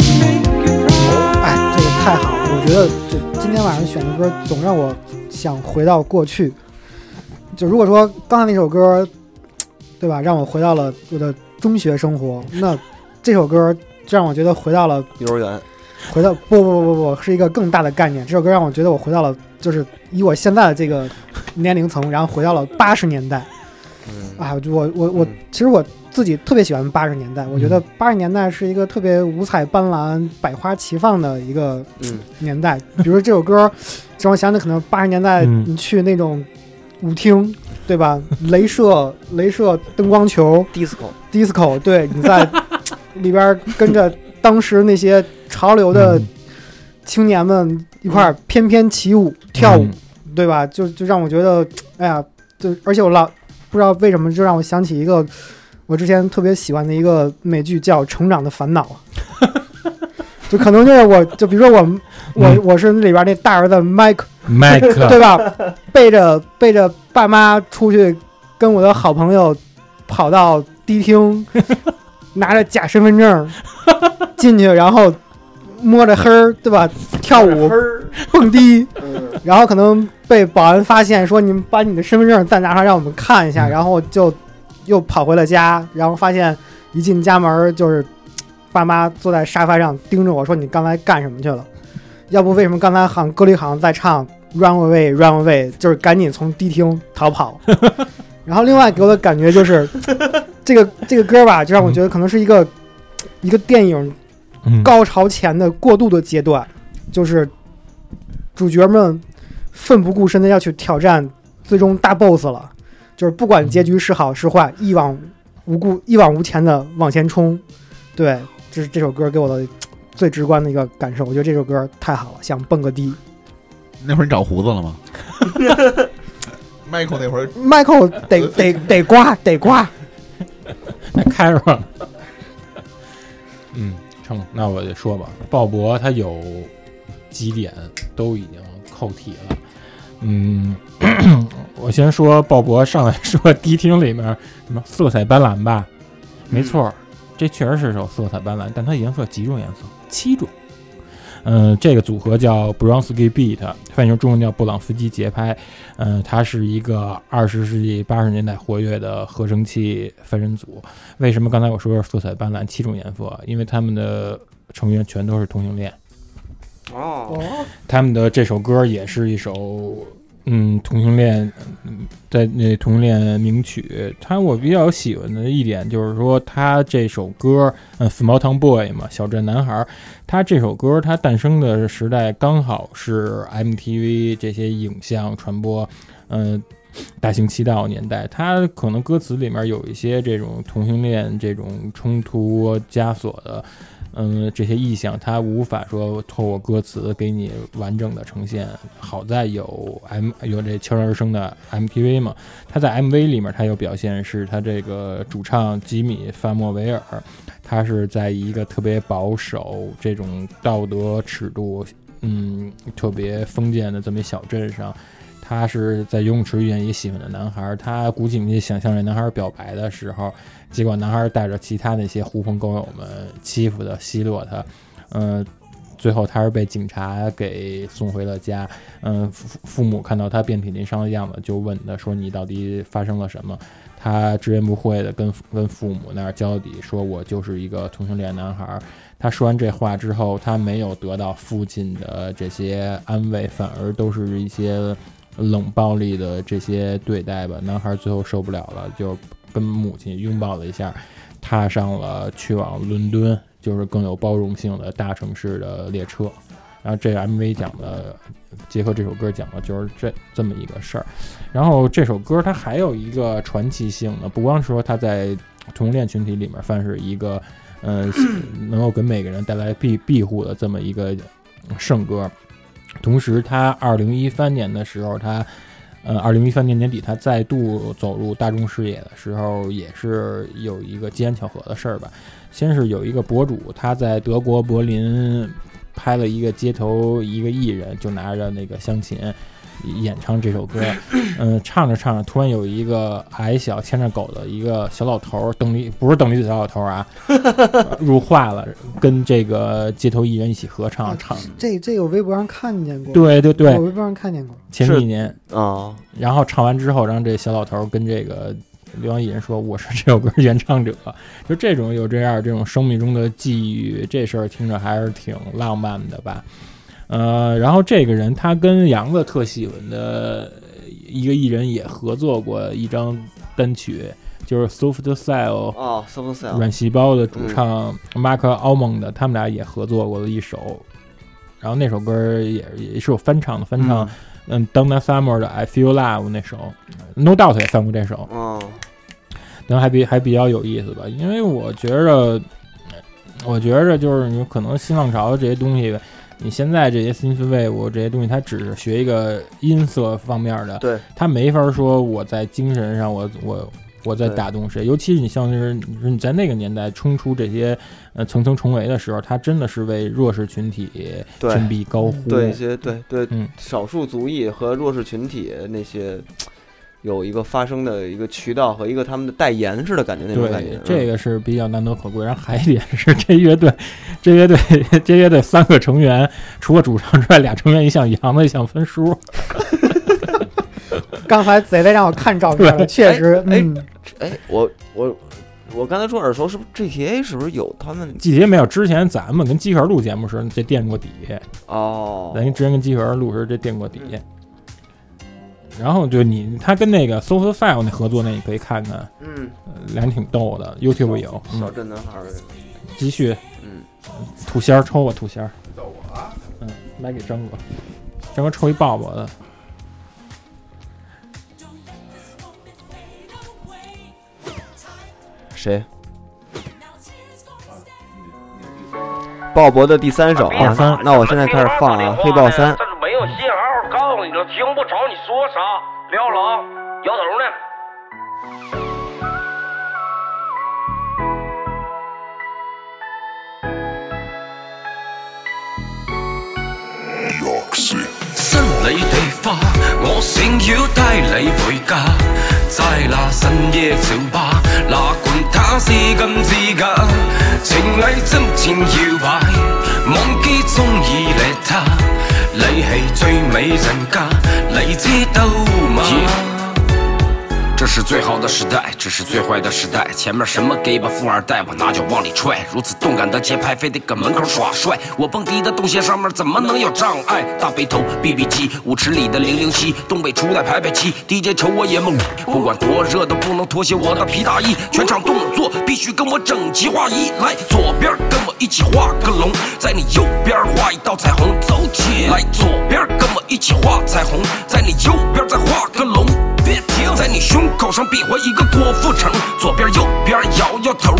S6: 哎，这个太好了！我觉得这今天晚上选的歌总让我想回到过去。就如果说刚才那首歌，对吧，让我回到了我的中学生活，那这首歌就让我觉得回到了
S4: 幼儿园，
S6: 回到不不不不不是一个更大的概念。这首歌让我觉得我回到了，就是以我现在的这个年龄层，然后回到了八十年代。
S4: 嗯
S6: 啊，我我我
S4: 嗯，
S6: 其实我自己特别喜欢八十年代，我觉得八十年代是一个特别五彩斑斓、百花齐放的一个
S4: 嗯
S6: 年代。比如说这首歌，这让我想起可能八十年代
S2: 嗯
S6: 你去那种舞厅，对吧？镭射、镭射灯光球、
S4: ，disco，
S6: disco，对你 在里边跟着当时那些潮流的
S2: 嗯
S6: 青年们一块儿翩翩起舞、跳
S2: 嗯
S6: 舞，对吧？就就让我觉得，哎呀，就而且我老不知道为什么，就让我想起一个我之前特别喜欢的一个美剧，叫《成长的烦恼》。 就可能就是我，就比如说我，我
S2: 嗯
S6: 我是里边那大儿子 Mike，
S2: 麦
S6: 对
S2: 克，
S6: 吧？背着背着爸妈出去，跟我的好朋友跑到迪厅，拿着假身份证进去，然后摸着黑儿，对吧？跳舞嗯蹦迪，然后可能被保安发现，说你们把你的身份证再拿出来让我们看一下，
S2: 嗯
S6: 然后就又跑回了家，然后发现一进家门儿就是嘖爸妈坐在沙发上盯着我说你刚才干什么去了？要不为什么刚才好像歌里好像在唱 Run Away Run Away，就是赶紧从迪厅逃跑。然后另外给我的感觉就是，嘖这个这个歌吧，就让我觉得可能是一个、一个电影
S2: 嗯
S6: 高潮前的过渡的阶段，就是主角们奋不顾身的要去挑战最终大 boss 了，就是不管结局是好是坏，一往无故一往无前的往前冲。对，这是这首歌给我的最直观的一个感受。我觉得这首歌太好了，想蹦个迪。
S5: 那会儿你长胡子 了吗？Michael 那会儿
S6: Michael 得得得刮得刮，
S2: 那开着吧。 嗯，成，那我就说吧，鲍勃他有几点都已经扣题了。嗯， 我先说鲍勃上来说 迪厅里面什么色彩斑斓吧，没错儿，这确实是首色彩斑斓，但它颜色几种颜色？七种。嗯，这个组合叫 Bronsky Beat，翻译成中文叫布朗斯基节拍。嗯，它是一个二十世纪八十年代活跃的合成器翻身组。为什么刚才我说是色彩斑斓七种颜色？因为他们的成员全都是同性恋。
S4: 哦，
S2: 他们的这首歌也是一首，嗯，同性恋，嗯在那同性恋名曲。它我比较喜欢的一点就是说，它这首歌，嗯，Small Town Boy 嘛，小镇男孩儿，它这首歌它诞生的时代刚好是 MTV 这些影像传播，嗯、大行其道年代，它可能歌词里面有一些这种同性恋这种冲突枷锁的，嗯，这些意象，它无法说透过歌词给你完整的呈现。好在有 M 有这悄然而生的 MTV 嘛，它在 MV 里面它有表现，是它这个主唱吉米范莫维尔，他是在一个特别保守这种道德尺度，嗯，特别封建的这么一小镇上。他是在游泳池遇见一个喜欢的男孩，他鼓起勇气想向这男孩表白的时候，结果男孩带着其他那些狐朋狗友们欺负他、奚落他，呃，最后他是被警察给送回了家。嗯、父父母看到他遍体鳞伤的样子，就问他说：“你到底发生了什么？”他直言不讳的跟跟父母那儿交底，说我就是一个同性恋男孩。他说完这话之后，他没有得到父亲的这些安慰，反而都是一些冷暴力的这些对待吧。男孩最后受不了了，就跟母亲拥抱了一下，踏上了去往伦敦，就是更有包容性的大城市的列车。然后这个 MV 讲的，结合这首歌讲的就是这这么一个事儿。然后这首歌它还有一个传奇性的，不光是说它在同性恋群体里面算是一个，呃，能够给每个人带来庇庇护的这么一个圣歌。同时，它二零一三年的时候，它呃，二零一三年年底，他再度走入大众视野的时候，也是有一个机缘巧合的事儿吧。先是有一个博主，他在德国柏林拍了一个街头一个艺人，就拿着那个香琴演唱这首歌，嗯，唱着唱着，突然有一个矮小牵着狗的一个小老头儿，邓丽不是邓丽的小老头儿啊，呃入画了，跟这个街头艺人一起合
S6: 嗯
S2: 唱，啊唱，
S6: 这这个我微博上看见过，
S2: 对对对
S6: 我，微博上看见过。
S2: 前
S4: 是
S2: 几年。
S4: 啊，
S2: 然后唱完之后，让这小老头跟这个流浪艺人说：“我是这首歌原唱者。”就这种有这样这种生命中的际遇，这事儿听着还是挺浪漫的吧。呃，然后这个人他跟杨子特喜欢的一个艺人也合作过一张单曲，就是 Soft Cell
S4: 哦，Soft Cell，
S2: 软细胞的主唱 Mark Almond，他们俩也合作过的一首，然后那首歌儿也也是有翻唱的，翻唱嗯 Donna Summer 的 I Feel Love 那首，No 嗯 Doubt 也翻过这首，
S4: 嗯
S2: 但还比还比较有意思吧，因为我觉着，我觉着就是你可能新浪潮这些东西，你现在这些新分位我这些东西，它只是学一个音色方面的，
S4: 对，
S2: 它没法说我在精神上我我。我在
S4: 对
S2: 打动谁？尤其是你像是你说你在那个年代冲出这些呃层层重围的时候，它真的是为弱势群体
S4: 对
S2: 振臂高呼。
S4: 对一些对对
S2: 嗯
S4: 少数族裔和弱势群体那些有一个发声的一个渠道和一个他们的代言似的感觉那种感觉嗯
S2: 对，。这个是比较难得可贵。然后还有一点是，这乐队，这乐队，这乐队三个成员，除了主唱之外，俩成员一像杨子，一像分叔。
S6: 刚才贼累让我看照片了，确实，
S4: 哎哎
S6: 嗯，
S4: 嗯哎，我我我刚才说耳熟，是不是 GTA 是不是有他们
S2: 季节没有之前，咱们跟机壳录节目时，这垫过底。
S4: 哦？
S2: 咱之前跟机壳录时，这垫过底。然后就你，他跟那个 Soft File 那合作，那你可以看看，
S4: 嗯，
S2: 呃俩人挺逗的。YouTube 有，
S4: 小
S2: 嗯，
S4: 镇男孩儿，
S2: 继续
S4: 嗯，
S2: 吐仙儿抽吧，吐仙儿。嗯，买给张哥，张哥抽一抱抱的。
S4: 谁？鲍勃的第三首
S2: 鲍
S4: 啊
S2: 三，
S4: 那我现在开始放啊，《黑豹三》。
S11: 但是没有信号，告诉你了，听不着你说啥，撂了啊，摇头呢。
S10: 新理地花，我想要帶你回家。摘那新椰潮吧，哪管它是金是假，情侶真前搖擺，忘記中意你他，你係最美人家，你知道嗎这是最好的时代，这是最坏的时代。前面什么 gay 吧富二代，我拿脚往里踹。如此动感的节拍，非得搁门口耍帅。我蹦迪的动线上面怎么能有障碍？大背头、BB 机，舞池里的零零七，东北出来排排七，DJ 瞅我也懵。不管多热都不能脱下我的皮大衣，全场动作必须跟我整齐划一。来，左边跟我一起画个龙，在你右边画一道彩虹，走起来。左边跟我一起画彩虹，在你右边再画个龙。别停，在你胸口上比划一个郭富城，左边右边摇摇头，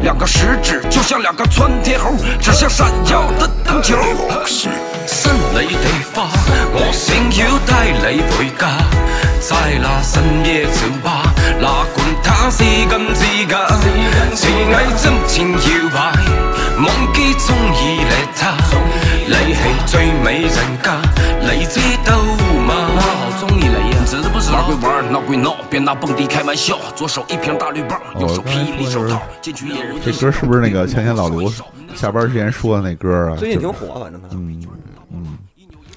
S10: 两个食指就像两个窜天猴，指向闪耀的灯球。新你地花，我想要帶你回家，在那深夜酒吧，哪管它是金是假，是偽真前搖擺，忘記中意你他，你係最美人家，你知道嗎？我好中意你呀，知道不知道？玩归玩，闹归闹，别拿蹦迪開玩笑。左手一瓶大綠棒，右手霹靂手套，进去一人
S5: 这歌是不是那个前天老刘下班之前说的那歌啊？
S4: 最近
S5: 就
S4: 挺火，反正他。
S5: 嗯嗯，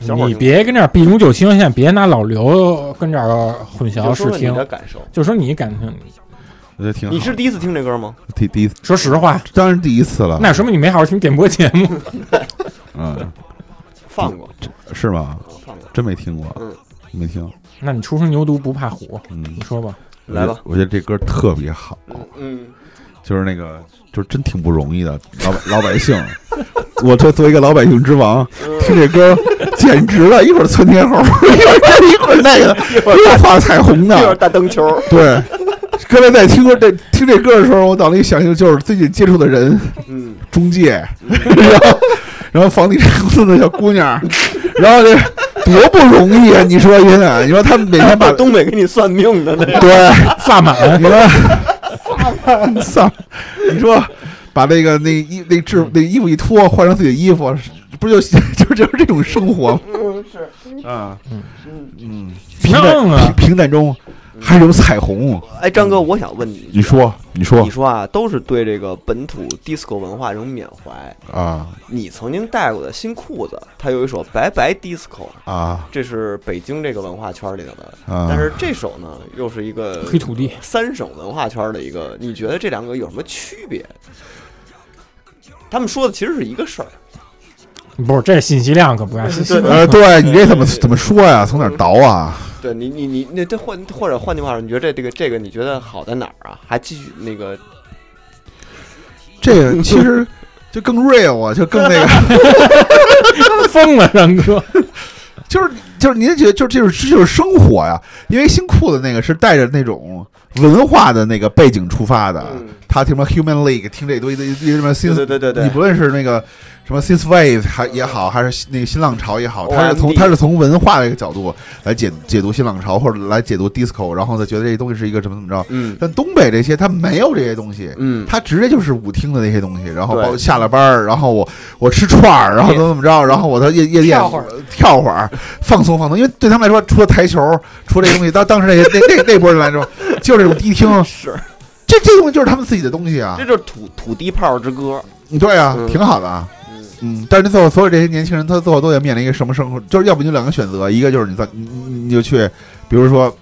S4: 小伙儿
S2: 你
S4: 挺
S2: 别跟这儿避重就轻，现在别拿老刘跟这儿混
S4: 你
S2: 淆
S4: 就说
S2: 视
S4: 说你
S2: 听
S4: 的，感受。
S2: 就说你感情。
S5: 我觉得挺好。
S4: 你是第一次听这歌吗？
S5: 第第一次，
S2: 说实话，
S5: 当然第一次了。
S2: 那说明你没好好听电波节目。
S5: 嗯，
S4: 放过，
S5: 是吗？
S4: 我放过。
S5: 真没听过，
S4: 嗯，
S5: 没听。
S2: 那你初生牛犊不怕虎，
S5: 嗯
S2: 你，说 吧。
S4: 来吧
S5: 我觉得，我觉得这歌特别好，
S4: 嗯，
S5: 就是那个，就是真挺不容易的，老百老百姓。 我这作为一个老百姓之王，听这歌简直了，一会儿 窜天猴，一会儿这一会儿那个，一会儿画彩虹
S4: 一会儿
S5: 的，
S4: 大灯球。
S5: 对。刚才在听过这听这歌的时候，我脑子里想的就是最近接触的人，
S4: 嗯，
S5: 中介，然后然后房地产公司的小姑娘，然后这多不容易啊！你说云南，你说他们每天把
S4: 把东北给你算命的那个。
S5: 对，
S2: 萨满，
S5: 你说操，你说把那个那衣那制那衣服一脱，换成自己的衣服，不就 就就是这种生活吗？是啊，嗯，平
S2: 棒啊
S5: 淡平平淡中还有彩虹。啊
S4: 哎，张哥，我想问你，
S5: 你说，你说
S4: 你说啊，都是对这个本土 disco 文化这种缅怀。
S5: 啊
S4: 你曾经带过的新裤子，它有一首《拜拜 disco》，
S5: 啊
S4: 这是北京这个文化圈里头的。
S5: 啊！
S4: 但是这首呢，又是一个
S2: 黑土地
S4: 三省文化圈的一个，你觉得这两个有什么区别？他们说的其实是一个事儿，
S2: 不是这信息量可不一样。信息
S5: 呃，对你这怎么怎么说呀？从哪儿倒啊？
S4: 对你你你那这换或者换句话说，你觉得这这个这个你觉得好在哪儿啊？还继续那个
S5: 这个其实就更 real 啊，就更那个，
S2: 疯了，张 哥，
S5: 就是就是您觉得就这就是这就是生活呀、因为新裤子那个是带着那种文化的那个背景出发的，
S4: 嗯
S5: 他听什么 Human League，听这堆的什么 Sin，
S4: 对对对对对
S5: 你不论是那个什么 Synth Wave 还也好，还是那个新浪潮也好，他是
S4: OMD
S5: 从他是从文化的一个角度来解解读新浪潮，或者来解读 Disco，然后再觉得这东西是一个怎么怎么着。
S4: 嗯
S5: 但东北这些他没有这些东西，
S4: 嗯，
S5: 他直接就是舞厅的那些东西，然后
S4: 对
S5: 包括下了班儿，然后我我吃串儿，然后怎么怎么着，然后我到夜夜店
S6: 跳会儿
S5: 跳会儿，放松放松。因为对他们来说，除了台球，除了这些东西，当当时那些那那那波人来说，就是这种迪厅，
S4: 是
S5: 这这东西就是他们自己的东西啊
S4: 这。就是土土地炮之歌，
S5: 对啊，
S4: 嗯
S5: 挺好的啊。
S4: 嗯
S5: 嗯，但是最后所有这些年轻人，他最后都得面临一个什么生活？就是要不你有两个选择，一个就是你在你你你就去，比如说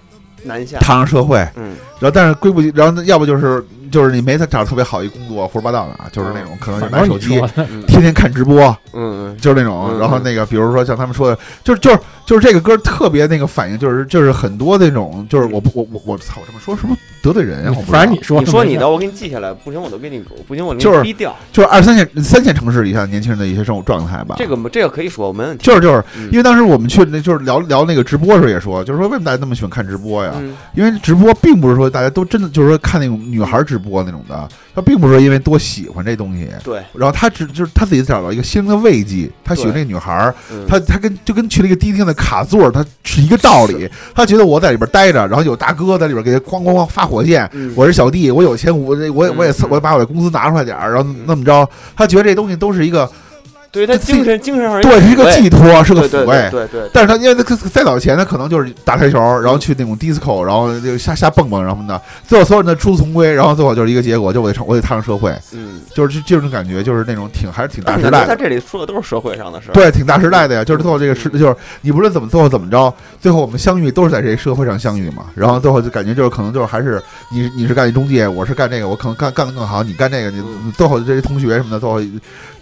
S4: 南下，
S5: 踏上社会，
S4: 嗯
S5: 然后但是归不，然后要不就是就是你没他找特别好一工作，胡说八道的啊，就是那种可能就
S2: 嗯反
S5: 买
S2: 正
S5: 手
S2: 你
S5: 机
S2: 说，的，
S4: 嗯
S5: 天天看直播，
S4: 嗯
S5: 就是那种，
S4: 嗯
S5: 然后那个，比如说像他们说的，就是就是就是这个歌特别那个反应，就是就是很多那种，就是我不我我我操，我这么说是不是得罪人啊？我不知道
S2: 反正你说
S4: 嗯，你说
S2: 没
S4: 你
S2: 事
S4: 的，我给你记下来，不行我都给你，不行我给
S5: 就是
S4: 你逼掉。
S5: 就是二三线三线城市以下年轻人的一些生活状态吧。
S4: 这个这个可以说没问题，
S5: 就是就是
S4: 嗯
S5: 因为当时我们去那就是聊聊那个直播的时候也说，就是说为什么大家那么喜欢看直播呀？
S4: 嗯
S5: 因为直播并不是说大家都真的就是说看那种女孩直播那种的，他并不是说因为多喜欢这东西，
S4: 对，
S5: 然后他只就是他自己找到一个心灵的慰藉，他喜欢那
S4: 对
S5: 个女孩儿，
S4: 嗯
S5: 他他跟就跟去了一个迪厅的卡座，他是一个道理。他觉得我在里边待着，然后有大哥在里边给他哐哐哐发火箭，
S4: 嗯
S5: 我是小弟，我有钱，我这我也
S4: 嗯
S5: 我也
S4: 嗯
S5: 我把我的工资拿出来点儿，然后
S4: 嗯
S5: 那么着，他觉得这东西都是一个
S4: 对于他精神精神上
S5: 对是一个寄托，
S4: 是
S5: 是个
S4: 对
S5: 抚
S4: 对
S5: 慰。
S4: 对对，对
S5: 但是他因为他再早前，他可能就是打台球，然后去那种 disco，然后就瞎瞎蹦蹦什么的，最后所有人的殊途同归，然后最后就是一个结果，就我得上我得踏上社会，
S4: 嗯，
S5: 就是这这种感觉，就是那种挺还啊是挺大
S4: 但
S5: 时
S4: 是
S5: 代的。
S4: 他这里说的都是社会上的事儿，
S5: 对，挺嗯大时代的呀，就是最后这个时，就是你不论怎么最后怎么着，最后我们相遇都是在这个社会上相遇嘛。然后最后就感觉就是可能就是还是你你是干中介，我是干这个，我可能干干得更好，你干这个，你
S4: 嗯
S5: 最后这些同学什么的，最后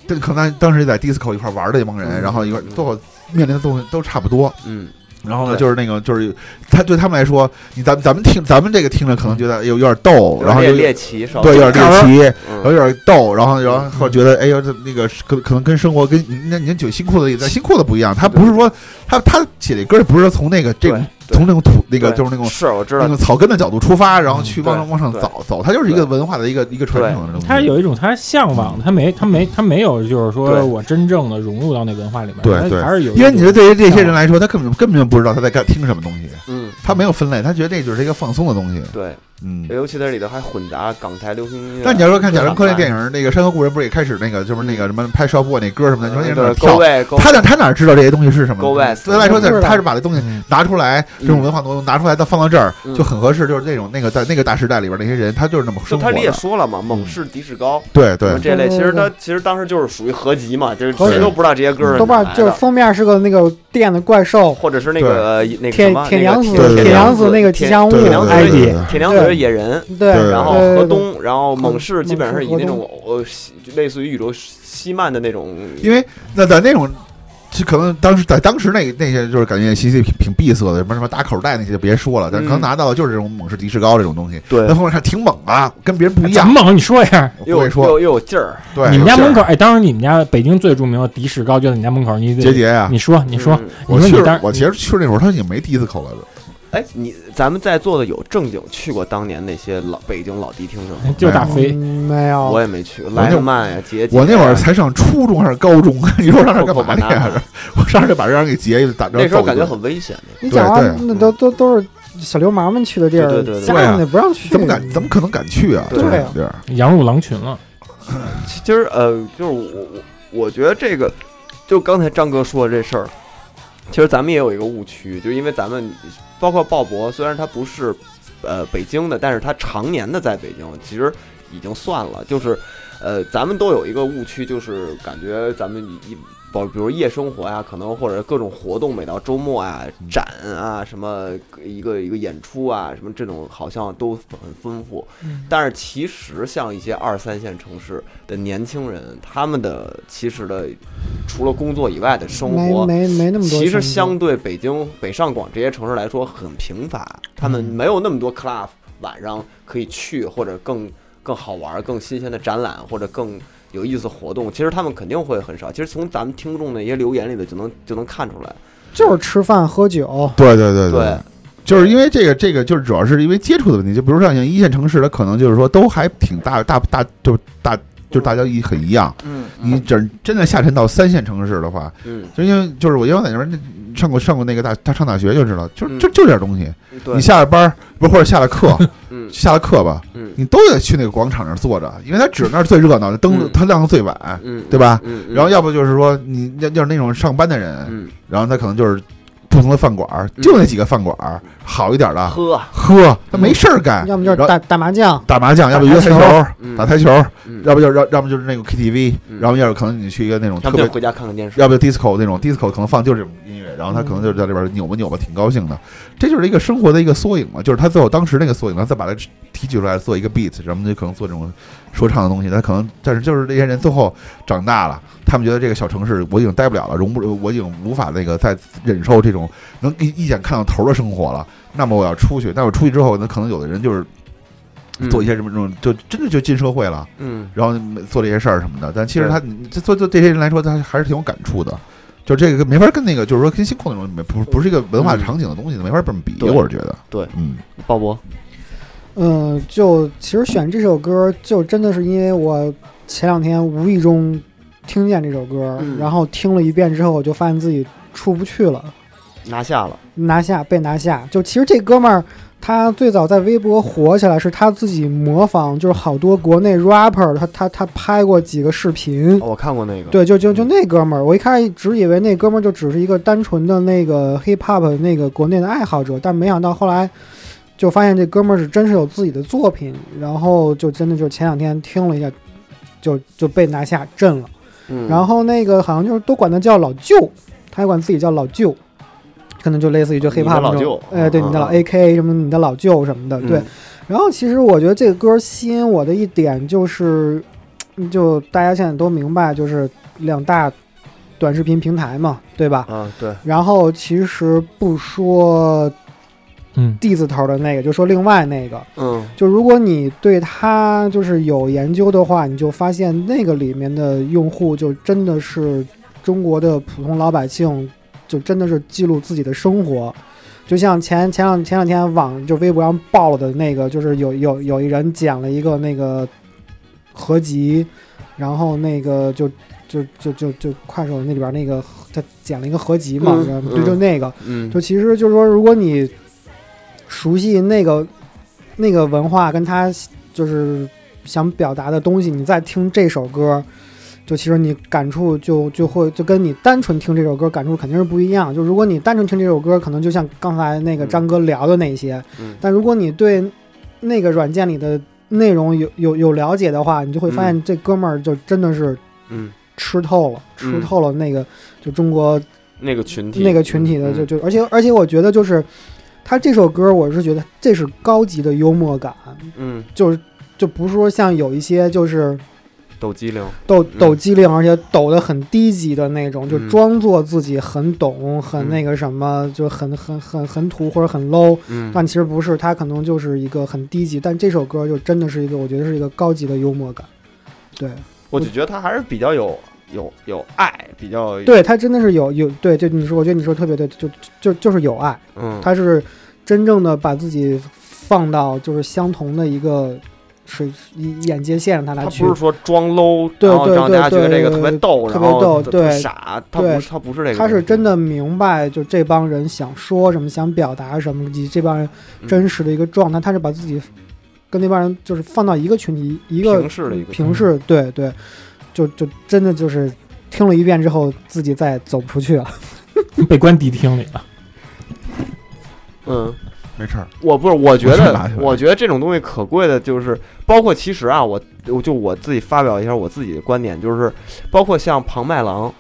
S5: 这可能当时在 disco 一块玩的一帮人，
S4: 嗯
S5: 然后一块
S4: 嗯
S5: 最后面临的东西都差不多。
S4: 嗯，
S5: 然后呢，
S4: 对
S5: 就是那个就是他对他们来说，你咱们咱们听咱们这个听着可能觉得有有点逗，然后
S4: 猎
S5: 有
S4: 猎奇稍微，
S5: 对有点猎奇，然后
S4: 嗯，
S5: 有点逗，然后然后觉得哎呦，这那个是可可能跟生活跟您那您举新裤子里，但新裤子不一样，他不是说他他写的歌不是说从那个这种
S4: 对
S5: 从那种土
S4: 那
S5: 那个就是那种
S4: 是我知
S5: 那
S4: 道
S5: 种草根的角度出发，然后去
S4: 嗯
S5: 往
S4: 对
S5: 上往上
S4: 对
S5: 走走，它就是一个文化的一个一个传承的东西。
S2: 他有一种他向往，他没他没他没有，就是
S4: 对
S2: 说我真正的融入到那文化里面，
S5: 对
S2: 他
S5: 对
S2: 还是有一种，
S5: 因为你说对于这些人来说，他根本根本就不知道他在干听什么东西，
S4: 嗯，
S5: 他没有分类，他觉得这就是一个放松的东西。
S4: 对，
S5: 嗯，
S4: 尤其在里头还混杂港台流行音乐。啊
S5: 但你要说看贾樟柯那电
S4: 影，
S5: 影，那个《山河故人》不是也开始那个就是那个什么拍少布那歌什么的，你说那人在那
S4: 嗯对，
S5: 跳
S4: 高，位高，
S5: 他哪他哪知道这些东西是什么呢？
S4: Go West
S5: 对他来说，
S6: 不
S5: 他
S2: 嗯
S6: 知道
S5: 他是把这东西拿出来，这种文化东西拿出来，再放到这儿
S4: 嗯
S5: 就很合适。就是那种那个在那个大时代里边那些人，他就是那么
S4: 就
S5: 生
S4: 他
S5: 活
S4: 里也
S5: 的。嗯
S4: 说了嘛，猛士迪士高
S5: 对
S4: 什
S5: 对
S4: 么，这类，
S6: 对对
S4: 其实他
S6: 对
S4: 其实当时就是属于合集嘛，就是
S6: 合集
S4: 谁都不知道这些歌是
S6: 豆
S4: 哪
S6: 瓣
S4: 来
S6: 就是
S4: 的。
S6: 封面是个那个电的怪兽，
S4: 或者是那个呃那个什
S6: 铁
S4: 么
S6: 铁
S4: 那
S6: 娘
S4: 个
S6: 子
S5: 对对对
S6: 铁娘子那个吉
S4: 铁
S6: 祥物
S5: 对对对
S6: ID，
S5: 对
S6: 对
S5: 对
S4: 铁娘子是野人，
S6: 对
S5: 对
S4: 然后
S6: 对嗯
S4: 河
S6: 对
S4: 东，然后猛士
S6: 猛
S4: 基本上是以
S6: 士河
S4: 那
S6: 东
S4: 种呃西就类似于宇宙西漫的那种，
S5: 因为那在那种。就可能当时在当时那那些就是感觉信息挺挺闭塞的，什么什么打口袋那些就别说了，但可能
S4: 嗯
S5: 拿到的就是这种猛士迪士高这种东西。
S4: 对
S5: 在后面看挺猛啊，跟别人不一
S2: 怎
S5: 样
S2: 么。猛？你说一下，
S5: 我
S4: 又
S5: 会
S4: 有
S5: 说，
S4: 又又有劲儿，
S5: 对，
S2: 哎你们家
S5: 就是
S2: 门口，哎，当时你们家北京最著名的迪士高就在你家门口，你得
S5: 杰杰啊，
S2: 你说你说
S4: 嗯，
S5: 我
S2: 你说
S5: 去
S2: 你当
S5: 我其实去那会儿他已经没迪斯科了，
S4: 哎，你咱们在座的有正经去过当年那些老北京老迪厅的吗？
S2: 就大飞
S5: 哎
S6: 嗯，没
S4: 我
S6: 有，
S4: 也没去，莱特曼呀，杰杰呀
S5: 我那会儿才上初中还是高中， 你说我上这儿干嘛去
S4: 扣扣
S5: 呀？我上这儿把这让人给劫，打着
S4: 啊那时候感觉很危险，
S6: 你讲
S5: 对对嗯啊
S6: 完那都都都是小流氓们去的地儿
S4: 对对对，对
S6: 家长也不让去，
S5: 怎么敢怎么可能敢去啊？
S4: 对
S5: 这
S6: 啊
S5: 种地儿，
S2: 羊入狼群了，
S4: 其其实呃，就是我我我觉得这个，就刚才张哥说的这事儿，其实咱们也有一个误区，就因为咱们包括鲍勃，虽然他不是呃北京的，但是他常年的在北京，其实已经算了，就是。呃，咱们都有一个误区，就是感觉呃咱们一一包，比如夜生活呀、啊可能或者各种活动，每到周末啊、展啊、什么一个一个演出啊，什么这种好像都很丰富。但是其实像一些二三线城市的年轻人，他们的其实的除了工作以外的生
S6: 没
S4: 活，
S6: 没没那么多
S4: 其实
S6: 生
S4: 相对北京、北上广这些城市来说很贫乏，他们没有那么多 club 晚上可以去，或者更更好玩、更新鲜的展览，或者更有意思的活动。其实他们肯定会很少。其实从咱们听众的一些留言里的就能就能看出来，
S6: 就是吃饭喝酒，
S5: 对对对
S4: 对，
S5: 就是因为这个这个就是主要是因为接触的问题，就比如像像一线城市，它可能就是说都还挺大大大就大就大家一很一样。
S4: 嗯
S5: 你真真的下沉到三线城市的话，
S4: 嗯，
S5: 就因为就是我原来在那边那上过上过那个大他上大学就知道，就
S4: 嗯
S5: 就就这点东西。
S4: 对，
S5: 你下了班儿不是或者下了 课，
S4: 嗯
S5: 下了课吧，
S4: 嗯
S5: 你都得去那个广场那儿坐着，因为它只那儿最热闹，灯
S4: 嗯
S5: 它亮的最晚，
S4: 嗯，
S5: 对吧？
S4: 嗯，嗯
S5: 然后要不就是说你要要是那种上班的人，
S4: 嗯
S5: 然后他可能就是不同的饭馆儿，就那几个饭馆儿好一点的
S4: 喝，啊
S5: 喝，他没事儿干，
S6: 嗯要么就是
S5: 哎然后
S6: 打打麻将，
S5: 打麻将，要不
S6: 打
S5: 约台
S6: 台
S5: 球
S4: 嗯
S5: 打台球，
S4: 嗯
S5: 要不就是要要么就是那个 KTV，
S4: 嗯
S5: 然后要是可能你去一个那种
S4: 要
S5: 特
S4: 不就
S5: 别。
S4: 回家看看电视。
S5: 要不就 disco 那种 disco 可能放就是这种音乐，然后他可能就是在里边扭吧扭吧，挺高兴的。这就是一个生活的一个缩影嘛，就是他最后当时那个缩影，他再把它提取出来做一个 beat，然后就可能做这种说唱的东西。他可能，但是就是这些人最后长大了，他们觉得这个小城市我已经待不了了，容不我已经无法那个再忍受这种能一一眼看到头的生活了。那么我要出去，那我出去之后，那可能有的人就是做一些什么这种，就真的就进社会了。
S4: 嗯
S5: 然后做这些事儿什么的。但其实
S4: 对
S5: 他你这做做这些人来说，他还是挺有感触的。就这个没法跟那个，就是说跟星空那种没不不是一个文化
S4: 嗯
S5: 场景的东西，没法这么比。
S4: 对
S5: 我是觉得，
S4: 对，
S5: 嗯，
S4: 鲍勃，
S6: 嗯，就其实选这首歌，就真的是因为我前两天无意中听见这首歌，
S4: 嗯
S6: 然后听了一遍之后，我就发现自己出不去了，
S4: 拿下了，
S6: 拿下被拿下。就其实这哥们儿。他最早在微博火起来是他自己模仿，就是好多国内 rapper，他他他拍过几个视频，
S4: 哦我看过那个，
S6: 嗯对，就就就那哥们儿，我一开始只以为那哥们儿就只是一个单纯的那个 hip hop 那个国内的爱好者，但没想到后来就发现这哥们儿是真是有自己的作品，然后就真的就前两天听了一下，就就被拿下震了。
S4: 嗯，
S6: 然后那个好像就是都管他叫老舅，他还管自己叫老舅，可能就类似于就
S4: 你的
S6: hip hop
S4: 老
S6: 那种
S4: 舅
S6: 哎，对，你的老
S4: 嗯嗯
S6: AK 什么，你的老舅什么的，
S4: 嗯
S6: 对。然后其实我觉得这个歌吸引我的一点就是，嗯就大家现在都明白，就是两大短视频平台嘛，对吧？
S4: 啊，对，
S6: 然后其实不说
S2: 嗯
S6: D 字头的那个，就说另外那个，
S4: 嗯
S6: 就如果你对它就是有研究的话，你就发现那个里面的用户就真的是中国的普通老百姓，就真的是记录自己的生活。就像前前两前两天网就微博上爆的那个，就是有有有一人剪了一个那个合集，然后那个就就就就就快手那里边那个他剪了一个合集嘛，
S4: 嗯
S6: 然后
S4: 嗯
S6: 就就那个，
S4: 嗯，
S6: 就其实就是说，如果你熟悉那个那个文化，跟他就是想表达的东西，你再听这首歌，就其实你感触就就会就跟你单纯听这首歌感触肯定是不一样。就如果你单纯听这首歌，可能就像刚才那个张哥聊的那些，
S4: 嗯
S6: 但如果你对那个软件里的内容有有有了解的话，你就会发现这哥们儿就真的是
S4: 嗯，
S6: 吃透了，吃
S4: 嗯
S6: 透了那个就中国
S4: 那个群体，
S6: 那个群体的，
S4: 嗯
S6: 就就而且而且我觉得就是他这首歌，我是觉得这是高级的幽默感，
S4: 嗯，
S6: 就是就不是说像有一些就是
S4: 抖机灵，
S6: 抖
S4: 嗯
S6: 抖机灵，而且抖得很低级的那种，就
S4: 嗯
S6: 装作自己很懂、很
S4: 嗯
S6: 那个什么，就很很很很土或者很 low，
S4: 嗯，
S6: 但其实不是，他可能就是一个很低级，但这首歌就真的是一个，我觉得是一个高级的幽默感，对。
S4: 我就觉得他还是比较有有有爱，比较，
S6: 对他真的是有有对，就你说，我觉得你说得特别对，就就就是有爱，
S4: 嗯，
S6: 他是真正的把自己放到就是相同的一个水一眼界线上，他来
S4: 他
S6: 去
S4: 不是。说装 low，
S6: 对
S4: 然后
S6: 对
S4: 让大家觉
S6: 对
S4: 得这个
S6: 对
S4: 特别逗，
S6: 特别
S4: 然后
S6: 逗
S4: 特
S6: 对
S4: 特傻，他不
S6: 对
S4: 是他不是这个东西，
S6: 他是真的明白，就这帮人想说什么，想表达什么，以及这帮人
S4: 嗯
S6: 真实的一个状态。他是把自己跟那帮人就是放到一个群体，一个
S4: 平视的一个
S6: 平视。对对，就就真的就是听了一遍之后，自己再也走不出去了。
S2: 被关迪厅里了。
S4: 嗯，
S5: 没事儿。
S4: 我不是，我觉
S5: 我去
S4: 得
S5: 拿去，吧
S4: 我觉得这种东西可贵的就是，包括其实啊，我我就我自己发表一下我自己的观点，就是包括像庞麦郎，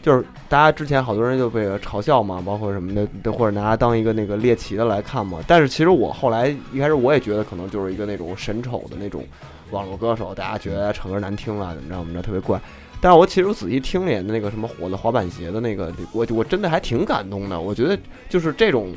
S4: 就是大家之前好多人就被嘲笑嘛，包括什么的，或者拿它当一个那个猎奇的来看嘛。但是其实我后来一开始我也觉得可能就是一个那种神丑的那种网络歌手，大家觉得唱歌难听啊，怎么着怎么着特别怪。但是我其实我仔细听了眼那个什么火的滑板鞋的那个，我我真的还挺感动的。我觉得就是这种，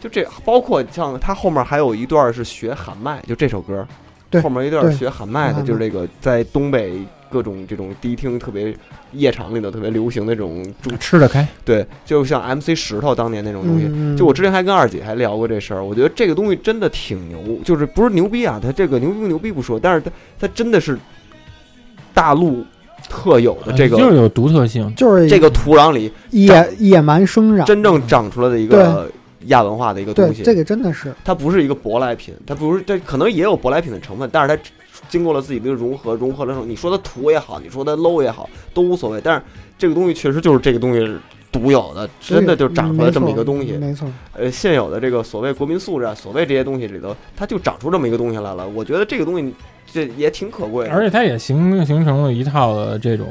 S4: 就这包括像他后面还有一段是学喊麦，就这首歌，
S6: 对
S4: 后面一段
S6: 对嗯
S4: 是学喊麦的，
S6: 喊麦
S4: 就是这个在东北各种这种迪厅特别夜场里头特别流行的这种主
S2: 吃得开。
S4: 对，就像 MC 石头当年那种东西。
S2: 嗯嗯
S4: 就我之前还跟二姐还聊过这事儿，我觉得这个东西真的挺牛，就是不是牛逼啊，它这个牛逼不牛逼不说，但是它它真的是大陆特有
S2: 呃
S4: 的这个、
S2: 就是有独特性，
S6: 呃就是
S4: 这个土壤里
S6: 野野蛮生长，
S4: 真正长出来的一个亚文化的一个
S6: 对
S4: 东西。
S6: 这个真的是
S4: 它不是一个舶来品，它不是这可能也有舶来品的成分，但是它经过了自己的融合，融合了之后，你说它土也好，你说它 low 也好，都无所谓。但是这个东西确实就是这个东西是独有的，真的就长出来这么一个东西。
S6: 没错，
S4: 呃，现有的这个所谓国民素质啊，所谓这些东西里头，它就长出这么一个东西来了。我觉得这个东西这也挺可贵的，
S2: 而且它也形形成了一套的这种，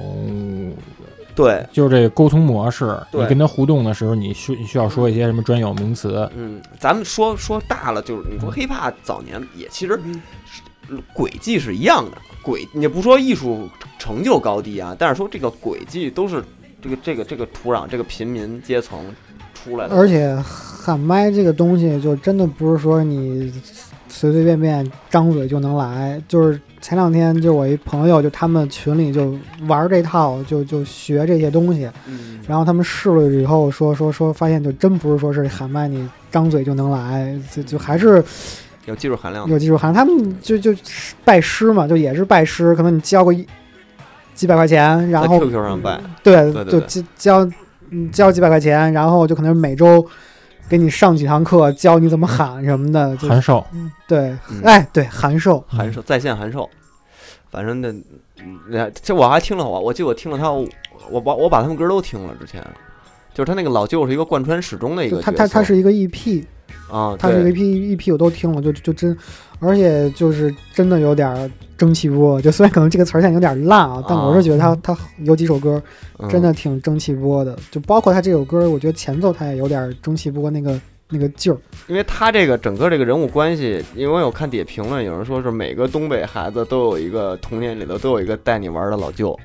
S4: 对，
S2: 就是这个沟通模式。
S4: 对
S2: 你跟他互动的时候，你需需要说一些什么专有名词，
S4: 嗯，咱们说说大了，就是你说 hiphop 早年也其实
S6: 嗯
S4: 是轨迹是一样的，轨你不说艺术成就高低啊，但是说这个轨迹都是这个这个这个土壤这个贫民阶层出来的，
S6: 而且喊麦这个东西，就真的不是说你随随便便张嘴就能来。就是前两天，就我一朋友，就他们群里就玩这套，就就学这些东西。
S4: 嗯
S6: 然后他们试了以后说说说，发现就真不是说是喊麦你张嘴就能来，就就还是
S4: 有技术含量的，
S6: 有技术含量。他们就就拜师嘛，就也是拜师，可能你交个一几百块钱，然后
S4: 在 QQ 上办，
S6: 对，
S4: 对对
S6: 就
S4: 对
S6: 交交嗯交几百块钱，然后就可能每周给你上几堂课，教你怎么喊什么的。就
S2: 函授。
S6: 嗯对
S4: 嗯，
S6: 哎，对，函授。
S4: 函授在线函授，反正那嗯那这我还听了我，我记得我听了他，我把我把他们歌都听了之前。就是他那个老舅是一个贯穿始终的一
S6: 就
S4: 个
S6: 他
S4: 角色，
S6: 他他是一个 EP，
S4: 啊，
S6: 他是一个
S4: 对
S6: EP EP，我都听了，就就真，而且就是真的有点儿蒸汽波。就虽然可能这个词儿现在有点烂啊，但我是觉得
S4: 哦
S6: 他他有几首歌
S4: 嗯
S6: 真的挺蒸汽波的，就包括他这首歌，我觉得前奏他也有点儿蒸汽波那个那个劲儿。
S4: 因为他这个整个这个人物关系，因为我看底下评论有人说是每个东北孩子都有一个童年里头都有一个带你玩的老舅，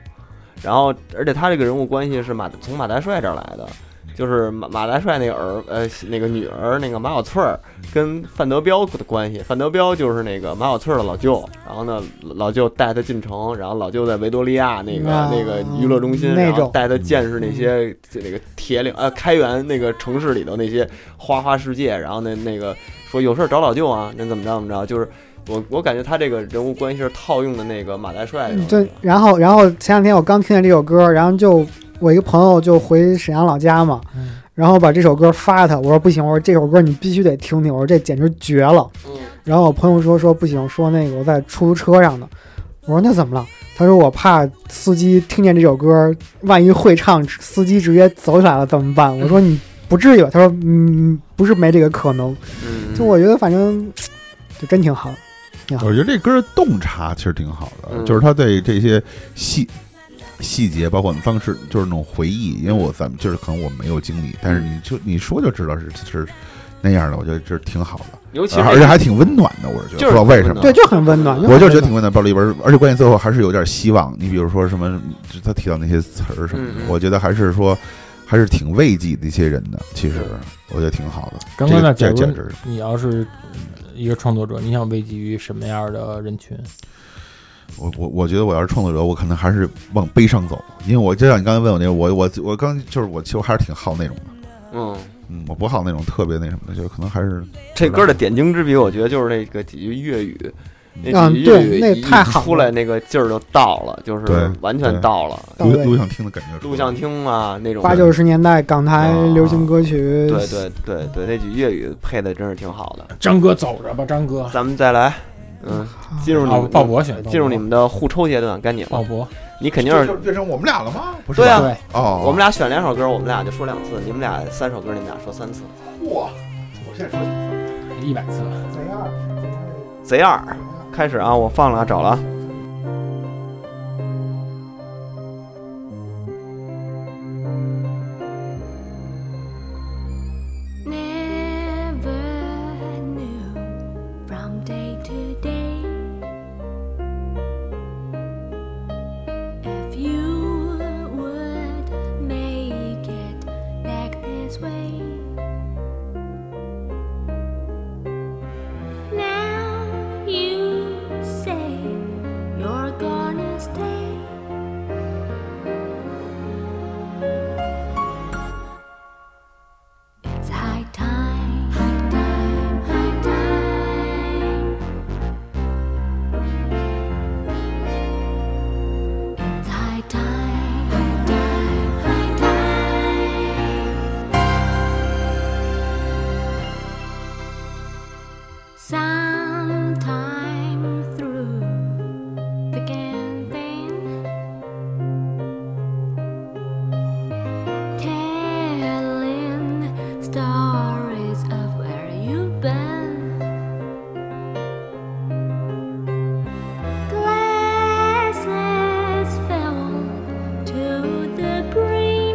S4: 然后而且他这个人物关系是马从马大帅这儿来的，就是马马大帅那个儿呃那个女儿那个马小翠儿跟范德彪的关系，范德彪就是那个马小翠儿的老舅，然后呢老舅带他进城，然后老舅在维多利亚那个、
S6: 啊
S4: 那个娱乐中心，
S6: 那
S4: 然后
S6: 种
S4: 带他见识那些这那个铁岭呃开元那个城市里头那些花花世界，然后那那个说有事儿找老舅啊，那怎么着怎么着，就是我我感觉他这个人物关系是套用的那个马大帅
S6: 嗯
S4: 的，
S6: 对，然后然后前两天我刚听见这首歌，然后就我一个朋友就回沈阳老家嘛，然后把这首歌发他，我说不行，我说这首歌你必须得听听，我说这简直绝了。然后我朋友说说不行，说那个我在出租车上呢，我说那怎么了？他说我怕司机听见这首歌，万一会唱，司机直接走起来了怎么办？我说你不至于吧？他说嗯，不是没这个可能。
S4: 嗯
S6: 就我觉得反正就真挺好。
S5: 我觉得这歌的洞察其实挺好的，
S4: 嗯
S5: 就是他对这些细细节，包括我们方式，就是那种回忆。因为我咱们就是可能我没有经历，但是你就你说就知道是是那样的，我觉得这挺好的，
S4: 尤其是
S5: 而且还挺温暖的。我是觉
S4: 就
S5: 得
S4: 是
S5: 不知道为什
S4: 温
S5: 么
S4: 暖，
S6: 对，就很温暖。
S5: 我就觉得
S6: 很温
S5: 挺温暖。鲍里边儿，而且关键最后还是有点希望。你比如说什么，就他提到那些词儿什么的
S4: 嗯，嗯
S5: 我觉得还是说还是挺慰藉那些人的。其实
S4: 嗯
S5: 我觉得挺好的。
S2: 刚刚呢，
S5: 这
S2: 假
S5: 个这
S2: 如
S5: 个简直
S2: 你要是呃一个创作者，你想慰藉于什么样的人群？
S5: 我我我觉得我要是创作者，我可能还是往悲上走，因为我就像你刚才问我那个，我我我刚就是我其实还是挺好那种的，
S4: 嗯。
S5: 嗯，我不好那种特别那什么的，就可能还是
S4: 这歌的点睛之笔，我觉得就是那个几句粤语，那
S6: 嗯
S4: 几句粤
S6: 对
S4: 语
S6: 那
S4: 一
S6: 太好
S4: 出
S6: 了
S4: 来那个劲儿就到了，就
S5: 对
S4: 是完全
S5: 对
S4: 到了。
S6: 到位
S5: 录录像厅的感觉出来。
S4: 录像厅啊，那种
S6: 八九十年代港台流行歌曲，
S4: 啊对对对对，那句粤语配的真是挺好 的。
S2: 张哥走着吧，张哥，
S4: 咱们再来，嗯，进入你
S2: 啊鲍
S4: 们
S2: 鲍勃选，
S4: 进入你们的互抽阶段，该你
S2: 鲍
S4: 了。
S2: 勃，
S4: 你肯定
S5: 就是就变成我们俩了吗？不是
S4: 对
S5: 吧？
S4: 啊，
S2: 对，
S5: 哦，
S4: 我们俩选两首歌，我们俩就说两次；你们俩三首歌，你们俩说三次。
S5: 我现在说
S2: 一一百 次了。
S12: 贼二，开始啊，我放了啊，找了啊。
S13: Never knew from day to day if you would make it back this way. Now you say you're gonna stay. It's high time, high time, high time. It's high time, high time, high time. Sometime through the campaign, telling stories of where you've been. Glasses filled to the brim.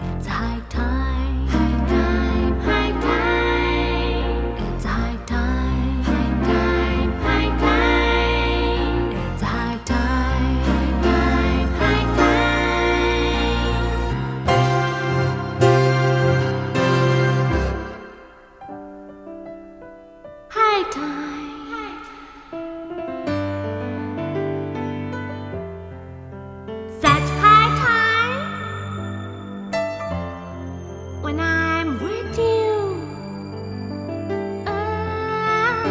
S13: It's high time, high time, high time. It's high time, high time, high time. It's high time, high time, high time. High time. Such high time when I'm with you. Ah,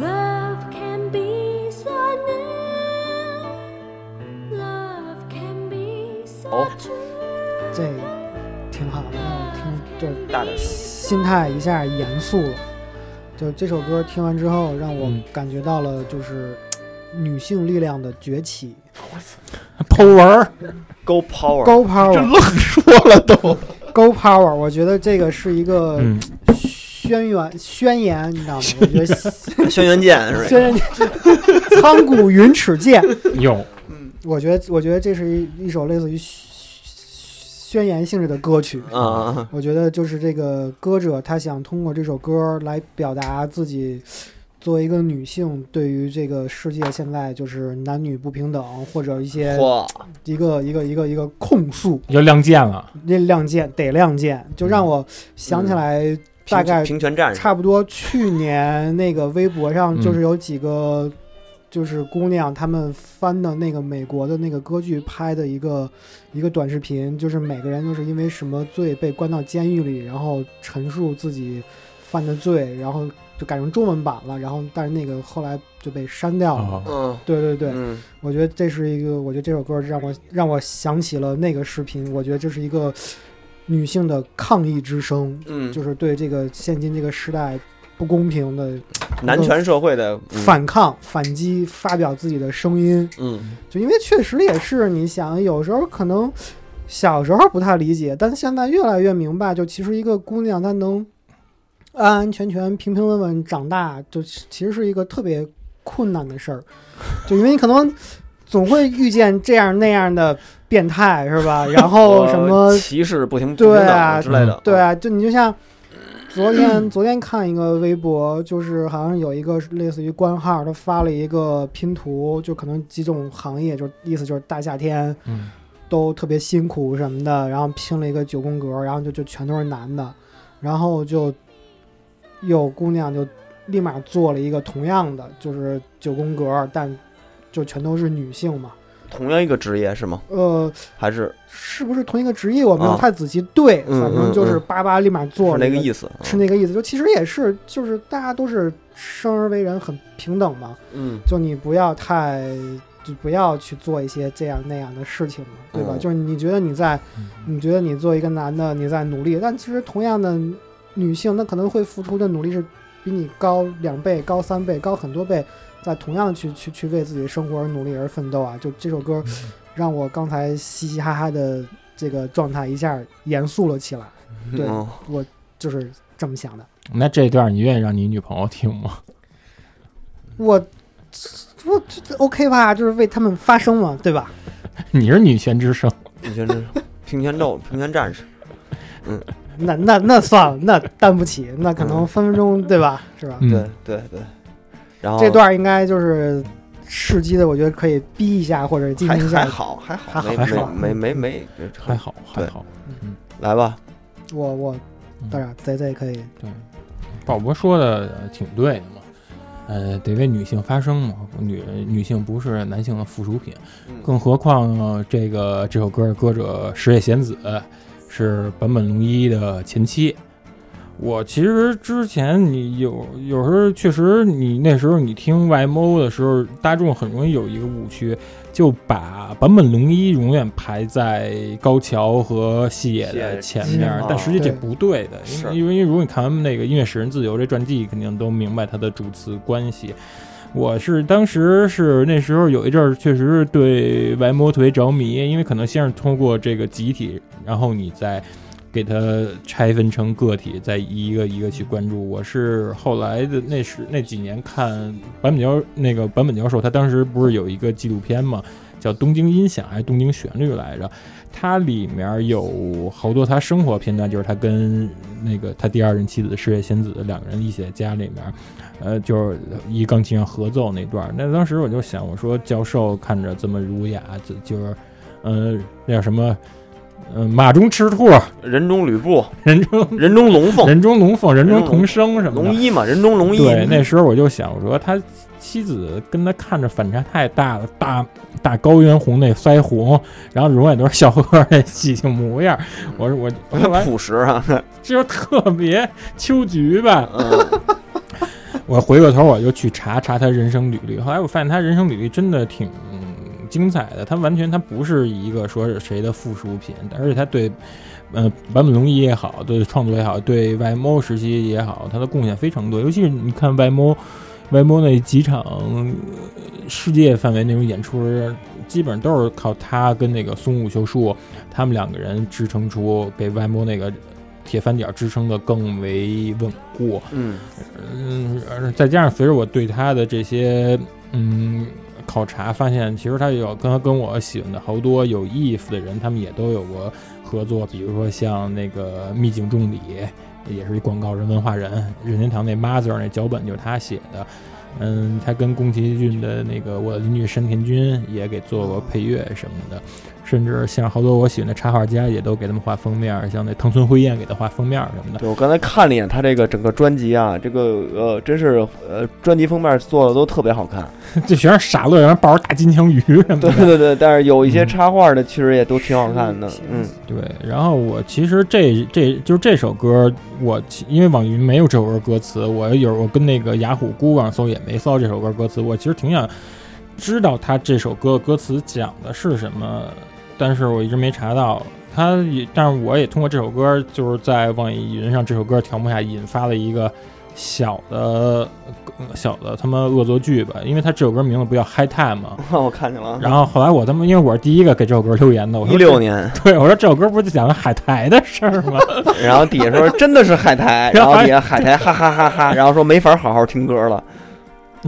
S13: love can be so new. Love can be so
S12: 哦，
S6: 这挺好的，听就
S12: 大点声。
S6: 心态一下严肃了。就这首歌听完之后，让
S4: 嗯
S6: 我感觉到了就是女性力量的崛起。
S2: 剖文儿，
S12: Go power，
S6: Go Power，
S1: 愣说了都。
S6: Go Power，我觉得这个是一个
S2: 嗯，
S6: 宣言、宣言，你知道吗？我觉得
S12: 轩辕剑是吧？
S6: 虽然你苍古云尺剑，
S2: 有
S6: 我觉得我觉得这是一一首类似于宣宣言性质的歌曲。
S4: 嗯
S12: 啊啊，啊
S6: 我觉得就是这个歌者他想通过这首歌来表达自己作为一个女性对于这个世界现在就是男女不平等或者一些
S12: 嚯，
S6: 一个一个一个一个控诉。
S2: 要亮剑了，
S6: 那亮剑得亮剑，就让我想起来大概
S12: 平权战士
S6: 差不多去年那个微博上
S2: 哎嗯
S6: 就是有几个就是姑娘她们翻的那个美国的那个歌剧拍的一个一个短视频，就是每个人就是因为什么罪被关到监狱里，然后陈述自己犯的罪，然后就改成中文版了，然后但是那个后来就被删掉了。
S2: 哦
S12: 嗯，
S6: 对对对，
S12: 嗯
S6: 我觉得这是一个，我觉得这首歌让我让我想起了那个视频，我觉得这是一个女性的抗议之声，
S12: 嗯，
S6: 就是对这个现今这个时代不公平的
S12: 男权社会的嗯
S6: 反抗、反击，发表自己的声音。
S12: 嗯
S6: 就因为确实也是，你想有时候可能小时候不太理解，但现在越来越明白，就其实一个姑娘她能呃安安全全、平平稳稳长大，就其实是一个特别困难的事儿，就因为你可能总会遇见这样那样的变态，是吧？然后
S12: 呃
S6: 什么
S12: 歧视不停不
S6: 对
S12: 平
S6: 啊
S12: 等之类的，
S6: 对啊，就你就像昨天昨天看一个微博，就是好像有一个类似于官号，他发了一个拼图，就可能几种行业，就意思就是大夏天
S2: 嗯，
S6: 都特别辛苦什么的，然后拼了一个九宫格，然后就就全都是男的，然后就有姑娘就立马做了一个同样的，就是九宫格，但就全都是女性嘛，
S12: 同样一个职业是吗？
S6: 呃，
S12: 还是
S6: 是不是同一个职业？我没有
S12: 嗯啊
S6: 太仔细对，
S12: 嗯
S6: 反正就是
S12: 嗯嗯
S6: 叭叭立马
S12: 是
S6: 做了
S12: 那
S6: 一
S12: 个
S6: 个
S12: 意思？
S6: 是那个意思，就其实也是，就是大家都是生而为人很平等嘛，
S12: 嗯
S6: 就你不要太，就不要去做一些这样那样的事情嘛，对吧？
S12: 嗯
S6: 就是你觉得你在，你觉得你作为一个男的你在努力，但其实同样的女性，她可能会付出的努力是比你高两倍、高三倍、高很多倍，在同样去去 去为自己的生活而努力而奋斗啊！就这首歌让我刚才嘻嘻哈哈的。这个状态一下严肃了起来。对
S2: 嗯，
S6: 我就是这么想的。
S2: 那这段你愿意让你女朋友听吗？
S6: 我我这 OK 吧，就是为他们发声嘛，对吧？
S2: 你是女权之声，
S12: 女权之 声，平权斗，平权战士，嗯，
S6: 那那那算了，那担不起，那可能分分钟对吧？是吧？
S2: 嗯
S12: 对对对，然后
S6: 这段应该就是试机的，我觉得可以逼一下或者进
S12: 还
S6: 行一下。
S12: 还好还好
S6: 还好，
S12: 没
S6: 是吧
S12: 没没没没
S2: 还好还好，
S12: 嗯，来吧，
S6: 我我
S12: 嗯
S6: 当然贼贼可以，
S2: 对，鲍勃说的挺对的嘛，呃，得为女性发声嘛，女女性不是男性的附属品，更何况、呃这个这首歌的歌者石野贤子是坂本龙一的前妻。我其实之前你有有时候确实你那时候你听 YMO 的时候，大众很容易有一个误区，就把坂本龙一永远排在高桥和细野的前啊面
S12: 嗯，
S2: 但实际这
S12: 对
S2: 不对的，因为因为如果你看他们那个《音乐使人自由》这传记，肯定都明白它的主次关系。我是当时是那时候有一阵儿，确实是对白魔特别着迷，因为可能先是通过这个集体，然后你再给它拆分成个体，再一个一个去关注。我是后来的那时那几年看坂本教那个坂本教授，他当时不是有一个纪录片嘛，叫《东京音响》还是《东京旋律》来着？它里面有好多他生活片段，就是他跟那个他第二任妻子矢野仙子两个人一起在家里面，呃，就是一钢琴上合奏那段儿。那当时我就想，我说教授看着这么儒雅，就就是，嗯、那叫什么？嗯，马中吃兔，
S12: 人中吕布，
S2: 人
S4: 哎
S2: 中
S12: 人中龙凤，
S2: 人中龙凤，人中
S12: 人中
S2: 同声什么的。
S12: 龙一嘛人中龙一
S2: 对，那时候我就想，我说他妻子跟他看着反差太大了，大大高原红那腮红，然后永远都是笑呵呵那喜庆模样。我说我我后 来
S12: 朴实 啊，
S2: 就是特别秋菊吧。
S12: 嗯
S2: 我回过头我就去查查他人生履历，后来我发现他人生履历真的挺嗯精彩的，他完全他不是一个说是谁的附属品，而且他对，呃，坂本龙一也好，对创作也好，对 YMO 时期也好，他的贡献非常多。尤其是你看 YMO。YMO 那几场世界范围那种演出，基本上都是靠他跟那个松木秀树他们两个人支撑出给 YMO 那个铁三角支撑的更为稳固。
S12: 嗯
S2: 嗯，而再加上随着我对他的这些嗯考察，发现其实他有跟他跟我喜欢的好多有 if 的人，他们也都有过合作，比如说像那个秘境重礼，也是一广告人、文化人，任天堂那 Mother 那脚本就是他写的。嗯，他跟宫崎骏的那个《我的邻居山田君》也给做过配乐什么的，甚至像好多我喜欢的插画家也都给他们画封面，像那藤村辉彦给他画封面什么的。
S12: 对我刚才看了一眼他这个整个专辑啊，这个呃，真是呃，专辑封面做的都特别好看。
S2: 这全是傻乐，然后抱着大金枪鱼什么的。
S12: 对对对，但是有一些插画的确实也都挺好看的。嗯，
S2: 对，然后我其实这这就是这首歌，我其因为网易云没有这首歌歌词，我有我跟那个雅虎、孤网搜也没搜到这首歌歌词，我其实挺想知道他这首歌歌词讲的是什么，但是我一直没查到。他也，但是我也通过这首歌，就是在网易云上这首歌条目下引发了一个小的、呃小的他妈恶作剧吧，因为他这首歌名字不叫《High Time》嘛，
S12: 我看见了啊。
S2: 然后后来我他妈，因为我是第一个给这首歌留言的，我说
S12: 16
S2: 这
S12: 年，
S2: 对我说这首歌不是讲海苔的事儿吗？
S12: 然后底下说真的是海 苔，然后底下海苔哈哈哈哈，然后说没法好好听歌了。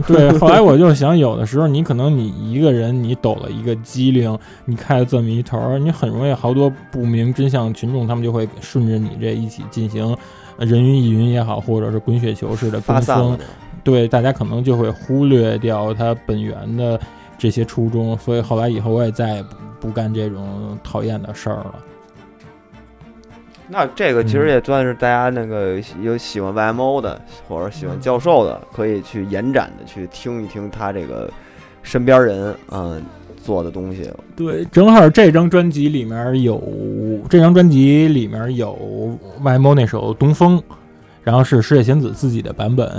S2: 对，后来我就想，有的时候你可能你一个人你抖了一个机灵，你开了这么一头儿，你很容易好多不明真相群众，他们就会顺着你这一起进行呃人云亦云也好，或者是滚雪球式的
S12: 发
S2: 跟
S12: 散了
S2: 风，对，大家可能就会忽略掉它本源的这些初衷，所以后来以后我也再也不不干这种讨厌的事儿了。
S12: 那这个其实也算是大家那个有喜欢 YMO 的，或者喜欢教授的，可以去延展的去听一听他这个身边人嗯、做的东西。
S2: 对，正好这张专辑里面有这张专辑里面有 YMO 那首《东风》，然后是石野贤子自己的版本，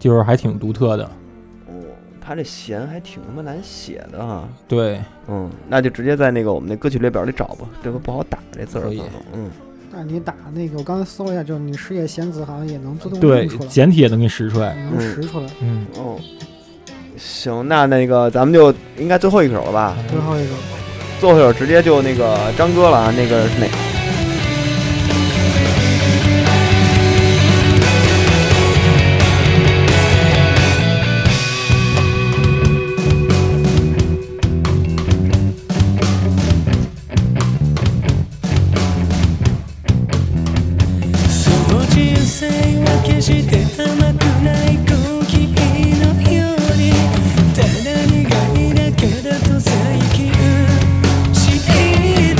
S2: 就是还挺独特的。
S12: 他这弦还挺他妈难写的啊。
S2: 对，
S12: 嗯，那就直接在那个我们那歌曲列表里找吧，这个不好打这字儿。嗯，
S6: 但是你打那个，我刚才搜了一下，就是你事业贤子好像也能自动
S2: 对
S6: 印出，来，
S2: 简体也能给识出来。
S6: 能识出来。
S2: 嗯，
S12: 哦，行，那那个咱们就应该最后一首了吧？
S6: 最后一个，
S4: 坐会儿直接就那个张哥了啊，那个是哪？
S8: その人生は決して甘くない空気のようにただ苦いだけだと最近知った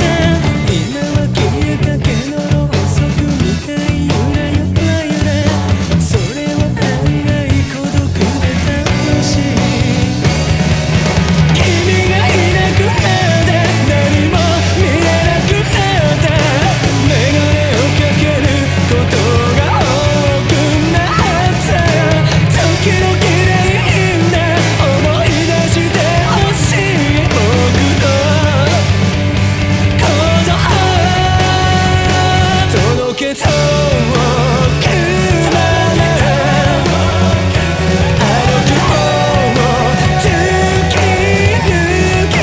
S8: 今は消えかけのろうそくみたいゆらゆらゆらそれは案外孤独で楽しい君がいなくなって何も見えなくなった眼鏡をかけることが多くなった時々でいいんだ思い出してほしい僕の鼓動届けとくまで「あの希望を突き抜けて」「遥か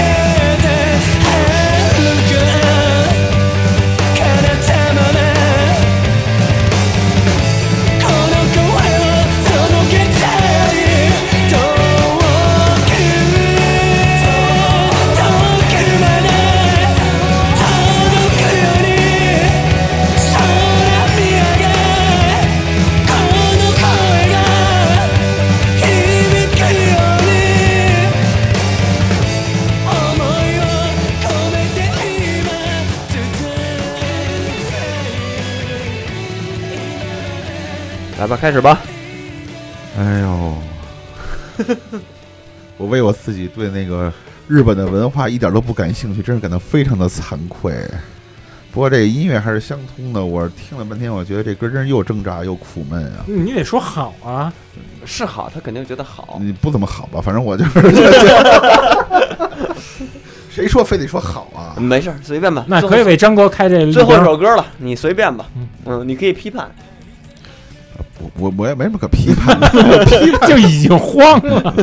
S8: 彼方まで」「この声を届けたい」「遠く遠くまで届くように空見上げ」「この声が」響くように思いを込めて今
S4: 来吧，开始吧。
S5: 哎呦， 我为我自己对那个日本的文化一点都不感兴趣，真是感到非常的惭愧。不过这个音乐还是相通的，我听了半天，我觉得这歌真是又挣扎又苦闷啊。
S12: 你得说好啊，是好，他肯定觉得好。
S5: 你不怎么好吧？反正我就是， 谁说非得说好啊？
S4: 没事，随便吧。
S2: 那
S4: 最后
S2: 可以为张哥开这
S4: 最后一
S2: 一，
S4: 首歌了，你随便吧。嗯，你可以批判。
S5: 我我我也没什么可批判的 批 判
S2: 就已经慌了，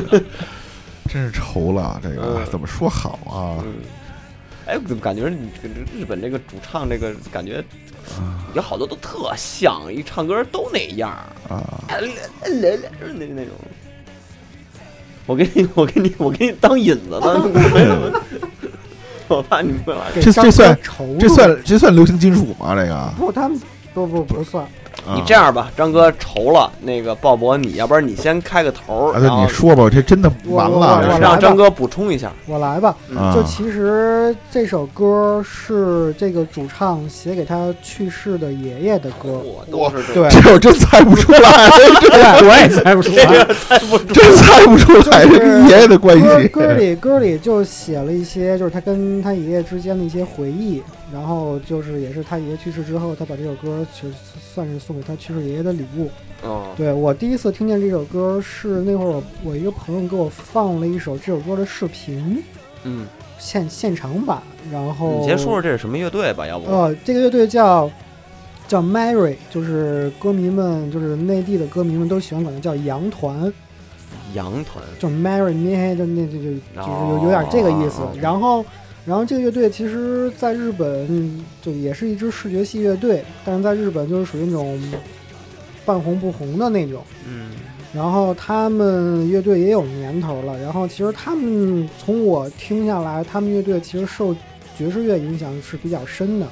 S5: 真是愁了。这
S6: 嗯
S5: 个怎么说好啊？
S12: 哎，怎么感觉你这个日本这个主唱这个感觉，有好多都特像，一唱歌都那样
S6: 嗯
S12: 儿
S5: 啊，
S12: 哎来来来那那种。我给你，我给你，我给你当引子呢。我怕你不会玩。
S5: 这这算
S6: 愁
S5: 这
S6: 了
S5: 算这算流行金属吗？这个
S6: 不，他们不不不算，
S5: 啊
S12: 你这样吧，张哥愁了，那个鲍勃，你要不然你先开个头 儿，
S5: 啊，
S12: 然
S5: 那
S12: 后
S5: 你说吧，这真的
S6: 我
S5: 完
S6: 嗯我
S5: 了。这
S6: 我
S5: 是
S12: 让张哥补充一下。
S6: 我来吧。
S5: 嗯
S6: 就其实这首歌是这个主唱写给他去世的爷爷的歌，
S12: 我
S6: 对，
S5: 这我真猜不出 来，这
S2: 我也猜不出来，
S12: 猜不出
S5: 真猜不出来
S6: 就是
S5: 这跟爷爷的关系。
S6: 歌歌里歌里就写了一些，就是他跟他爷爷之间的一些回忆，然后就是也是他爷爷去世之后，他把这首歌就算是送给他去世爷爷的礼物。
S12: 哦，
S6: 对我第一次听见这首歌是那会儿我我一个朋友给我放了一首这首歌的视频
S12: 嗯，
S6: 现现场版，然后
S12: 你先说说这是什么乐队吧，要不？
S6: 呃，这个乐队叫叫 Mary，就是歌迷们，就是内地的歌迷们都喜欢管它叫洋团，
S12: 羊团
S6: 叫 Mary m a 就那就就就是有有点这个意思
S12: 哦。
S6: 然后，然后这个乐队其实在日本就也是一支视觉系乐队，但是在日本就是属于那种半红不红的那种。
S12: 嗯。
S6: 然后他们乐队也有年头了，然后其实他们从我听下来，他们乐队其实受爵士乐影响是比较深的，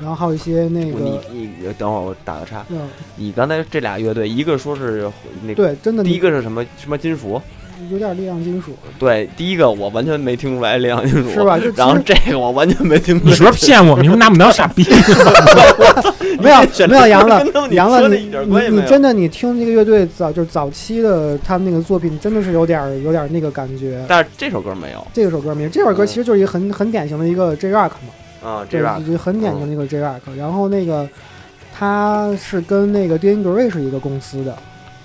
S6: 然后还有一些那
S12: 你
S6: 个，
S12: 你等会儿我打个岔，
S6: 嗯，
S12: 你刚才这俩乐队，一个说是那个
S6: 对真的
S12: 第一个是什么什么金属？
S6: 有点力量金属，
S12: 对，第一个我完全没听出来两金属，
S6: 是吧就其实
S12: 然后这个我完全没听出来。
S2: 你是不是骗我？你是不是拿我们当傻逼？
S6: 没有没有杨
S12: 了
S6: 了，杨了，
S12: 你
S6: 你你你真的你听这个乐队早就是早期的他们那个作品，真的是有点儿有点儿那个感觉。
S12: 但是嗯这首歌没有
S6: 这首歌名，这首歌其实就是一个很很典型的一个 J Rock 嘛，
S12: 啊，
S6: 对
S12: 这吧？
S6: 就是很典型
S12: 嗯
S6: 的一个 J Rock。然后那个他是跟那个 Dean Gray 是一个公司的，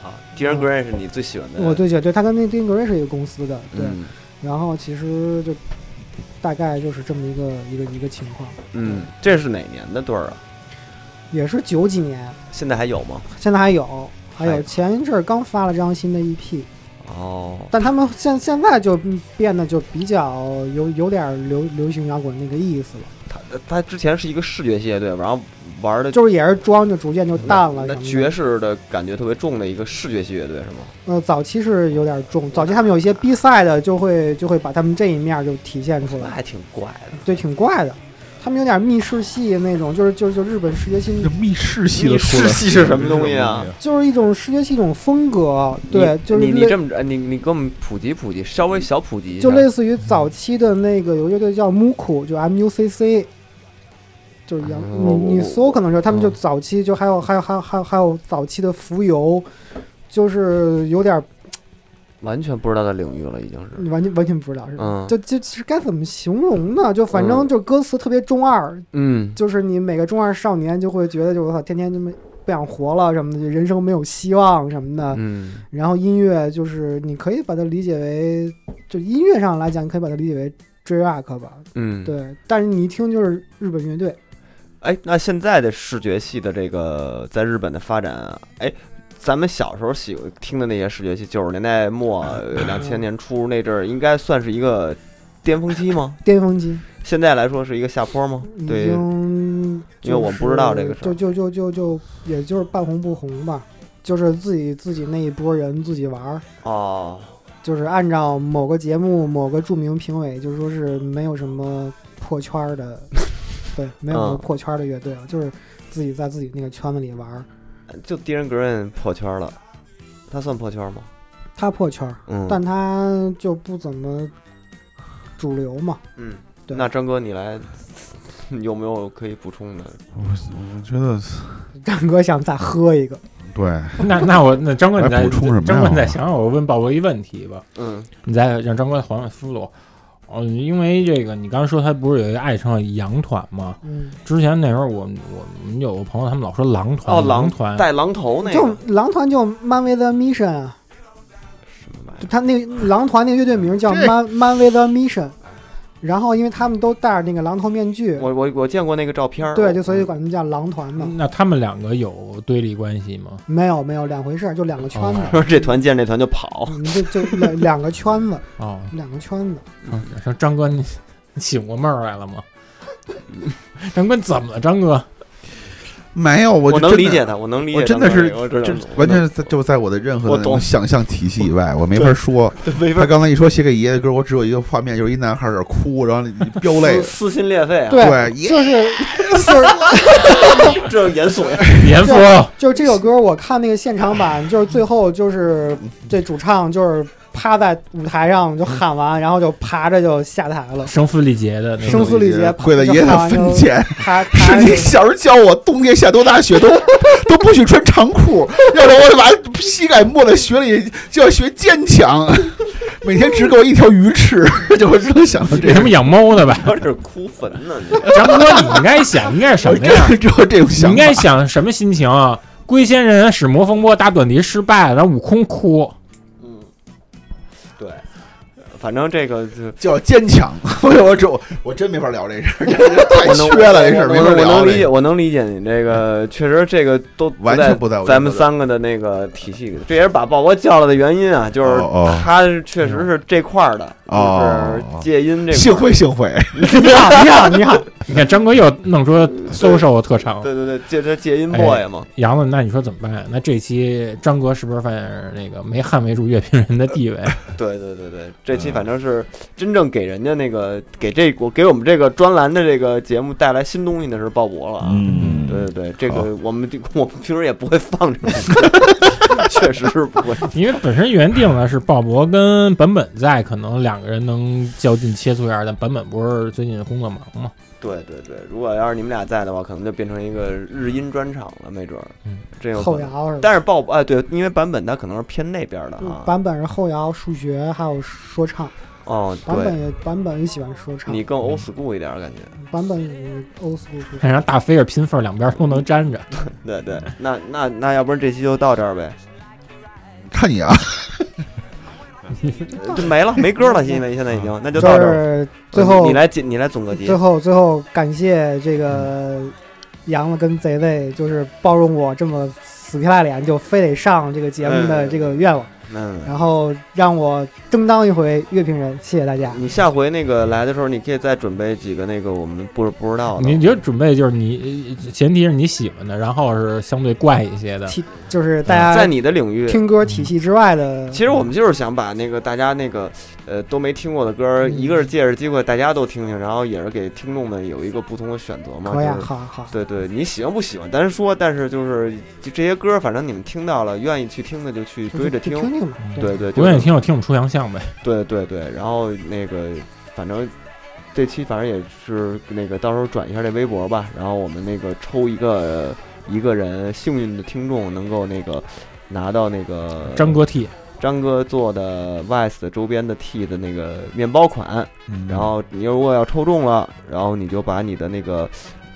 S12: 啊，第二歌是你最喜欢的，
S6: 嗯我对对对，他跟那 Dean Gray 是一个公司的，对。
S12: 嗯
S6: 然后其实就大概就是这么一个一个一个情况，
S12: 嗯，这是哪年的对儿啊？
S6: 也是九几年，
S12: 现在还有吗？
S6: 现在还有，还
S12: 还
S6: 有
S12: 有
S6: 前一阵儿刚发了张新的 E EP。
S14: 哦，
S6: 但他们现现在就变得就比较有有点流流行摇滚那个意思了，
S4: 他他之前是一个视觉系乐队，然后玩的
S6: 就是也是装就逐渐就淡了
S4: 呃那
S6: 什么的。
S4: 爵士的感觉特别重的一个视觉系乐队是吗？
S6: 呃，早期是有点重，早期他们有一些比赛的就会就会把他们这一面就体现出
S4: 那
S6: 来，
S4: 还挺怪的。
S6: 对，挺怪的。他们有点密室系那种，就是就是就日本视觉系，
S5: 密室系
S4: 密室系是什么东西啊？
S6: 就是一种视觉系一种风格，对，
S4: 你
S6: 就是
S4: 你你
S6: 类
S4: 这么着，你你给我们普及普及，稍微小普及一下。
S6: 就类似于早期的那个有个乐队叫 Muku，就 M U C C，就是杨、
S4: 哦我嗯
S6: 你你
S4: 我
S6: 搜可能是他们就早期就还有还有还有还有还有早期的浮游，就是有点儿
S4: 完全不知道的领域了，已经是。
S6: 你完全完全不知道是吧？
S4: 嗯
S6: 就就就是该怎么形容呢？就反正
S4: 嗯
S6: 就歌词特别中二，
S4: 嗯
S6: 就是你每个中二少年就会觉得就我操，天天这么不想活了什么的，人生没有希望什么的，
S4: 嗯
S6: 然后音乐就是你可以把它理解为，就音乐上来讲，你可以把它理解为追 rock 吧，
S4: 嗯，。
S6: 对。但是你一听就是日本乐队，
S4: 哎，那现在的视觉系的这个在日本的发展啊，哎，咱们小时候喜欢听的那些视觉系，九十年代末、呃两千年初那阵儿，应该算是一个巅峰期吗？
S6: 巅峰期
S4: 现在来说是一个下坡吗？
S6: 已
S4: 对，
S6: 经、就是，
S4: 因为我不知道这个事儿
S6: 就就就就就也就是半红不红吧，就是自己自己那一波人自己玩儿，
S4: 哦，
S6: 就是按照某个节目某个著名评委，就是说是没有什么破圈儿 的，对，没有什么
S4: 嗯
S6: 破圈儿的乐队啊，就是自己在自己那个圈子里玩儿，
S4: 就 Darren Green 破圈了，他算破圈吗？
S6: 他破圈儿，
S4: 嗯
S6: 但他就不怎么主流嘛。
S4: 嗯，
S6: 对
S4: 那张哥你来， 你有没有可以补充的？
S5: 我
S4: 啊
S5: 觉得
S6: 张哥想再喝一个，
S5: 对，
S2: 那那我那张哥你
S5: 还
S2: 再
S5: 补充什么呀
S2: 张哥你再想想，我问鲍勃一问题吧。
S4: 嗯，
S2: 你再让张哥缓缓思路。哦，因为这个你刚才说他不是有一个爱称羊团吗？
S6: 嗯，
S2: 之前那时候我们我们有个朋友，他们老说狼团，
S4: 哦，狼
S2: 团，
S4: 带狼头那
S6: 就
S4: 个，
S6: 狼团就漫威的 Mission 啊，就他那个狼团那个乐队名叫
S4: 这
S6: 漫漫威的 Mission，然后因为他们都戴着那个狼头面具，
S4: 我我我见过那个照片儿，嗯
S6: 对，就所以管他们叫狼团嘛。
S2: 那他们两个有对立关系吗？
S6: 没有没有两回事儿，就两个圈子，
S4: 说这团见这团就跑，
S6: 你就就两两个圈子，
S2: 哦，
S6: 两个圈子。
S2: 说张哥你你醒过闷儿来了吗？ 张哥你怎么了？张哥，
S5: 没有，我
S4: 我
S5: 就
S4: 能
S5: 真的
S4: 理解他我能理解
S5: 我真
S4: 他
S5: 的
S4: 那
S5: 是
S4: 个我知道
S5: 就
S4: 我懂
S5: 完全是在就在我的任何的
S4: 我
S5: 那
S4: 懂
S5: 种想象体系以外，我没法说
S4: 对没。法
S5: 他刚才一说写给爷爷歌，我只有一个画面，就是一男孩儿在那儿哭，然后飙泪
S4: 撕，撕心裂肺啊，
S5: 对，一
S6: 就是 就是
S4: 这严肃呀，
S2: 严
S6: 就就是这首歌，我看那个现场版，就是最后就是这主唱就是趴在舞台上就喊完，然后就爬着就下台 了。
S2: 声嘶力竭的那种
S6: 声嘶力竭，
S5: 跪在爷爷的坟前。
S6: 爬
S5: 是
S6: 爬
S5: 你小时候教我冬天下多大雪都都不许穿长裤，要不然我就把膝盖没在雪里，就要学坚强。每天只给我一条鱼吃， 就我只能想到这
S2: 给他
S5: 个。
S2: 们养猫的吧？
S4: 我这是哭坟呢，你
S2: 张哥，你应该想，应该是什
S5: 我
S2: 么呀？
S5: 真只有这种
S2: 你
S5: 想
S2: 应
S5: 法
S2: 该。想什么心情啊？龟仙人使魔风波打短笛失败了，然后悟空哭，
S4: 嗯，对，反正这个就。
S5: 就要坚强，我我这我我真没法聊这事儿，太
S4: 我能
S5: 缺了这事儿，
S4: 我
S5: 没法
S4: 能我能理
S5: 聊这
S4: 解，
S5: 个。嗯
S4: 我能理解你这个，确实这个都
S5: 完全不在我
S4: 咱们
S5: 这个
S4: 三个的那个体系里。这也是把鲍勃叫来的原因啊，就是
S5: 哦哦
S4: 他是确实是这块儿的，
S5: 哦
S4: 就是戒音这
S5: 幸
S4: 块
S5: 会幸会，
S6: 你好你好你好，
S2: 你看张哥又弄出 social 特
S4: 儿。
S2: 长。
S4: 对对对，戒他戒
S5: 哎
S4: 音 boy 嘛，
S2: 杨子，那你说怎么办？那这期张哥是不是发现那个没捍卫住乐评人的地 位？
S4: 对对对对，这期反正是真正给人家那个给这我给我们这个专栏的这个节目带来新东西的是鲍勃了啊。
S5: 嗯
S4: 对对对，这个我们我们平时也不会放这种， 确实是不会。
S2: 因为本身原定呢是鲍勃跟本本在，可能两个人能较劲切磋一下，但本本不是最近工作忙嘛？
S4: 对对对，如果要是你们俩在的话，可能就变成一个日音专场了，没准儿。
S2: 嗯，
S4: 真有
S6: 后
S4: 可能。
S6: 摇是吧？
S4: 但是鲍勃哎，对，因为版本它可能是偏那边的啊。
S6: 版本是后摇、数学还有说唱，
S4: 哦，
S6: 版本
S4: 对，
S6: 也版本也喜欢说唱，
S4: 你更 old school 一点儿感觉。
S6: 版本也 old school 说
S2: 看
S6: 唱。
S2: 让大飞儿拼缝儿两边都能粘着。
S4: 对对，那那那要不然这期就到这儿呗，
S5: 看你啊，
S4: 呃
S6: 嗯
S4: 就没了，没歌了，因为现在已经，那就
S6: 就
S4: 到这儿。
S6: 是最后
S4: 呃你来解，你来总个结
S6: 最。后最后感谢这个
S4: 嗯
S6: 杨子跟贼贼，就是包容我这么死皮赖脸就非得上这个节目的这个愿望。
S4: 嗯，
S6: 然后让我争当一回乐评人，谢谢大 家。
S4: 你下回那个来的时候，你可以再准备几个那个我们不不知道的。嗯
S2: 你就准备就是你，呃前提是你喜欢的，然后是相对怪一些的。
S6: 体就是大家
S4: 嗯在你的领域
S6: 听歌体系之外的，
S4: 其实我们就是想把那个大家那个呃都没听过的歌儿，
S6: 嗯
S4: 一个是借着机会大家都听听，然后也是给听众们有一个不同的选择嘛。
S6: 可以啊
S4: 就是
S6: 好好。
S4: 对对，你喜欢不喜欢单说，但是就是就这些歌儿，反正你们听到了，愿意去听的就去追着
S6: 就就听听吧对
S4: 对对，
S2: 不
S4: 就是
S2: 愿意听我听我出洋相呗。
S4: 对对对，然后那个反正这期反正也是那个到时候转一下这微博吧，然后我们那个抽一个一个人幸运的听众能够那个拿到那个
S2: 张哥 T。
S4: 张哥做的 Vice 的周边的 T 的那个面包款，
S2: 嗯
S4: 然后你如果要抽中了，然后你就把你的那个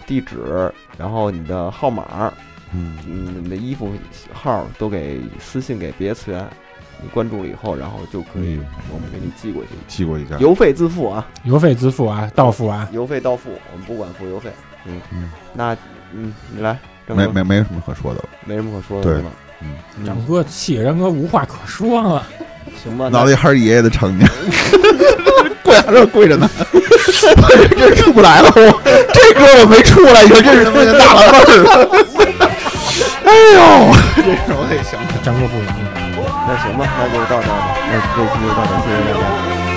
S4: 地址，然后你的号码，
S5: 嗯，
S4: 你的衣服号都给私信给别次元，你关注了以后，然后就可
S2: 嗯
S4: 以我们给你寄过去，
S5: 寄过一下
S4: 邮费自付啊，
S2: 邮费自付啊，到付啊。
S4: 邮费到付，我们不管付邮费。嗯
S5: 嗯，
S4: 那嗯，你来，张
S5: 没
S4: 哥
S5: 没没什么可说的了，
S4: 没什么可说的，
S5: 对
S4: 是吧？
S5: 嗯
S2: 张哥气，张哥无话可说了。
S4: 行吧
S5: 脑袋还是爷爷的场景， 跪还是跪着呢， 这出不来了，我这歌我没出来，你说这是他妈的大老二了， 哎呦，这是我得想。
S2: 张哥不容易。
S4: 那行吧，那就到这儿吧，那这期就到这儿，谢谢大家。